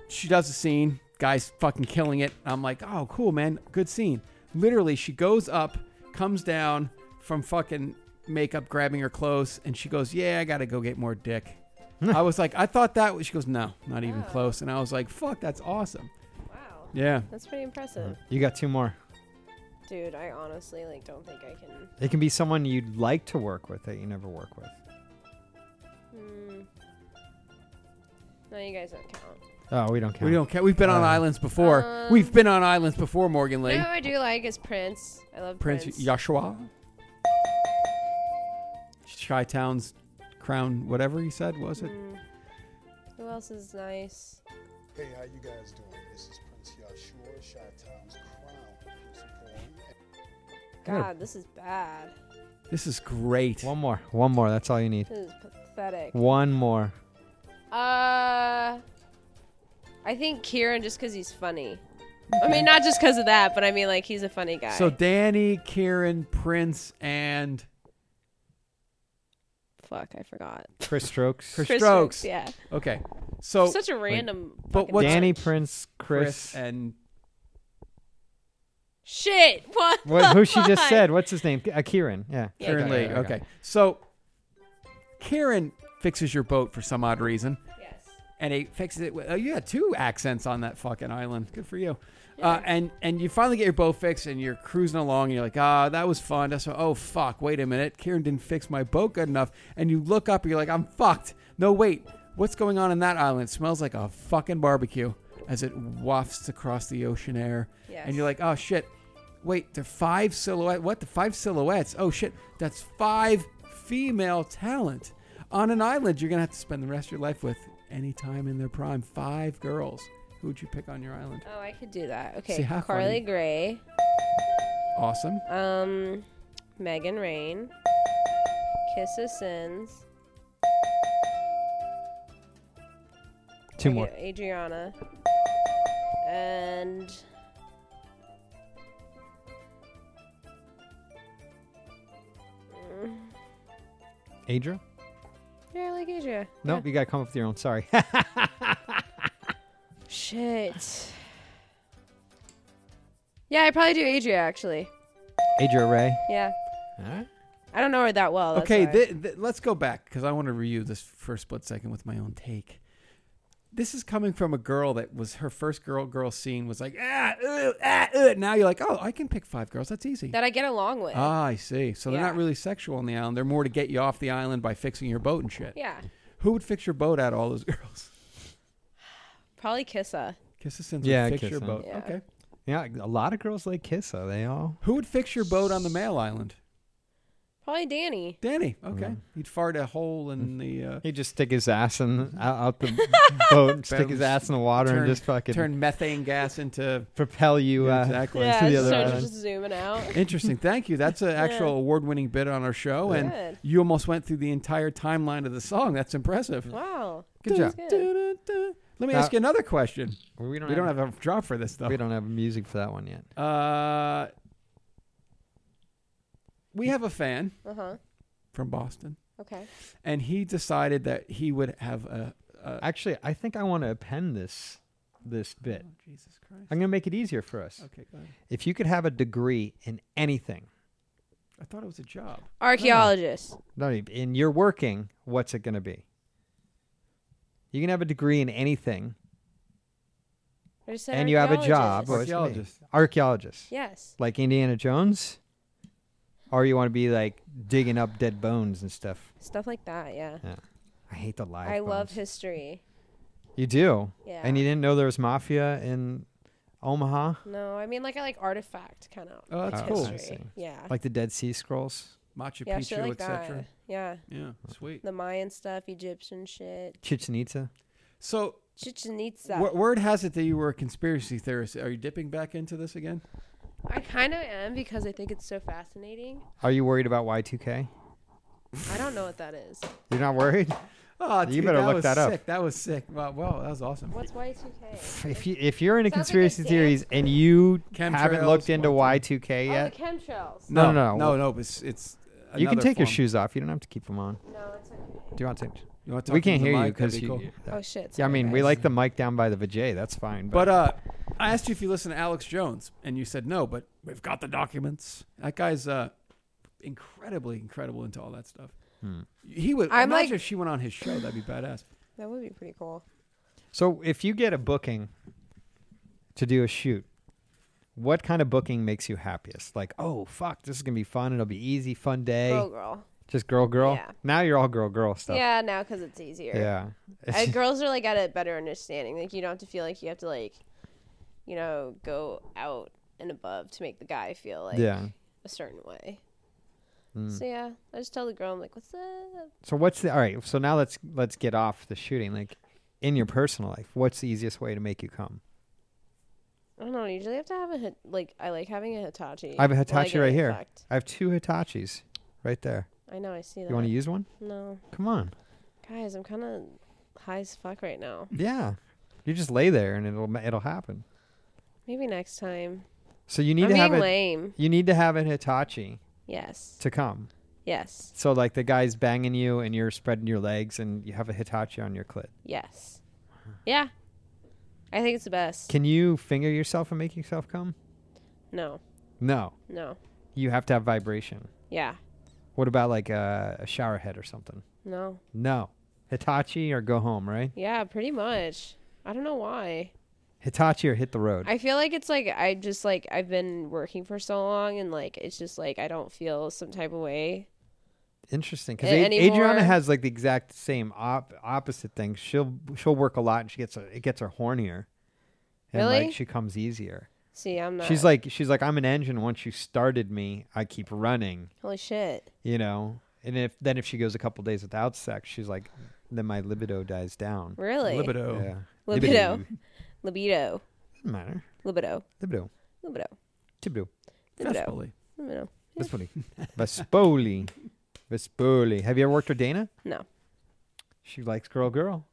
Speaker 2: She does a scene, guy's fucking killing it. I'm like, oh, cool, man, good scene. Literally, she goes up, comes down from fucking makeup, grabbing her clothes, and she goes, yeah, I gotta go get more dick. I was like, I thought that was. She goes, no, not even
Speaker 4: Oh.
Speaker 2: close. And I was like, fuck, that's awesome.
Speaker 4: wow.
Speaker 2: Yeah.
Speaker 4: That's pretty impressive.
Speaker 3: You got two more. Mm-hmm.
Speaker 4: Dude, I honestly like don't think I can.
Speaker 3: It can be someone you'd like to work with that you never work with.
Speaker 4: Hmm. No, you guys don't count.
Speaker 3: Oh, we don't count.
Speaker 2: We don't care. We've been on
Speaker 3: Uh,
Speaker 2: islands before.
Speaker 4: Um,
Speaker 2: We've been on islands before, Morgan
Speaker 4: No,
Speaker 2: Lee.
Speaker 4: I do like is Prince. I love Prince.
Speaker 2: Prince Joshua. Chi Town's crown, whatever he said, was it?
Speaker 4: Mm. Who else is nice?
Speaker 10: Hey, how you guys doing? This is Prince Yashua, Chi-Town's crown supporting
Speaker 3: gotta-
Speaker 4: God, this is bad.
Speaker 2: This is great.
Speaker 3: One more. One more. That's all you need.
Speaker 4: This is pathetic.
Speaker 3: One more.
Speaker 4: Uh, I think Kieran just because he's funny. I mean, not just because of that, but I mean, like he's a funny guy.
Speaker 2: so Danny, Kieran, Prince, and
Speaker 4: fuck, I forgot.
Speaker 3: Chris Strokes.
Speaker 2: Chris-
Speaker 4: Chris
Speaker 2: Strokes.
Speaker 4: Strokes, yeah.
Speaker 2: okay, so
Speaker 4: Such a random.
Speaker 2: but
Speaker 4: fucking
Speaker 2: what's-
Speaker 3: <laughs> Danny
Speaker 4: bunch.
Speaker 3: Prince. Chris.
Speaker 2: Chris and
Speaker 4: Shit. What?
Speaker 3: what,
Speaker 4: the
Speaker 3: who she
Speaker 2: <laughs>
Speaker 3: just
Speaker 4: fuck?
Speaker 3: said? What's his name? Uh, Kieran. Yeah.
Speaker 4: Yeah,
Speaker 2: Kieran Lee.
Speaker 4: Kieran.
Speaker 2: Okay, so Kieran fixes your boat for some odd reason,
Speaker 4: Yes.
Speaker 2: and he fixes it. With, oh, you had two accents on that fucking island. Good for you. Uh, and and you finally get your bow fixed, and you're cruising along, and you're like, ah, that was fun. That's oh fuck, wait a minute, Kieran didn't fix my boat good enough. And you look up, and you're like, I'm fucked. No wait, what's going on in that island? It smells like a fucking barbecue as it wafts across the ocean air. And you're like, oh shit, wait, there are five silhouette. What the five silhouettes? Oh shit, that's five female talent on an island. You're gonna have to spend the rest of your life with any time in their prime. Five girls. Who would you pick on your island?
Speaker 4: Oh, I could do that. Okay,
Speaker 2: See how
Speaker 4: Carly
Speaker 2: funny.
Speaker 4: Gray,
Speaker 2: Awesome.
Speaker 4: um, Megan Rain, Kiss of Sins,
Speaker 3: Two
Speaker 4: Adri-
Speaker 3: more.
Speaker 4: Adriana, and Mm,
Speaker 3: Adria?
Speaker 4: yeah, I like Adria.
Speaker 3: Nope, you gotta come up with your own. Sorry. <laughs>
Speaker 4: Shit. Yeah, I probably do Adria actually.
Speaker 3: Adria Ray.
Speaker 4: Yeah,
Speaker 3: All right.
Speaker 4: I don't know her that well. that's
Speaker 2: okay,
Speaker 4: why.
Speaker 2: th- th- let's go back because I want to review this for a split second with my own take. This is coming from a girl that was her first girl girl scene was like ah, uh, ah uh. now you're like oh I can pick five girls that's easy
Speaker 4: that I get along with.
Speaker 2: ah I see so they're not
Speaker 4: Yeah.
Speaker 2: really sexual on the island they're more to get you off the island by fixing your boat and shit
Speaker 4: yeah,
Speaker 2: who would fix your boat out of all those <laughs> girls
Speaker 4: probably Kissa.
Speaker 2: Kiss the Sins
Speaker 3: Yeah,
Speaker 2: would fix
Speaker 3: Kiss
Speaker 2: your
Speaker 3: Sins.
Speaker 2: boat
Speaker 4: Yeah.
Speaker 2: okay
Speaker 3: Yeah, a lot of girls like Kissa. They all.
Speaker 2: who would fix your boat on the male island
Speaker 4: Probably Danny.
Speaker 2: Danny okay you'd fart a hole in the
Speaker 3: <laughs>
Speaker 2: uh,
Speaker 3: He just stick his ass in out,
Speaker 2: <laughs>
Speaker 3: out the boat, and stick his ass in the water,
Speaker 2: turn,
Speaker 3: and just fucking
Speaker 2: turn methane gas
Speaker 3: <laughs>
Speaker 2: into
Speaker 3: propel you.
Speaker 2: Yeah,
Speaker 3: uh,
Speaker 2: exactly.
Speaker 3: to
Speaker 4: Yeah,
Speaker 3: the
Speaker 4: just
Speaker 3: other
Speaker 4: started
Speaker 3: island.
Speaker 4: just zooming out.
Speaker 2: Interesting. Thank you. That's an actual award-winning bit on our show, and
Speaker 4: Good.
Speaker 2: you almost went through the entire timeline of the song. That's impressive.
Speaker 4: Wow.
Speaker 2: Good job.
Speaker 4: That's good.
Speaker 2: Let me
Speaker 3: Now-
Speaker 2: ask you another question.
Speaker 3: Uh, We don't.
Speaker 2: We don't
Speaker 3: have,
Speaker 2: have a drop for this though.
Speaker 3: We don't have music for that one yet.
Speaker 2: Uh, we have a fan
Speaker 4: Uh huh.
Speaker 2: from Boston,
Speaker 4: Okay.
Speaker 2: and he decided that he would have a. a
Speaker 3: Actually, I think I want to append this this bit.
Speaker 2: Oh, Jesus Christ.
Speaker 3: I'm going to make it easier for us.
Speaker 2: Okay, go ahead.
Speaker 3: If you could have a degree in anything,
Speaker 2: I thought it was a job.
Speaker 4: Archaeologist.
Speaker 3: not even, and you're working, what's it going to be? You can have a degree in anything,
Speaker 4: I just said
Speaker 3: and you have a job.
Speaker 4: archaeologist.
Speaker 3: What does it mean?
Speaker 2: Archaeologist.
Speaker 3: Archaeologist.
Speaker 4: Yes.
Speaker 3: Like Indiana Jones, or you want to be like digging up dead bones and stuff.
Speaker 4: Stuff like that. Yeah.
Speaker 3: I hate the live.
Speaker 4: I love
Speaker 3: bones.
Speaker 4: history.
Speaker 3: You do.
Speaker 4: Yeah.
Speaker 3: And you didn't know there was mafia in Omaha,
Speaker 4: No, I mean like I like artifact kind of.
Speaker 2: Oh, that's
Speaker 3: Oh,
Speaker 2: cool.
Speaker 3: nice.
Speaker 4: history. Yeah.
Speaker 3: like the Dead Sea Scrolls.
Speaker 2: Machu
Speaker 4: yeah, shit
Speaker 2: Picchu,
Speaker 4: like
Speaker 2: etc.
Speaker 4: that. Yeah.
Speaker 2: Yeah, sweet.
Speaker 4: The Mayan stuff, Egyptian shit,
Speaker 3: Chichen Itza.
Speaker 2: So
Speaker 4: Chichen Itza.
Speaker 2: W- word has it that you were a conspiracy theorist. Are you dipping back into this again?
Speaker 4: I kind of am because I think it's so fascinating.
Speaker 3: Are you worried about Y2K?
Speaker 4: I don't know what that is.
Speaker 3: You're not worried?
Speaker 2: Oh,
Speaker 3: You better look
Speaker 2: was
Speaker 3: that up.
Speaker 2: sick. That was sick. Wow, wow, that was awesome.
Speaker 4: What's Y2K?
Speaker 3: If you if you're into
Speaker 4: Sounds like a
Speaker 3: conspiracy
Speaker 4: dance.
Speaker 3: theories and you
Speaker 2: Chemtrails,
Speaker 3: haven't looked
Speaker 2: Y2K.
Speaker 3: into Y2K
Speaker 4: Oh, the
Speaker 3: yet,
Speaker 4: chemtrails.
Speaker 3: No,
Speaker 2: no,
Speaker 3: no,
Speaker 2: no.
Speaker 3: no.
Speaker 2: no, It's it's.
Speaker 3: you can
Speaker 2: another
Speaker 3: take your
Speaker 2: form.
Speaker 3: shoes off. You don't have to keep them on.
Speaker 4: No, it's okay.
Speaker 3: Do you want to?
Speaker 2: You wanna
Speaker 3: we
Speaker 2: talk
Speaker 3: can't
Speaker 2: into the
Speaker 3: hear you
Speaker 2: mic? That'd
Speaker 3: because
Speaker 2: be
Speaker 3: you.
Speaker 2: cool.
Speaker 4: Oh shit.
Speaker 3: yeah, I
Speaker 4: sorry,
Speaker 3: mean, we
Speaker 4: guys.
Speaker 3: like the mic down by the vajay. That's fine. But,
Speaker 2: But uh, I asked you if you listen to Alex Jones, and you said no. But we've got the documents. That guy's uh, incredibly, incredible into all that stuff.
Speaker 3: Hmm.
Speaker 2: He would.
Speaker 4: I'm
Speaker 2: imagine
Speaker 4: like-
Speaker 2: if she went on his show. That'd be badass.
Speaker 4: That would be pretty cool.
Speaker 3: so if you get a booking to do a shoot, what kind of booking makes you happiest? Like, oh fuck, this is gonna be fun. It'll be easy, fun day.
Speaker 4: Girl, girl.
Speaker 3: Just girl, girl.
Speaker 4: Yeah.
Speaker 3: Now you're all girl, girl stuff.
Speaker 4: Yeah, now because it's easier.
Speaker 3: Yeah. <laughs>
Speaker 4: I, girls are like at a better understanding. Like you don't have to feel like you have to like, you know, go out and above to make the guy feel like
Speaker 3: Yeah. Hmm.
Speaker 4: a certain way. So yeah, I just tell the girl I'm like, "What's up?"
Speaker 3: So what's the all right? So now let's let's get off the shooting. Like in your personal life, what's the easiest way to make you come?
Speaker 4: I don't know. I usually have to have a hit, like I like having a Hitachi.
Speaker 3: I have a
Speaker 4: Or, like,
Speaker 3: Hitachi
Speaker 4: an
Speaker 3: right here.
Speaker 4: artifact.
Speaker 3: I have two Hitachis right there.
Speaker 4: I know. I see that.
Speaker 3: You want to use one?
Speaker 4: No,
Speaker 3: Come
Speaker 4: <laughs>
Speaker 3: on.
Speaker 4: guys, I'm kind of high as fuck right now.
Speaker 3: Yeah. You just lay there and it'll ma- it'll happen.
Speaker 4: Maybe next time.
Speaker 3: So you need
Speaker 4: I'm
Speaker 3: to
Speaker 4: being
Speaker 3: have a
Speaker 4: lame.
Speaker 3: you need to have a Hitachi
Speaker 4: Yes.
Speaker 3: to come.
Speaker 4: Yes.
Speaker 3: So like the guy's banging you and you're spreading your legs and you have a Hitachi on your clit.
Speaker 4: Yes. Yeah. I think it's the best.
Speaker 3: Can you finger yourself and make yourself come?
Speaker 4: No.
Speaker 3: No.
Speaker 4: No.
Speaker 3: You have to have vibration.
Speaker 4: Yeah.
Speaker 3: What about like a, a shower head or something?
Speaker 4: No.
Speaker 3: No. Hitachi or go home, right?
Speaker 4: Yeah, pretty much. I don't know why.
Speaker 3: Hitachi or hit the road.
Speaker 4: I feel like it's like I just like I've been working for so long and like it's just like I don't feel some type of way.
Speaker 3: Interesting, because
Speaker 4: A-
Speaker 3: Adriana
Speaker 4: anymore.
Speaker 3: has like the exact same op- opposite thing. She'll she'll work a lot and she gets her, it gets her hornier, and
Speaker 4: Really?
Speaker 3: like she comes easier.
Speaker 4: See, I'm not.
Speaker 3: She's like she's like I'm an engine. Once you started me, I keep running.
Speaker 4: holy shit.
Speaker 3: You know, and if then if she goes a couple days without sex, she's like, then my libido dies down.
Speaker 4: Really?
Speaker 2: Libido.
Speaker 3: Yeah.
Speaker 4: Libido. Libido.
Speaker 3: Doesn't matter.
Speaker 4: <laughs> Libido.
Speaker 3: Libido.
Speaker 4: Libido.
Speaker 3: Libido.
Speaker 4: Libido.
Speaker 2: Vespoli.
Speaker 4: Libido.
Speaker 3: Vespoli. Vespoli. Vespoli. Have you ever worked with Dana?
Speaker 4: No,
Speaker 3: She likes girl girl.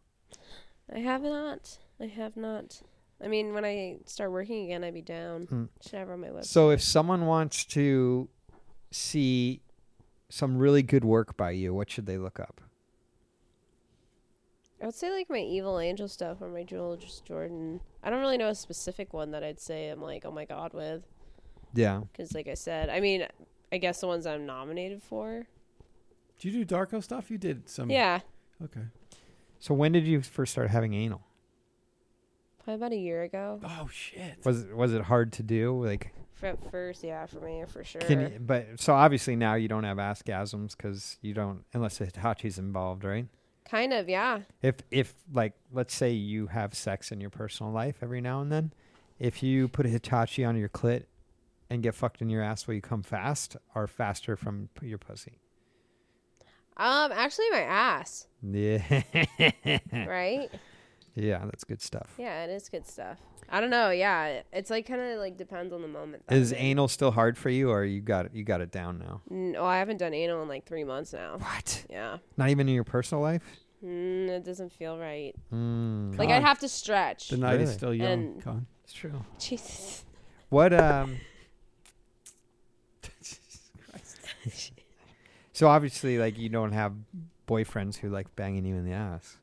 Speaker 4: I have not. I have not. I mean, when I start working again, I'd be down. Should have her on my website.
Speaker 3: Hmm. So if someone wants to see some really good work by you, what should they look up?
Speaker 4: I would say like my Evil Angel stuff or my Jules Jordan. I don't really know a specific one that I'd say I'm like, oh my god, with.
Speaker 3: Yeah.
Speaker 4: Because, like I said, I mean, I guess the ones I'm nominated for.
Speaker 2: Do you do Darko stuff? You did some.
Speaker 4: Yeah,
Speaker 2: Okay.
Speaker 3: So when did you first start having anal?
Speaker 4: probably about a year ago.
Speaker 2: Oh shit.
Speaker 3: Was it, was it hard to do? Like
Speaker 4: For at first, yeah, for me, for sure.
Speaker 3: can you, but so obviously now you don't have askasms cuz you don't unless Hitachi's involved, right?
Speaker 4: Kind of, yeah.
Speaker 3: if if like let's say you have sex in your personal life every now and then, if you put a Hitachi on your clit and get fucked in your ass, will you come fast or faster from p- your pussy? <laughs>
Speaker 4: Um, actually, my ass,
Speaker 3: Yeah, Hmm.
Speaker 4: right?
Speaker 3: yeah, that's good stuff.
Speaker 4: Yeah, it is good stuff. I don't know. Yeah, it's like kind of like depends on the moment. though.
Speaker 3: Is anal still hard for you, or you got it? You got it down now.
Speaker 4: N- Well, I haven't done anal in like three months now.
Speaker 3: What?
Speaker 4: Yeah,
Speaker 3: Not even in your personal life?
Speaker 4: mm, it doesn't feel right.
Speaker 3: Mm,
Speaker 4: Like
Speaker 2: God.
Speaker 4: I'd have to stretch.
Speaker 2: The night is
Speaker 3: Really?
Speaker 2: still young.
Speaker 4: And-
Speaker 2: Con.
Speaker 3: it's true.
Speaker 4: <laughs> Jesus.
Speaker 3: What um. so obviously, like you don't have boyfriends who like banging you in the ass.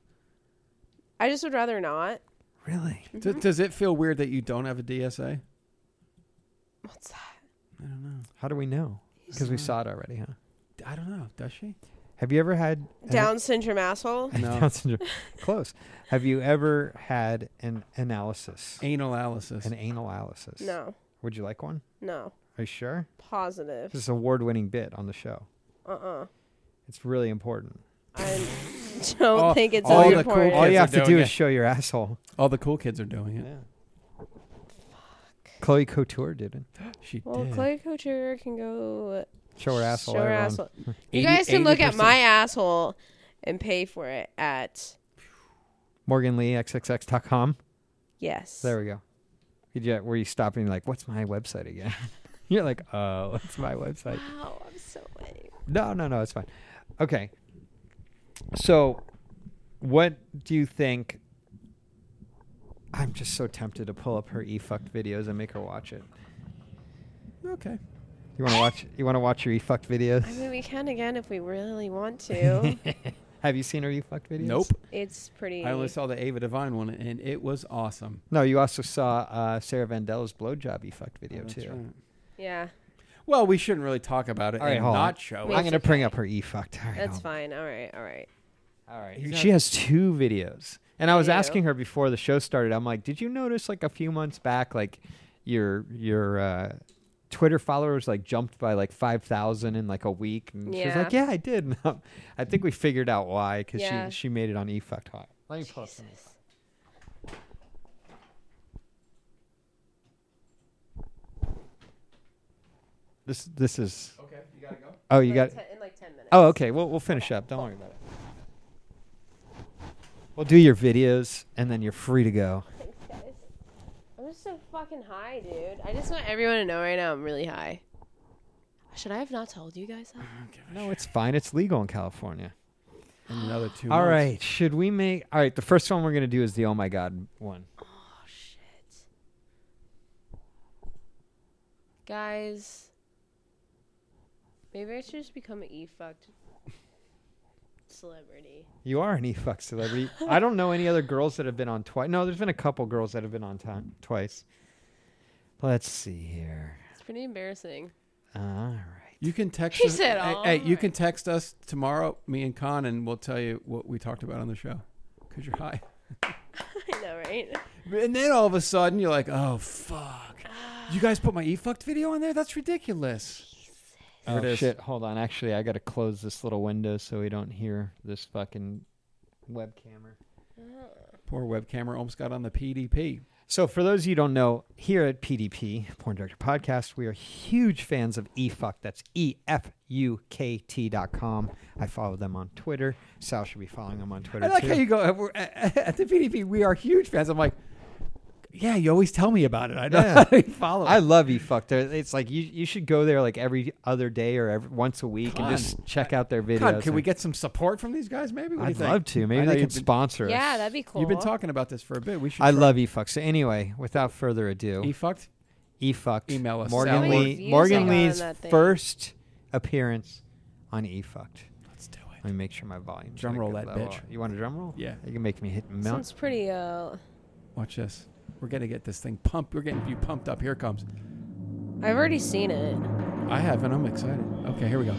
Speaker 4: I just would rather not.
Speaker 3: Really?
Speaker 4: Mm-hmm.
Speaker 2: D- does it feel weird that you don't have a DSA?
Speaker 4: What's that?
Speaker 2: I don't know.
Speaker 3: How do we know? Because we saw it already, huh?
Speaker 2: I don't know. Does she?
Speaker 3: Have you ever had an-
Speaker 4: Down syndrome asshole.
Speaker 3: <laughs>
Speaker 2: No.
Speaker 3: Down
Speaker 4: <laughs>
Speaker 3: syndrome. Close. Have you ever had an analysis?
Speaker 2: Anal analysis.
Speaker 3: An analysis.
Speaker 4: No,
Speaker 3: Would you like one?
Speaker 4: no,
Speaker 3: Are you sure?
Speaker 4: positive.
Speaker 3: This is an award-winning bit on the show.
Speaker 4: Uh uh
Speaker 3: It's really important.
Speaker 4: I don't
Speaker 2: All-
Speaker 4: think it's
Speaker 2: all
Speaker 4: all
Speaker 2: the cool
Speaker 4: important.
Speaker 3: All
Speaker 2: kids
Speaker 3: you
Speaker 2: are
Speaker 3: have to do
Speaker 2: doing
Speaker 3: is
Speaker 2: it.
Speaker 3: show your asshole.
Speaker 2: All the cool kids are doing it.
Speaker 3: Chloe Couture did it.
Speaker 2: She
Speaker 4: well,
Speaker 2: did.
Speaker 4: Clay Couture can go
Speaker 3: Show her asshole.
Speaker 4: Show her
Speaker 3: everyone.
Speaker 4: asshole. You guys can look at my asshole and pay for it at
Speaker 3: MorganLeeXXX.com.
Speaker 4: yes.
Speaker 3: There we go. Did you, were you stopping like, what's my website again? <laughs> You're like, oh, it's my website.
Speaker 4: Wow, I'm so lame.
Speaker 3: No, no, no, it's fine. Okay. So, what do you think? I'm just so tempted to pull up her e fucked videos and make her watch it.
Speaker 2: Okay.
Speaker 3: You want to watch? You want to watch your e fucked videos?
Speaker 4: I mean, we can again if we really
Speaker 2: <laughs>
Speaker 4: want to.
Speaker 3: Have you seen her e fucked videos?
Speaker 2: Nope.
Speaker 4: it's pretty.
Speaker 2: I only saw the Ava Divine one, and it was awesome.
Speaker 3: No, you also saw uh, Sarah Vandel's blowjob e fucked
Speaker 2: Oh,
Speaker 3: video
Speaker 2: That's
Speaker 3: too.
Speaker 2: right.
Speaker 4: yeah,
Speaker 2: Well, we shouldn't really talk about it
Speaker 3: All right,
Speaker 2: and
Speaker 3: hold on.
Speaker 2: not show
Speaker 4: Wait.
Speaker 2: it.
Speaker 3: I'm gonna bring up her e <laughs> fucked. All right,
Speaker 4: that's
Speaker 3: hold on.
Speaker 4: fine. All right, all right.
Speaker 3: All right.
Speaker 2: He's
Speaker 3: she
Speaker 2: got-
Speaker 3: has two videos. And I was
Speaker 4: Ew.
Speaker 3: asking her before the show started. I'm like, "Did you notice like a few months back like your your uh Twitter followers like jumped by like 5,000 in like a week?" And she was
Speaker 4: Yeah.
Speaker 3: like, "Yeah, I did." <laughs> And I'm- I think we figured out why cuz
Speaker 4: Yeah.
Speaker 3: she she made it on E fucked hot. Let me pull up some E
Speaker 4: Jesus.
Speaker 3: This this is
Speaker 2: Okay, you gotta go.
Speaker 3: Oh, you
Speaker 4: Like
Speaker 3: got
Speaker 4: ten- in like ten minutes.
Speaker 3: Oh, okay. We'll we'll finish up. Don't worry about it. We'll do your videos and then you're free to go.
Speaker 4: Thanks, guys. I'm just so fucking high, dude. I just want everyone to know right now I'm really high. Should I have not told you guys that?
Speaker 3: No, it's fine. It's legal in California.
Speaker 2: In another two.
Speaker 3: All
Speaker 2: months.
Speaker 3: right. Should we make? All right. The first one we're gonna do is the oh my god one.
Speaker 4: Oh shit. Guys, maybe I should just become an e fucked celebrity.
Speaker 3: You are an e fuck celebrity. I don't know any other girls that have been on twice. No, there's been a couple girls that have been on time twice. Let's see here.
Speaker 4: It's pretty embarrassing.
Speaker 3: All right.
Speaker 2: You can text
Speaker 4: He
Speaker 2: us.
Speaker 4: said,
Speaker 2: hey,
Speaker 4: "All
Speaker 2: hey, you
Speaker 4: right."
Speaker 2: can text us tomorrow, me and Con, and we'll tell you what we talked about on the show. Because you're high.
Speaker 4: <laughs> I know, right?
Speaker 2: And then all of a sudden, you're like, oh, fuck. You guys put my e fucked video on there? That's ridiculous. There it
Speaker 3: Oh
Speaker 2: is.
Speaker 3: shit! Hold on. Actually, I gotta close this little window so we don't hear this fucking webcammer.
Speaker 2: Poor webcammer almost got on the PDP.
Speaker 3: So, for those of you who don't know, here at PDP Porn Director Podcast, we are huge fans of eFuck. That's E F U K T dot com. I follow them on Twitter. Sal should be following them on Twitter
Speaker 2: I like
Speaker 3: too.
Speaker 2: how you go, "We're- at at the PDP, we are huge fans. I'm like, yeah, you always tell me about it. I know
Speaker 3: Yeah.
Speaker 2: I follow it.
Speaker 3: I love E eFuck. They're- It's like you you should go there like every other day or every, once a week
Speaker 2: Con.
Speaker 3: and just check out their videos.
Speaker 2: God, can we
Speaker 3: And
Speaker 2: get some support from these guys? Maybe What do you
Speaker 3: I'd
Speaker 2: think?
Speaker 3: love to.
Speaker 2: I
Speaker 3: Maybe
Speaker 2: know
Speaker 3: they
Speaker 2: you've
Speaker 3: could
Speaker 2: been-
Speaker 3: sponsor us.
Speaker 4: Yeah, that'd be cool.
Speaker 2: You've been talking about this for a bit. We should.
Speaker 3: I
Speaker 2: try-
Speaker 3: love E eFuck. So anyway, without further ado,
Speaker 2: E fucked.
Speaker 3: E fucked.
Speaker 2: Email us,
Speaker 3: Morgan
Speaker 2: Sally.
Speaker 4: How
Speaker 3: Lee.
Speaker 4: many
Speaker 3: Morgan
Speaker 4: views I got on
Speaker 3: Lee's
Speaker 4: that thing?
Speaker 3: first appearance on E fucked.
Speaker 2: Let's do
Speaker 3: Let me make sure my volume.
Speaker 2: Drum roll that bitch.
Speaker 3: You want a drum roll?
Speaker 2: Yeah.
Speaker 3: You can make me hit
Speaker 4: Sounds
Speaker 3: melt.
Speaker 4: pretty. Uh,
Speaker 2: Watch this. We're gonna get this thing pumped. We're getting you pumped up. Here it comes.
Speaker 4: I've already seen it.
Speaker 2: I have, and I'm excited. Okay, here we go.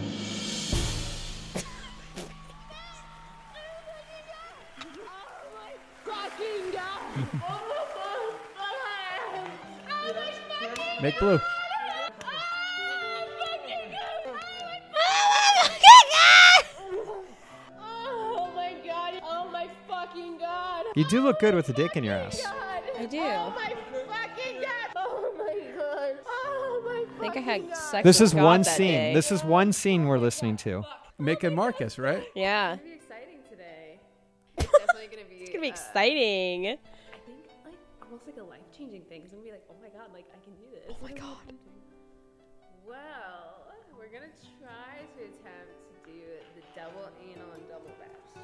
Speaker 2: Make blue.
Speaker 5: Oh my god. Oh my fucking god.
Speaker 3: You do look good with a dick in your ass.
Speaker 4: I do.
Speaker 5: Oh my fucking god. Oh my god. Oh my
Speaker 4: I think I had sex.
Speaker 3: This
Speaker 4: with
Speaker 3: is
Speaker 4: God
Speaker 3: one
Speaker 4: that
Speaker 3: scene.
Speaker 4: day.
Speaker 3: This is one scene we're listening to.
Speaker 2: Mick and Marcus, right?
Speaker 4: Yeah,
Speaker 5: It's gonna be exciting <laughs> today. It's definitely gonna be.
Speaker 4: it's gonna be exciting.
Speaker 5: I think like almost like a life changing thing. Cause I'm gonna be like, oh my god, like I can do this. Oh my god. Well, we're gonna try to attempt to do the double anal and double bash.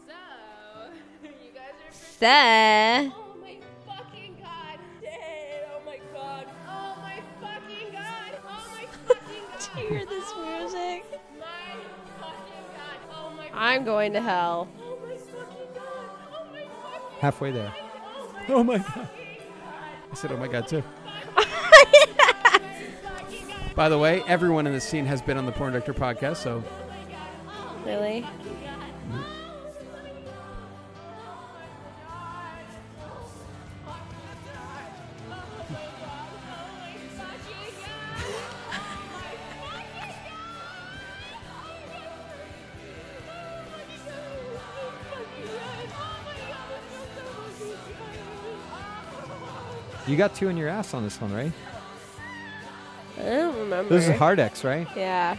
Speaker 5: today. So <laughs> you guys are.
Speaker 4: So, I
Speaker 5: Oh my fucking god, dead. Oh my god. Oh my fucking god. Oh my fucking god.
Speaker 4: Do you hear this music?
Speaker 5: Oh my fucking god. Oh my
Speaker 4: I'm going to hell.
Speaker 5: Oh my fucking god. Oh my fucking
Speaker 3: Halfway there.
Speaker 2: Oh my god. I said, oh my god, <laughs> too. By the way, everyone in this scene has been on the Porn Director podcast, so
Speaker 4: Really?
Speaker 3: You got two in your ass on this one, right?
Speaker 4: I don't remember.
Speaker 3: This is hard X, right?
Speaker 4: Yeah.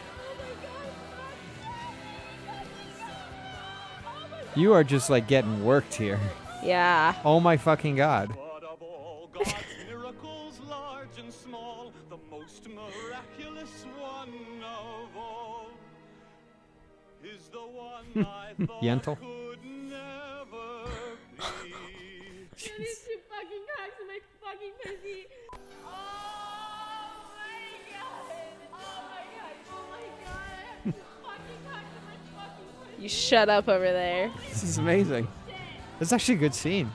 Speaker 3: You are just like getting worked here. <laughs>
Speaker 4: Yeah.
Speaker 3: Oh my fucking god.
Speaker 11: But of all God's miracles, large and small, the most miraculous one of all is the one I thought
Speaker 3: Yentl.
Speaker 11: could never be.
Speaker 5: These two fucking cocks in my fucking pussy. Oh my god. Oh my god. Oh my god. fucking cocks in my fucking pussy.
Speaker 4: You shut up over there.
Speaker 2: this is amazing.
Speaker 3: That's actually a good scene.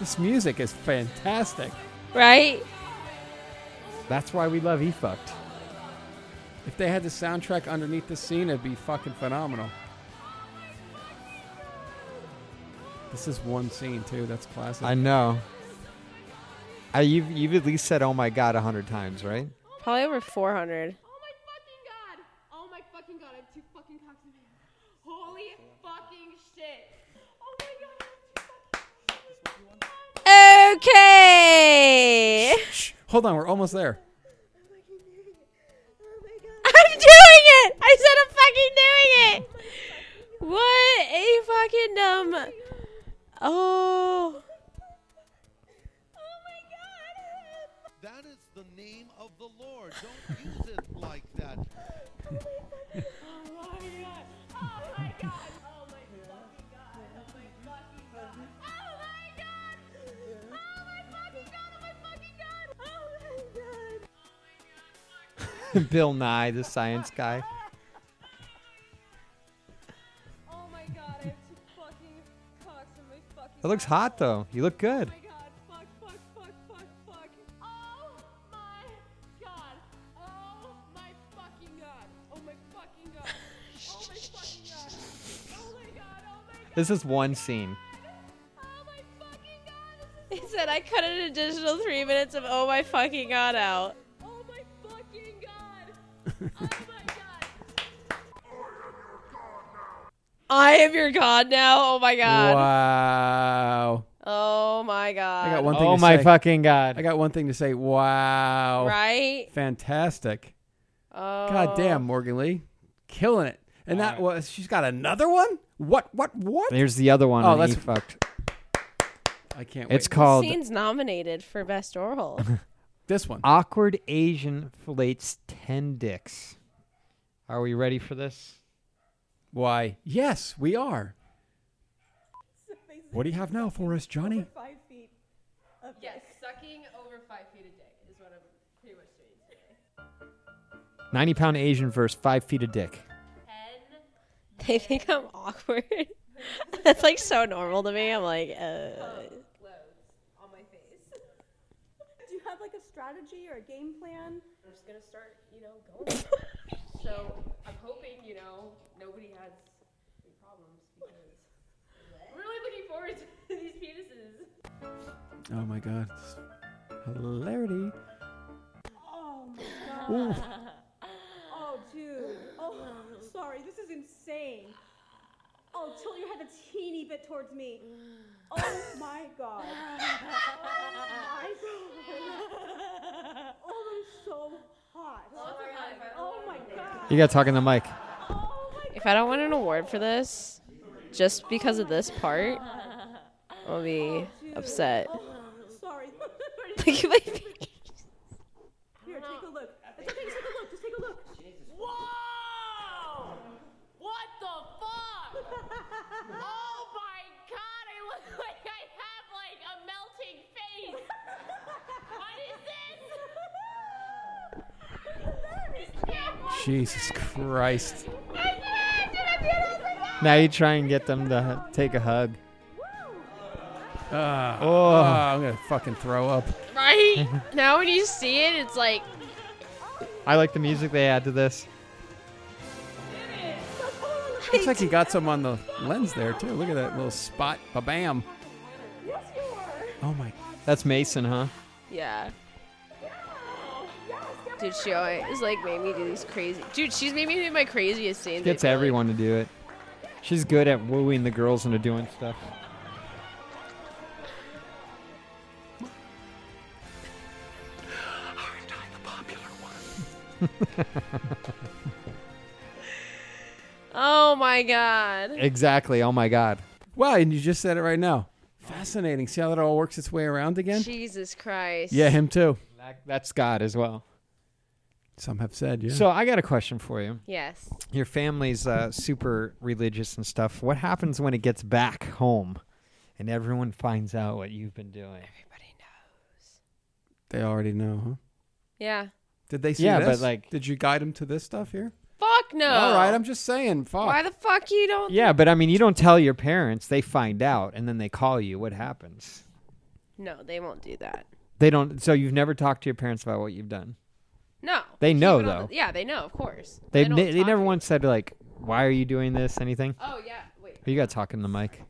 Speaker 2: This music is fantastic.
Speaker 4: Right?
Speaker 3: That's why we love E fucked.
Speaker 2: If they had the soundtrack underneath the scene, it'd be fucking phenomenal. This is one scene too. That's classic.
Speaker 3: I know. I, you've, you've at least said, oh my god, a hundred times, right? <laughs>
Speaker 4: Probably over 400.
Speaker 5: Oh my fucking god. Oh my fucking god. I have two fucking cocks in my hand. Holy fucking shit. Oh my god. I have two fucking cocks.
Speaker 4: Okay. <laughs>
Speaker 2: Shh, hold on, we're almost there.
Speaker 4: I'm doing it. I said I'm fucking doing it. What
Speaker 5: Oh
Speaker 4: a fucking dumb. Oh.
Speaker 11: That is the name of the Lord. Don't use it like that.
Speaker 3: Bill Nye, the science guy.
Speaker 5: Oh my god. I have two fucking cocks in my fucking
Speaker 3: That looks hot though. You look good.
Speaker 5: Oh my god. Fuck, fuck, fuck, fuck, fuck. Oh my god. Oh my fucking god. Oh my fucking god. Oh my fucking god. Oh my god.
Speaker 3: This is one scene.
Speaker 4: He said I cut an additional three minutes of oh my fucking god out. I am your god now. Oh my god.
Speaker 2: Wow.
Speaker 4: Oh my god.
Speaker 2: I got one thing to say.
Speaker 3: Oh fucking god.
Speaker 2: I got one thing to say. Wow.
Speaker 4: Right?
Speaker 2: Fantastic.
Speaker 4: Oh.
Speaker 2: God damn, Morgan Lee. Killing it. And that was she's got another one? What what what?
Speaker 3: There's the other one.
Speaker 2: Oh,
Speaker 3: Oh, that's
Speaker 2: that's-
Speaker 3: fucked.
Speaker 2: I can't wait.
Speaker 3: It's called
Speaker 4: Scene's nominated for best oral.
Speaker 2: this one.
Speaker 3: Awkward Asian Flates 10 Dicks. Are we ready for this?
Speaker 2: Why? Yes, we are. What do you have now for us, Johnny?
Speaker 1: Five feet.
Speaker 5: Yes, sucking over five feet a dick is what I'm pretty much doing today.
Speaker 3: 90 pound Asian versus 5 feet of dick.
Speaker 4: they think I'm awkward. <laughs> That's like so normal to me. I'm like, uh,
Speaker 5: Loads on my face.
Speaker 1: Do you have like a strategy or a game plan?
Speaker 5: I'm just gonna start, you know, going.
Speaker 4: <laughs>
Speaker 5: for it. so I'm hoping, you know, nobody has any problems because I'm really looking forward to <laughs> these penises.
Speaker 2: Oh my god. It's hilarity.
Speaker 1: Oh my god.
Speaker 2: Ooh.
Speaker 1: Oh dude. Oh, sorry. This is insane. Oh, tilt your head a teeny bit towards me. Oh my god. Oh my god. Oh, that's so hot. Oh my god.
Speaker 3: You got to talk in the mic.
Speaker 4: if I don't win an award for this, just because of this part, I'll be upset. <laughs>
Speaker 1: Oh, sorry. <laughs>
Speaker 4: Look at my face.
Speaker 1: Here, take a look. It's okay, just take a look. Just take a look.
Speaker 5: Whoa! oh! What the fuck? oh my god, I look like I have like a melting face. What is this?
Speaker 2: Jesus Christ.
Speaker 3: Now you try and get them to h- take a hug.
Speaker 2: Ah,
Speaker 3: Oh.
Speaker 2: ah, I'm gonna fucking throw up.
Speaker 4: Right? now when you see it, it's like,
Speaker 3: I like the music they add to this.
Speaker 2: Looks like he got some on the lens there too. Look at that little spot. Ba bam. Oh my
Speaker 3: That's Mason, huh?
Speaker 4: yeah. Dude, she always like made me do these crazy. Dude, she's made me do my craziest scenes. I
Speaker 3: Gets
Speaker 4: feel like.
Speaker 3: everyone to do it. She's good at wooing the girls into doing stuff.
Speaker 4: Oh my god.
Speaker 3: Exactly. Oh my god.
Speaker 2: Wow, and you just said it right now. Fascinating. See how that all works its way around again?
Speaker 4: Jesus Christ.
Speaker 2: Yeah, him too.
Speaker 3: That- That's God as well.
Speaker 2: Some have said, yeah.
Speaker 3: So I got a question for you.
Speaker 4: Yes.
Speaker 3: Your family's uh, super religious and stuff. What happens when it gets back home and everyone finds out what you've been doing?
Speaker 4: Everybody knows.
Speaker 2: they already know, huh?
Speaker 4: Yeah.
Speaker 2: Did they see
Speaker 3: Yeah,
Speaker 2: this?
Speaker 3: but, like-
Speaker 2: did you guide them to this stuff here?
Speaker 4: Fuck no.
Speaker 2: All right, I'm just saying. Fuck.
Speaker 4: Why the fuck you don't?
Speaker 3: Yeah, but I mean, you don't tell your parents. They find out and then they call you. What happens?
Speaker 4: No, they won't do that.
Speaker 3: They don't. So you've never talked to your parents about what you've done.
Speaker 4: No.
Speaker 3: They
Speaker 4: Keep
Speaker 3: know,
Speaker 4: it on the-
Speaker 3: though.
Speaker 4: yeah, they know, of course.
Speaker 3: They
Speaker 4: don't
Speaker 3: ne- they
Speaker 4: talk
Speaker 3: never
Speaker 4: to-
Speaker 3: once said like, "Why are you doing this?" Anything.
Speaker 4: Oh yeah. Wait.
Speaker 3: You got talking the mic.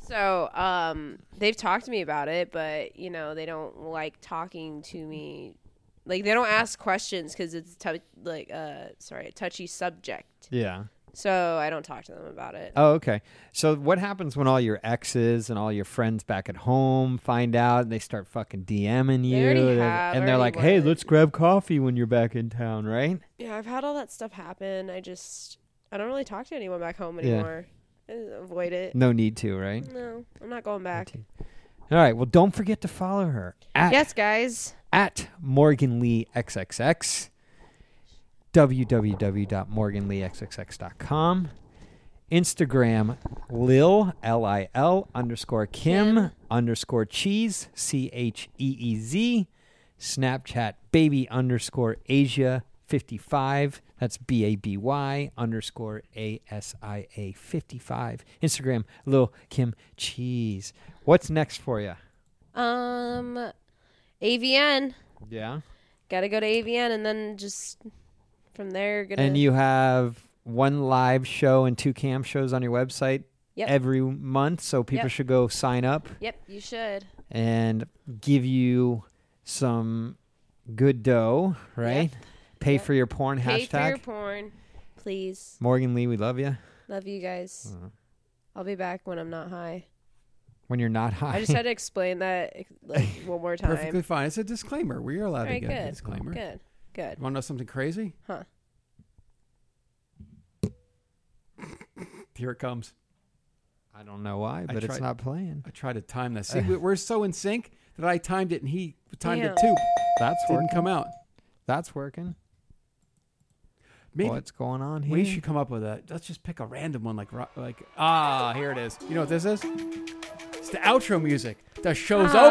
Speaker 4: So, um, they've talked to me about it, but you know, they don't like talking to me. Like they don't ask questions because it's tou like uh sorry a touchy subject.
Speaker 3: Yeah.
Speaker 4: So I don't talk to them about it.
Speaker 3: Oh, okay. So what happens when all your exes and all your friends back at home find out and they start fucking DMing you?
Speaker 4: already
Speaker 3: and-
Speaker 4: have,
Speaker 3: and they're like,
Speaker 4: already
Speaker 3: hey,
Speaker 4: would."
Speaker 3: let's grab coffee when you're back in town, right?
Speaker 4: Yeah, I've had all that stuff happen. I just I don't really talk to anyone back home
Speaker 3: Yeah.
Speaker 4: anymore. I just avoid it.
Speaker 3: No need to, right?
Speaker 4: No, I'm not going back.
Speaker 3: All right. Well, don't forget to follow her at,
Speaker 4: Yes, guys.
Speaker 3: at Morgan Lee XXX, www.morganleexxx.com, Instagram Lil, L I L underscore Kim, underscore cheese, C H E E Z, Snapchat baby underscore Asia 55, that's B A B Y underscore A S I A 55, Instagram Lil Kim Cheese. What's next for you?
Speaker 4: Um, AVN.
Speaker 3: Yeah.
Speaker 4: Got to go to AVN and then just from there gonna.
Speaker 3: And you have one live show and two cam shows on your website
Speaker 4: Yep.
Speaker 3: every month, so people
Speaker 4: Yep.
Speaker 3: should go sign up
Speaker 4: Yep, you should.
Speaker 3: and give you some good dough, right? Pay
Speaker 4: Yep.
Speaker 3: for your porn
Speaker 4: Pay
Speaker 3: hashtag.
Speaker 4: for your porn, please.
Speaker 3: Morgan Lee, we love you.
Speaker 4: Love you guys.
Speaker 2: Hmm.
Speaker 3: Mhm.
Speaker 4: I'll be back when I'm not high.
Speaker 3: When you're not high,
Speaker 4: I just had to explain that
Speaker 2: <laughs>
Speaker 4: like one more time.
Speaker 2: Perfectly fine. It's a disclaimer. We are allowed
Speaker 4: All
Speaker 2: to
Speaker 4: right,
Speaker 2: get a
Speaker 4: good.
Speaker 2: disclaimer.
Speaker 4: Good. Good.
Speaker 2: Want to know something crazy?
Speaker 4: Huh.
Speaker 2: Here it comes.
Speaker 3: <laughs> I don't know why,
Speaker 2: I
Speaker 3: but it's
Speaker 2: tried-
Speaker 3: not playing.
Speaker 2: I tried to time this. See, we- we're so in sync that I timed it and he timed it too.
Speaker 4: Damn.
Speaker 3: That's
Speaker 2: Didn't
Speaker 3: working.
Speaker 2: come out.
Speaker 3: That's working.
Speaker 2: Maybe
Speaker 3: What's going on here?
Speaker 2: we should come up with a. Let's just pick a random one, like ro- like ah, here it is. You know what this is? It's the outro music. The show's
Speaker 4: Ah.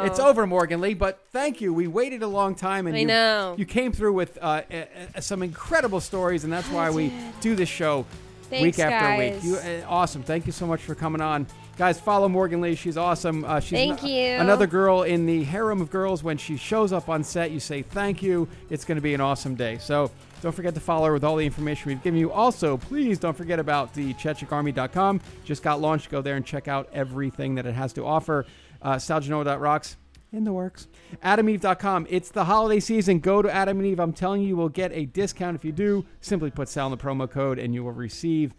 Speaker 2: over. It's over, Morgan Lee. But thank you. We waited a long time, and
Speaker 4: I
Speaker 2: you,
Speaker 4: know.
Speaker 2: you came through with uh, uh, uh, some incredible stories, and that's why we do this show week
Speaker 4: Thanks,
Speaker 2: after week.
Speaker 4: guys.
Speaker 2: You uh, awesome. Thank you so much for coming on, guys. Follow Morgan Lee. She's awesome. Uh, she's
Speaker 4: Thank
Speaker 2: an-
Speaker 4: you.
Speaker 2: Another girl in the harem of girls. When she shows up on set, you say thank you. It's going to be an awesome day. So don't forget to follow her with all the information we've given you. Also, please don't forget about the ChechikArmy.com. Just got launched. Go there and check out everything that it has to offer. Uh, Saljanoa.rocks. In the works. AdamEve.com. It's the holiday season. Go to Adam and Eve. I'm telling you, you will get a discount if you do. Simply put Sal in the promo code and you will receive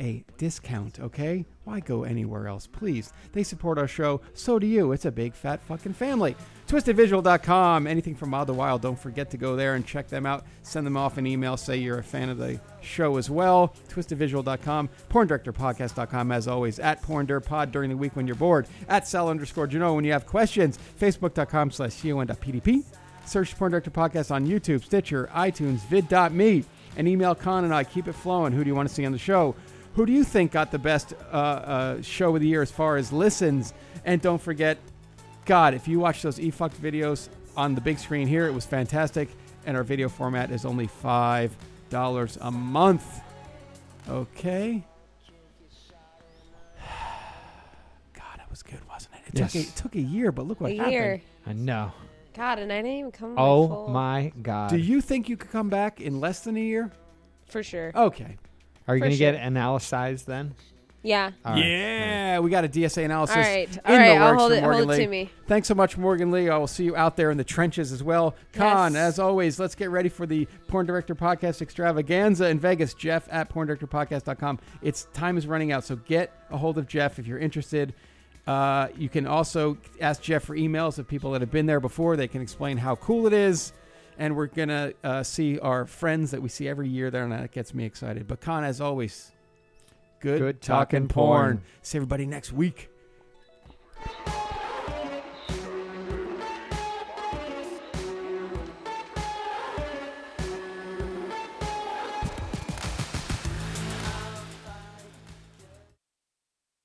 Speaker 2: a discount, okay? Why go anywhere else? Please. They support our show. So do you. It's a big fat fucking family. TwistedVisual.com. Anything from Wild to Wild. Don't forget to go there and check them out. Send them off an email. Say you're a fan of the show as well. TwistedVisual.com. PornDirectorPodcast.com. As always, at PornDirtPod during the week when you're bored. At Sal underscore Juno when you have questions. Facebook.com slash CON.PDP. Search Porn Director Podcast on YouTube, Stitcher, iTunes, vid.me, and email Con and I. Keep it flowing. Who do you want to see on the show? Who do you think got the best uh, uh, show of the year as far as listens? And don't forget, God, if you watch those e fucked videos on the big screen here, it was fantastic. And our video format is only $5 a month. Okay. <sighs> God, it was good, wasn't it? It, took, a,
Speaker 3: Yes.
Speaker 2: it took a year, but look what
Speaker 4: a
Speaker 2: happened.
Speaker 4: year.
Speaker 3: I know.
Speaker 4: God, and I didn't even come. to
Speaker 3: Oh
Speaker 4: full-
Speaker 3: my God.
Speaker 2: Do you think you could come back in less than a year?
Speaker 4: For sure.
Speaker 2: Okay.
Speaker 3: Are you
Speaker 4: For
Speaker 3: going to get
Speaker 4: sure.
Speaker 3: analyzed then?
Speaker 4: Yeah.
Speaker 3: All right.
Speaker 2: Yeah, we got a DSA analysis.
Speaker 4: All right.
Speaker 2: in
Speaker 4: All right,
Speaker 2: the
Speaker 4: I'll
Speaker 2: works
Speaker 4: hold
Speaker 2: for
Speaker 4: it-
Speaker 2: Morgan
Speaker 4: hold it
Speaker 2: Lee.
Speaker 4: to me.
Speaker 2: Thanks so much, Morgan Lee. I will see you out there in the trenches as well. Con,
Speaker 4: Yes.
Speaker 2: as always, let's get ready for the Porn Director Podcast extravaganza in Vegas. Jeff at porndirectorpodcast.com. It's time is running out, so get a hold of Jeff if you're interested. Uh, you can also ask Jeff for emails of people that have been there before. They can explain how cool it is. And we're going to uh, see our friends that we see every year there, and that gets me excited. But Con, as always, good,
Speaker 3: Good
Speaker 2: talking
Speaker 3: talking
Speaker 2: porn.
Speaker 3: porn.
Speaker 2: See everybody next week.